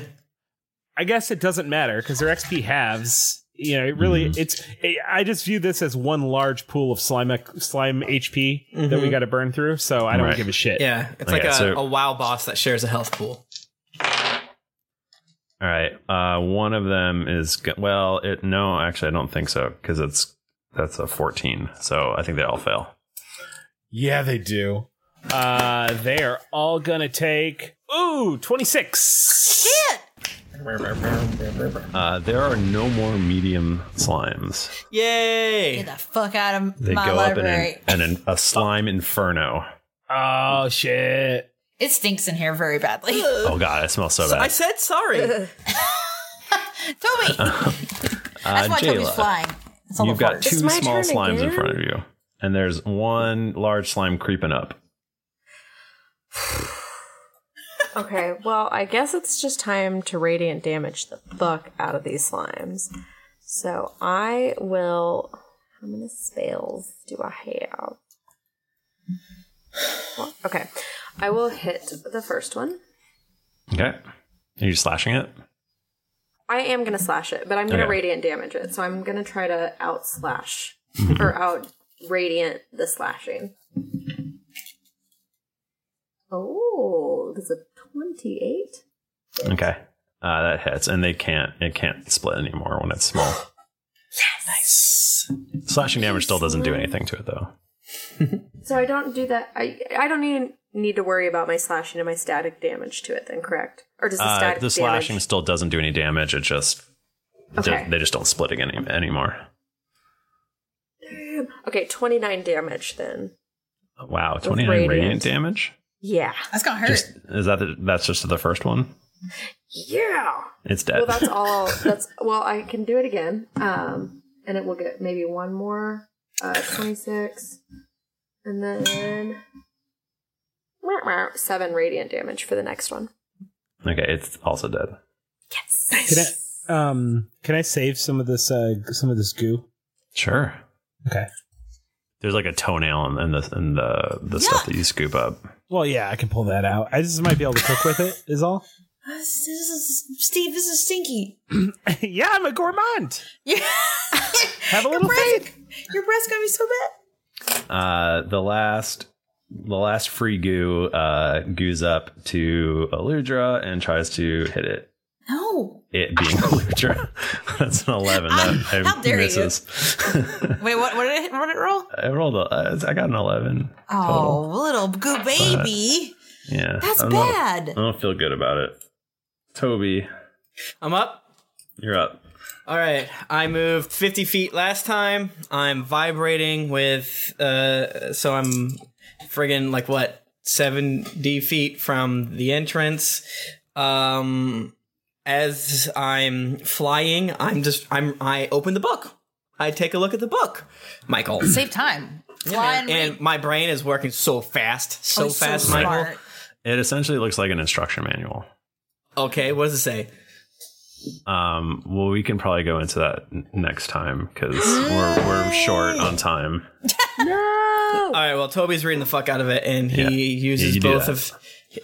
[SPEAKER 3] I guess it doesn't matter because their XP halves. You know, it really. It's. It, I just view this as one large pool of slime slime HP that we
[SPEAKER 6] Mhm.
[SPEAKER 3] got to burn through. So I don't
[SPEAKER 6] Right.
[SPEAKER 3] give a shit.
[SPEAKER 6] Yeah, it's like a, a WoW boss that shares a health pool.
[SPEAKER 1] All right. Uh, one of them is go- well. It no, actually, I don't think so because it's that's a fourteen. So I think they all fail.
[SPEAKER 3] Yeah, they do. Uh, they are all gonna take ooh twenty six. Shit.
[SPEAKER 1] Uh, there are no more medium slimes.
[SPEAKER 6] Yay!
[SPEAKER 5] Get the fuck out of
[SPEAKER 1] They
[SPEAKER 5] my
[SPEAKER 1] go
[SPEAKER 5] library.
[SPEAKER 1] up in, an, in an, a slime inferno.
[SPEAKER 3] Oh shit!
[SPEAKER 5] It stinks in here very badly.
[SPEAKER 1] Oh god, it smells so
[SPEAKER 5] So
[SPEAKER 1] bad.
[SPEAKER 6] said sorry.
[SPEAKER 5] Toby!
[SPEAKER 6] Uh,
[SPEAKER 5] That's why Toby's flying. It's all
[SPEAKER 1] Uh, You've
[SPEAKER 5] the
[SPEAKER 1] got
[SPEAKER 5] fart.
[SPEAKER 1] two
[SPEAKER 5] It's my
[SPEAKER 1] small
[SPEAKER 5] turn
[SPEAKER 1] slimes in
[SPEAKER 5] again?
[SPEAKER 1] front of you, and there's one large slime creeping up.
[SPEAKER 4] Okay, well, I guess it's just time to radiant damage the fuck out of these slimes. So I will. How many spells do I have? Well, okay, I will hit the first one.
[SPEAKER 1] Okay, are you slashing it?
[SPEAKER 4] I am gonna slash it, but I'm gonna
[SPEAKER 1] Okay.
[SPEAKER 4] radiant damage it. So I'm gonna try to out slash or out radiant the slashing. Oh, there's a twenty-eight.
[SPEAKER 1] Okay, uh, that hits, and they can't. It can't split anymore when it's small.
[SPEAKER 4] Nice.
[SPEAKER 1] Slashing damage still doesn't do anything to it though.
[SPEAKER 4] So I don't do that. I I don't even need to worry about my slashing and my static damage to it. Then correct, or does the
[SPEAKER 1] Uh,
[SPEAKER 4] static
[SPEAKER 1] the
[SPEAKER 4] damage?
[SPEAKER 1] slashing still doesn't do any damage. It just
[SPEAKER 4] Okay.
[SPEAKER 1] they just don't split it any, anymore.
[SPEAKER 4] Damn. Okay, twenty nine damage then.
[SPEAKER 1] Wow,
[SPEAKER 4] With
[SPEAKER 1] twenty nine
[SPEAKER 4] radiant.
[SPEAKER 1] radiant damage.
[SPEAKER 4] Yeah, that's gonna hurt.
[SPEAKER 1] Is that the, that's just the first one?
[SPEAKER 4] yeah.
[SPEAKER 1] It's dead.
[SPEAKER 4] Well, that's all. That's well. I can do it again, um, and it will get maybe one more uh, twenty six, and then Meow, meow, seven radiant damage for the next one.
[SPEAKER 1] okay, it's also dead.
[SPEAKER 3] Can I um can I save some of this uh some of this goo?
[SPEAKER 1] Sure.
[SPEAKER 3] Okay.
[SPEAKER 1] There's like a toenail in, in the in the the stuff that you scoop up.
[SPEAKER 3] Well, yeah, I can pull that out. I just might be able to cook with it. Is all.
[SPEAKER 5] This is, Steve, this is stinky.
[SPEAKER 3] yeah, I'm a gourmand.
[SPEAKER 5] Yeah.
[SPEAKER 3] Have a little faith.
[SPEAKER 5] Your breath's gonna be so bad.
[SPEAKER 1] Uh, the last the last free goo uh, goes up to Aludra and tries to hit it.
[SPEAKER 5] No.
[SPEAKER 1] It being Aludra. that's an eleven. That I
[SPEAKER 5] Ah, How dare you.
[SPEAKER 1] misses.
[SPEAKER 5] Wait, what, what, did it, what did it roll?
[SPEAKER 1] I rolled. A, uh, I got an eleven.
[SPEAKER 5] Oh, little goo baby.
[SPEAKER 1] Yeah,
[SPEAKER 5] That's
[SPEAKER 1] I'm not-
[SPEAKER 5] bad.
[SPEAKER 1] I don't feel good about it. Toby,
[SPEAKER 6] I'm up.
[SPEAKER 1] you're up.
[SPEAKER 6] All right, I moved 50 feet last time. I'm vibrating with, uh, so I'm friggin' like what, 70 feet from the entrance. Um, as I'm flying, I'm just, I'm, I open the book. I take a look at the book, Michael.
[SPEAKER 5] Save time. Fly and
[SPEAKER 6] and my brain is working so fast, so
[SPEAKER 5] Oh, he's so
[SPEAKER 6] fast, Michael.
[SPEAKER 5] smart.
[SPEAKER 1] It essentially looks like an instruction manual.
[SPEAKER 6] Okay, what does it say?
[SPEAKER 1] Um, well, we can probably go into that n- next time because we're we're short on time.
[SPEAKER 6] All right. Well, Toby's reading the fuck out of it, and he
[SPEAKER 1] Yeah.
[SPEAKER 6] uses
[SPEAKER 1] Yeah, you do
[SPEAKER 6] both
[SPEAKER 1] that.
[SPEAKER 6] of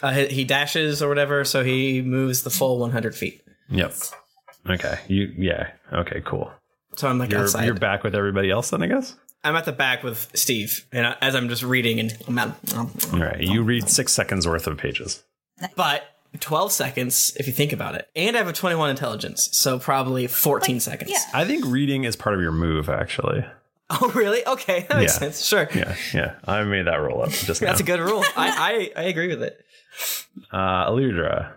[SPEAKER 6] uh, he he dashes or whatever, so he moves the full 100 feet.
[SPEAKER 1] Yep. Okay. You. Yeah. Okay. Cool.
[SPEAKER 6] So I'm like
[SPEAKER 1] you're,
[SPEAKER 6] outside.
[SPEAKER 1] You're back with everybody else then, I guess.
[SPEAKER 6] I'm at the back with Steve, and I, as I'm just reading, and I'm out, um,
[SPEAKER 1] All right. You read six seconds worth of pages.
[SPEAKER 6] but 12 seconds if you think about it, and I have a 21 intelligence, so probably 14 seconds.
[SPEAKER 1] I think reading is part of your move, actually.
[SPEAKER 6] Oh, really? Okay, that makes
[SPEAKER 1] Yeah.
[SPEAKER 6] sense. Sure,
[SPEAKER 1] Yeah. Yeah. I made that roll up just
[SPEAKER 6] that's a
[SPEAKER 1] now.
[SPEAKER 6] good rule. I, I I agree with it.
[SPEAKER 1] Uh, Aludra.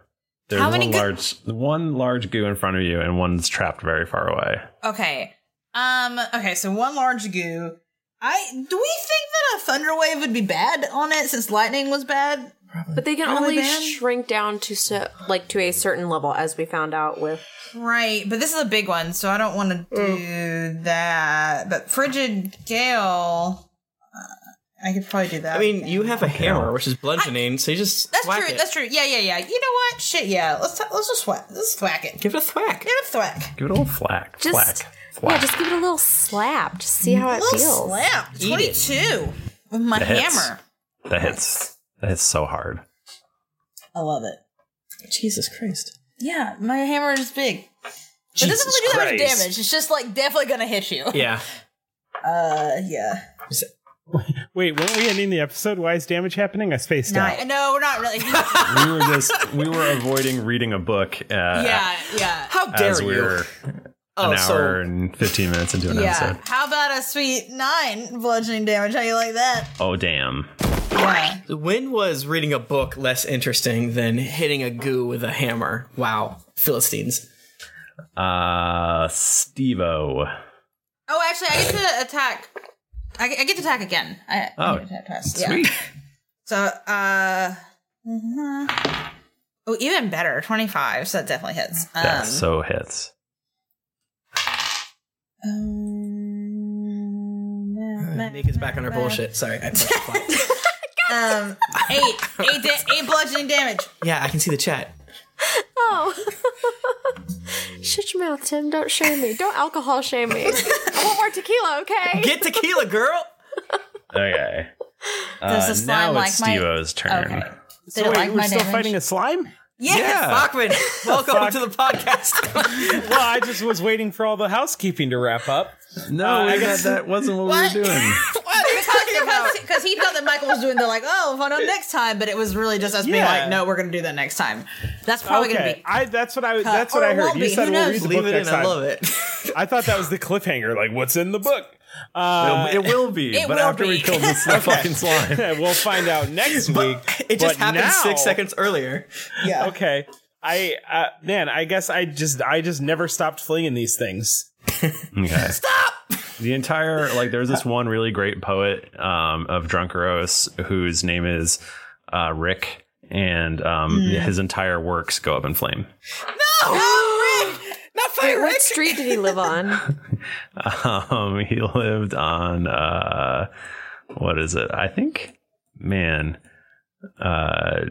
[SPEAKER 1] There's
[SPEAKER 5] How
[SPEAKER 1] one
[SPEAKER 5] many goo-
[SPEAKER 1] large one large goo in front of you, and one's trapped very far away.
[SPEAKER 5] Okay. Um. Okay. So one large goo. I do we think that a thunder wave would be bad on it since lightning was bad?
[SPEAKER 4] But they can
[SPEAKER 5] Probably
[SPEAKER 4] only
[SPEAKER 5] bad.
[SPEAKER 4] shrink down to so, like to a certain level, as we found out with.
[SPEAKER 5] Right, but this is a big one, so I don't want to do that. But frigid gale. uh, I could probably do that.
[SPEAKER 6] I mean, you have a hammer, which is bludgeoning, so you just
[SPEAKER 5] that's
[SPEAKER 6] whack
[SPEAKER 5] true.
[SPEAKER 6] it.
[SPEAKER 5] That's true. Yeah, yeah, yeah. You know what? Shit, yeah. Let's t- let's just whack. Let's thwack it.
[SPEAKER 6] Give it a thwack.
[SPEAKER 5] Give it a thwack.
[SPEAKER 1] Give it a little flack.
[SPEAKER 4] Just-
[SPEAKER 1] flack.
[SPEAKER 4] Yeah, just give it a little slap. Just see how it
[SPEAKER 5] Little
[SPEAKER 4] feels.
[SPEAKER 5] slap. Eat it. 22 with my
[SPEAKER 1] That hits. That hits. That hits so hard.
[SPEAKER 5] I love it.
[SPEAKER 6] Jesus Christ.
[SPEAKER 5] Yeah, my hammer is big. it doesn't
[SPEAKER 6] Jesus
[SPEAKER 5] really do that much
[SPEAKER 6] Christ.
[SPEAKER 5] damage. It's just like definitely gonna hit you.
[SPEAKER 6] Yeah.
[SPEAKER 5] Uh, yeah.
[SPEAKER 3] Wait, weren't we ending the episode? Why is damage happening? I spaced out.
[SPEAKER 5] Nine. No, we're not really.
[SPEAKER 1] we were just we were avoiding reading a book. Uh,
[SPEAKER 5] yeah, yeah. How
[SPEAKER 1] as we were
[SPEAKER 5] Oh,
[SPEAKER 1] an
[SPEAKER 5] so-
[SPEAKER 1] hour and fifteen minutes into an
[SPEAKER 5] yeah.
[SPEAKER 1] episode.
[SPEAKER 5] How about a sweet nine bludgeoning damage? How you like that?
[SPEAKER 1] Oh damn!
[SPEAKER 5] Yeah.
[SPEAKER 6] When was reading a book less interesting than hitting a goo with a hammer? Wow, Philistines.
[SPEAKER 1] Uh, Stevo.
[SPEAKER 5] Oh, actually, I get to attack. I, get- I get to attack again. I, I
[SPEAKER 1] Oh,
[SPEAKER 5] get to attack twice.
[SPEAKER 1] sweet.
[SPEAKER 5] Yeah. So, uh, mhm. oh, even better, twenty five. So that definitely hits. Um,
[SPEAKER 1] That so hits.
[SPEAKER 6] Nick is back on our bullshit. Sorry. I pushed the button.
[SPEAKER 5] um, eight, eight, da- eight bludgeoning damage.
[SPEAKER 6] yeah, I can see the chat.
[SPEAKER 4] Oh. Shut your mouth, Tim. Don't shame me. Don't alcohol shame me. I want more tequila, okay?
[SPEAKER 6] Get tequila, girl.
[SPEAKER 1] Okay.
[SPEAKER 5] Does the
[SPEAKER 1] Uh,
[SPEAKER 5] slime
[SPEAKER 1] now
[SPEAKER 5] like
[SPEAKER 1] it's
[SPEAKER 5] my-
[SPEAKER 1] Stevo's turn.
[SPEAKER 5] Okay.
[SPEAKER 3] So
[SPEAKER 5] Did it
[SPEAKER 3] wait,
[SPEAKER 5] like
[SPEAKER 3] we're
[SPEAKER 5] my
[SPEAKER 3] still
[SPEAKER 5] damage?
[SPEAKER 3] fighting a slime?
[SPEAKER 5] Yes, Yeah.
[SPEAKER 6] Bachman, welcome to the podcast.
[SPEAKER 3] well, I just was waiting for all the housekeeping to wrap up.
[SPEAKER 1] No, we got- that wasn't Uh, what, we were doing.
[SPEAKER 5] Because Oh, he thought that Michael was doing the like, oh, well, no, next time, but it was really just us being
[SPEAKER 3] Yeah.
[SPEAKER 5] like, no, we're going to do that next time. That's probably going to be.
[SPEAKER 3] I that's what I
[SPEAKER 5] Uh,
[SPEAKER 3] that's what
[SPEAKER 5] or
[SPEAKER 3] I
[SPEAKER 5] it
[SPEAKER 3] heard.
[SPEAKER 5] won't
[SPEAKER 3] You
[SPEAKER 5] be.
[SPEAKER 3] said
[SPEAKER 5] Who
[SPEAKER 3] we'll
[SPEAKER 5] knows?
[SPEAKER 3] read the
[SPEAKER 5] Leave
[SPEAKER 3] book
[SPEAKER 5] it in.
[SPEAKER 3] next
[SPEAKER 5] I
[SPEAKER 3] time.
[SPEAKER 5] love it.
[SPEAKER 3] I thought that was the cliffhanger. Like, what's in the book? Uh,
[SPEAKER 1] It'll- it will be, It but will after we be. kill this fucking slime.
[SPEAKER 3] we'll find out next week.
[SPEAKER 6] It just
[SPEAKER 3] But
[SPEAKER 6] happened six
[SPEAKER 3] now-
[SPEAKER 6] seconds earlier.
[SPEAKER 5] Yeah.
[SPEAKER 3] Okay. I uh, man, I guess I just I just never stopped flinging these things.
[SPEAKER 1] Okay. Stop! Uh. The entire like there's this one really great poet um, of Drunkaros whose name is uh, Rick, and um,
[SPEAKER 5] Hmm.
[SPEAKER 1] his entire works go up in flame.
[SPEAKER 5] No! Not
[SPEAKER 4] Wait, what street did he live on?
[SPEAKER 1] Um, he lived on uh, what is it? I think man, uh,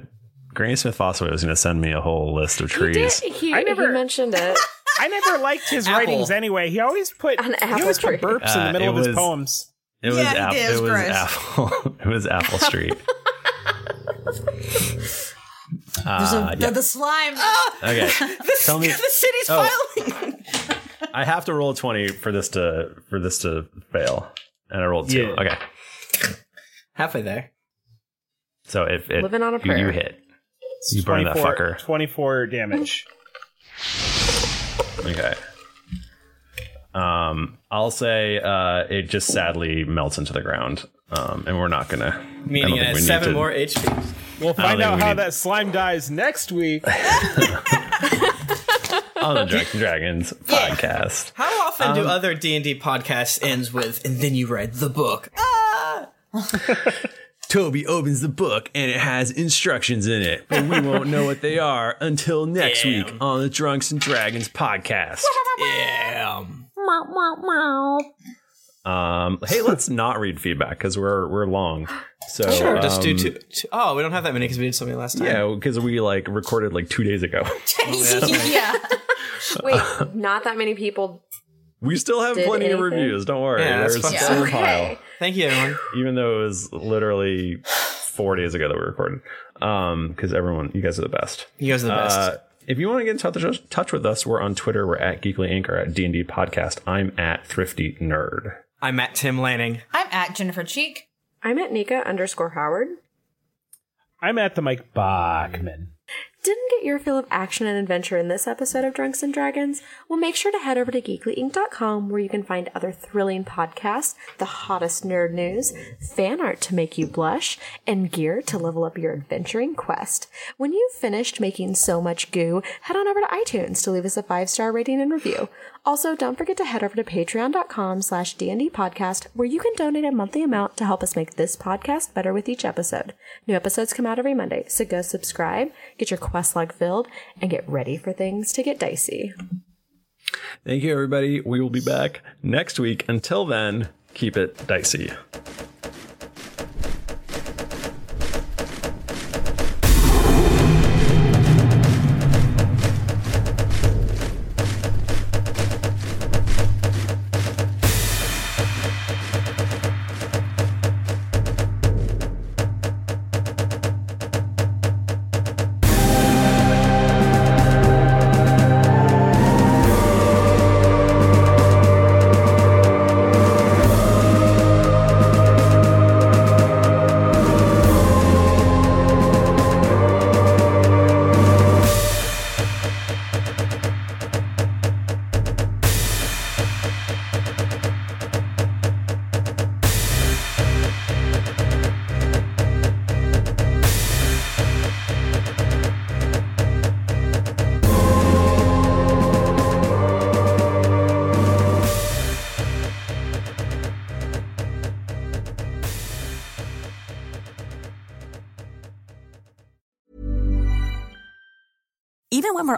[SPEAKER 1] Granny Smith Fossaway was going to send me a whole list of trees.
[SPEAKER 4] He,
[SPEAKER 3] I never-
[SPEAKER 4] he mentioned it.
[SPEAKER 3] I never liked his
[SPEAKER 1] Apple.
[SPEAKER 3] writings anyway. He always put
[SPEAKER 4] An
[SPEAKER 3] he always put burps in
[SPEAKER 1] Uh,
[SPEAKER 3] the middle
[SPEAKER 1] it
[SPEAKER 3] of his
[SPEAKER 1] was-
[SPEAKER 3] poems.
[SPEAKER 1] It was
[SPEAKER 3] Yeah, he
[SPEAKER 1] Apple.
[SPEAKER 3] did. It
[SPEAKER 1] It
[SPEAKER 3] was
[SPEAKER 1] was
[SPEAKER 3] gross.
[SPEAKER 1] Apple. it was Apple Street.
[SPEAKER 5] There's
[SPEAKER 1] Uh,
[SPEAKER 5] a,
[SPEAKER 1] yeah.
[SPEAKER 5] the, the slime.
[SPEAKER 1] Okay. Tell me-
[SPEAKER 5] the city's
[SPEAKER 1] Oh.
[SPEAKER 5] filing.
[SPEAKER 1] I have to roll twenty for this to for this to fail, and I rolled two.
[SPEAKER 6] Yeah.
[SPEAKER 1] Okay,
[SPEAKER 6] Halfway there.
[SPEAKER 1] so if it,
[SPEAKER 3] Living on a
[SPEAKER 1] you-
[SPEAKER 3] prayer.
[SPEAKER 1] you hit, you burn that
[SPEAKER 3] 24
[SPEAKER 1] fucker.
[SPEAKER 3] 24 damage.
[SPEAKER 1] Okay. Um, I'll say uh, it just sadly melts into the ground, um, and we're not gonna. I
[SPEAKER 6] Meaning
[SPEAKER 1] don't think we
[SPEAKER 6] it has
[SPEAKER 1] need
[SPEAKER 6] seven
[SPEAKER 1] to-
[SPEAKER 6] more HP.
[SPEAKER 3] We'll
[SPEAKER 1] I don't
[SPEAKER 3] find
[SPEAKER 1] think
[SPEAKER 3] out
[SPEAKER 1] we
[SPEAKER 3] how
[SPEAKER 1] need-
[SPEAKER 3] that slime dies next week.
[SPEAKER 1] on the Drunken Dragons podcast.
[SPEAKER 6] How often do
[SPEAKER 1] Um,
[SPEAKER 6] other D and D podcasts ends with and then you read the book?
[SPEAKER 1] Toby opens the book and it has instructions in it, but we won't know what they are until next week on the Drunks and Dragons podcast. yeah.
[SPEAKER 4] Meow, meow, meow.
[SPEAKER 1] Um, hey, let's not read feedback because we're we're long. So
[SPEAKER 6] sure, just do
[SPEAKER 1] um,
[SPEAKER 6] two. two- Oh, we don't have that many because we did so many last time.
[SPEAKER 1] Yeah, because we like recorded like two days ago.
[SPEAKER 4] yeah. Wait, not that many people.
[SPEAKER 1] we still have
[SPEAKER 4] Did
[SPEAKER 1] plenty of
[SPEAKER 4] anything?
[SPEAKER 1] reviews. Don't worry,
[SPEAKER 6] Yeah, that's
[SPEAKER 1] there's
[SPEAKER 6] fucked
[SPEAKER 1] still
[SPEAKER 6] up.
[SPEAKER 1] a pile.
[SPEAKER 6] Thank you, everyone.
[SPEAKER 1] Even though it was literally four days ago that we recorded. Um, because everyone, you guys are the best. Uh,
[SPEAKER 6] You guys are the best.
[SPEAKER 1] if you want to get in touch, touch with us, we're on Twitter. We're at Geekly Inc. or at D and D Podcast. I'm at Thrifty Nerd.
[SPEAKER 6] I'm at Tim Lanning.
[SPEAKER 5] I'm at Jennifer Cheek.
[SPEAKER 4] I'm at Nika underscore Howard.
[SPEAKER 3] I'm at the Mike Bachman.
[SPEAKER 4] Didn't get your fill of action and adventure in this episode of Drunks and Dragons? Well, make sure to head over to geeklyinc.com where you can find other thrilling podcasts, the hottest nerd news, fan art to make you blush, and gear to level up your adventuring quest. When you've finished making so much goo, head on over to iTunes to leave us a five-star rating and review. Also, don't forget to head over to patreon.com slash D&D podcast where you can donate a monthly amount to help us make this podcast better with each episode. New episodes come out every Monday, so go subscribe, get your quest log filled, and get ready for things to get dicey.
[SPEAKER 1] Thank you, everybody. We will be back next week. Until then, keep it dicey.
[SPEAKER 10] Even when we're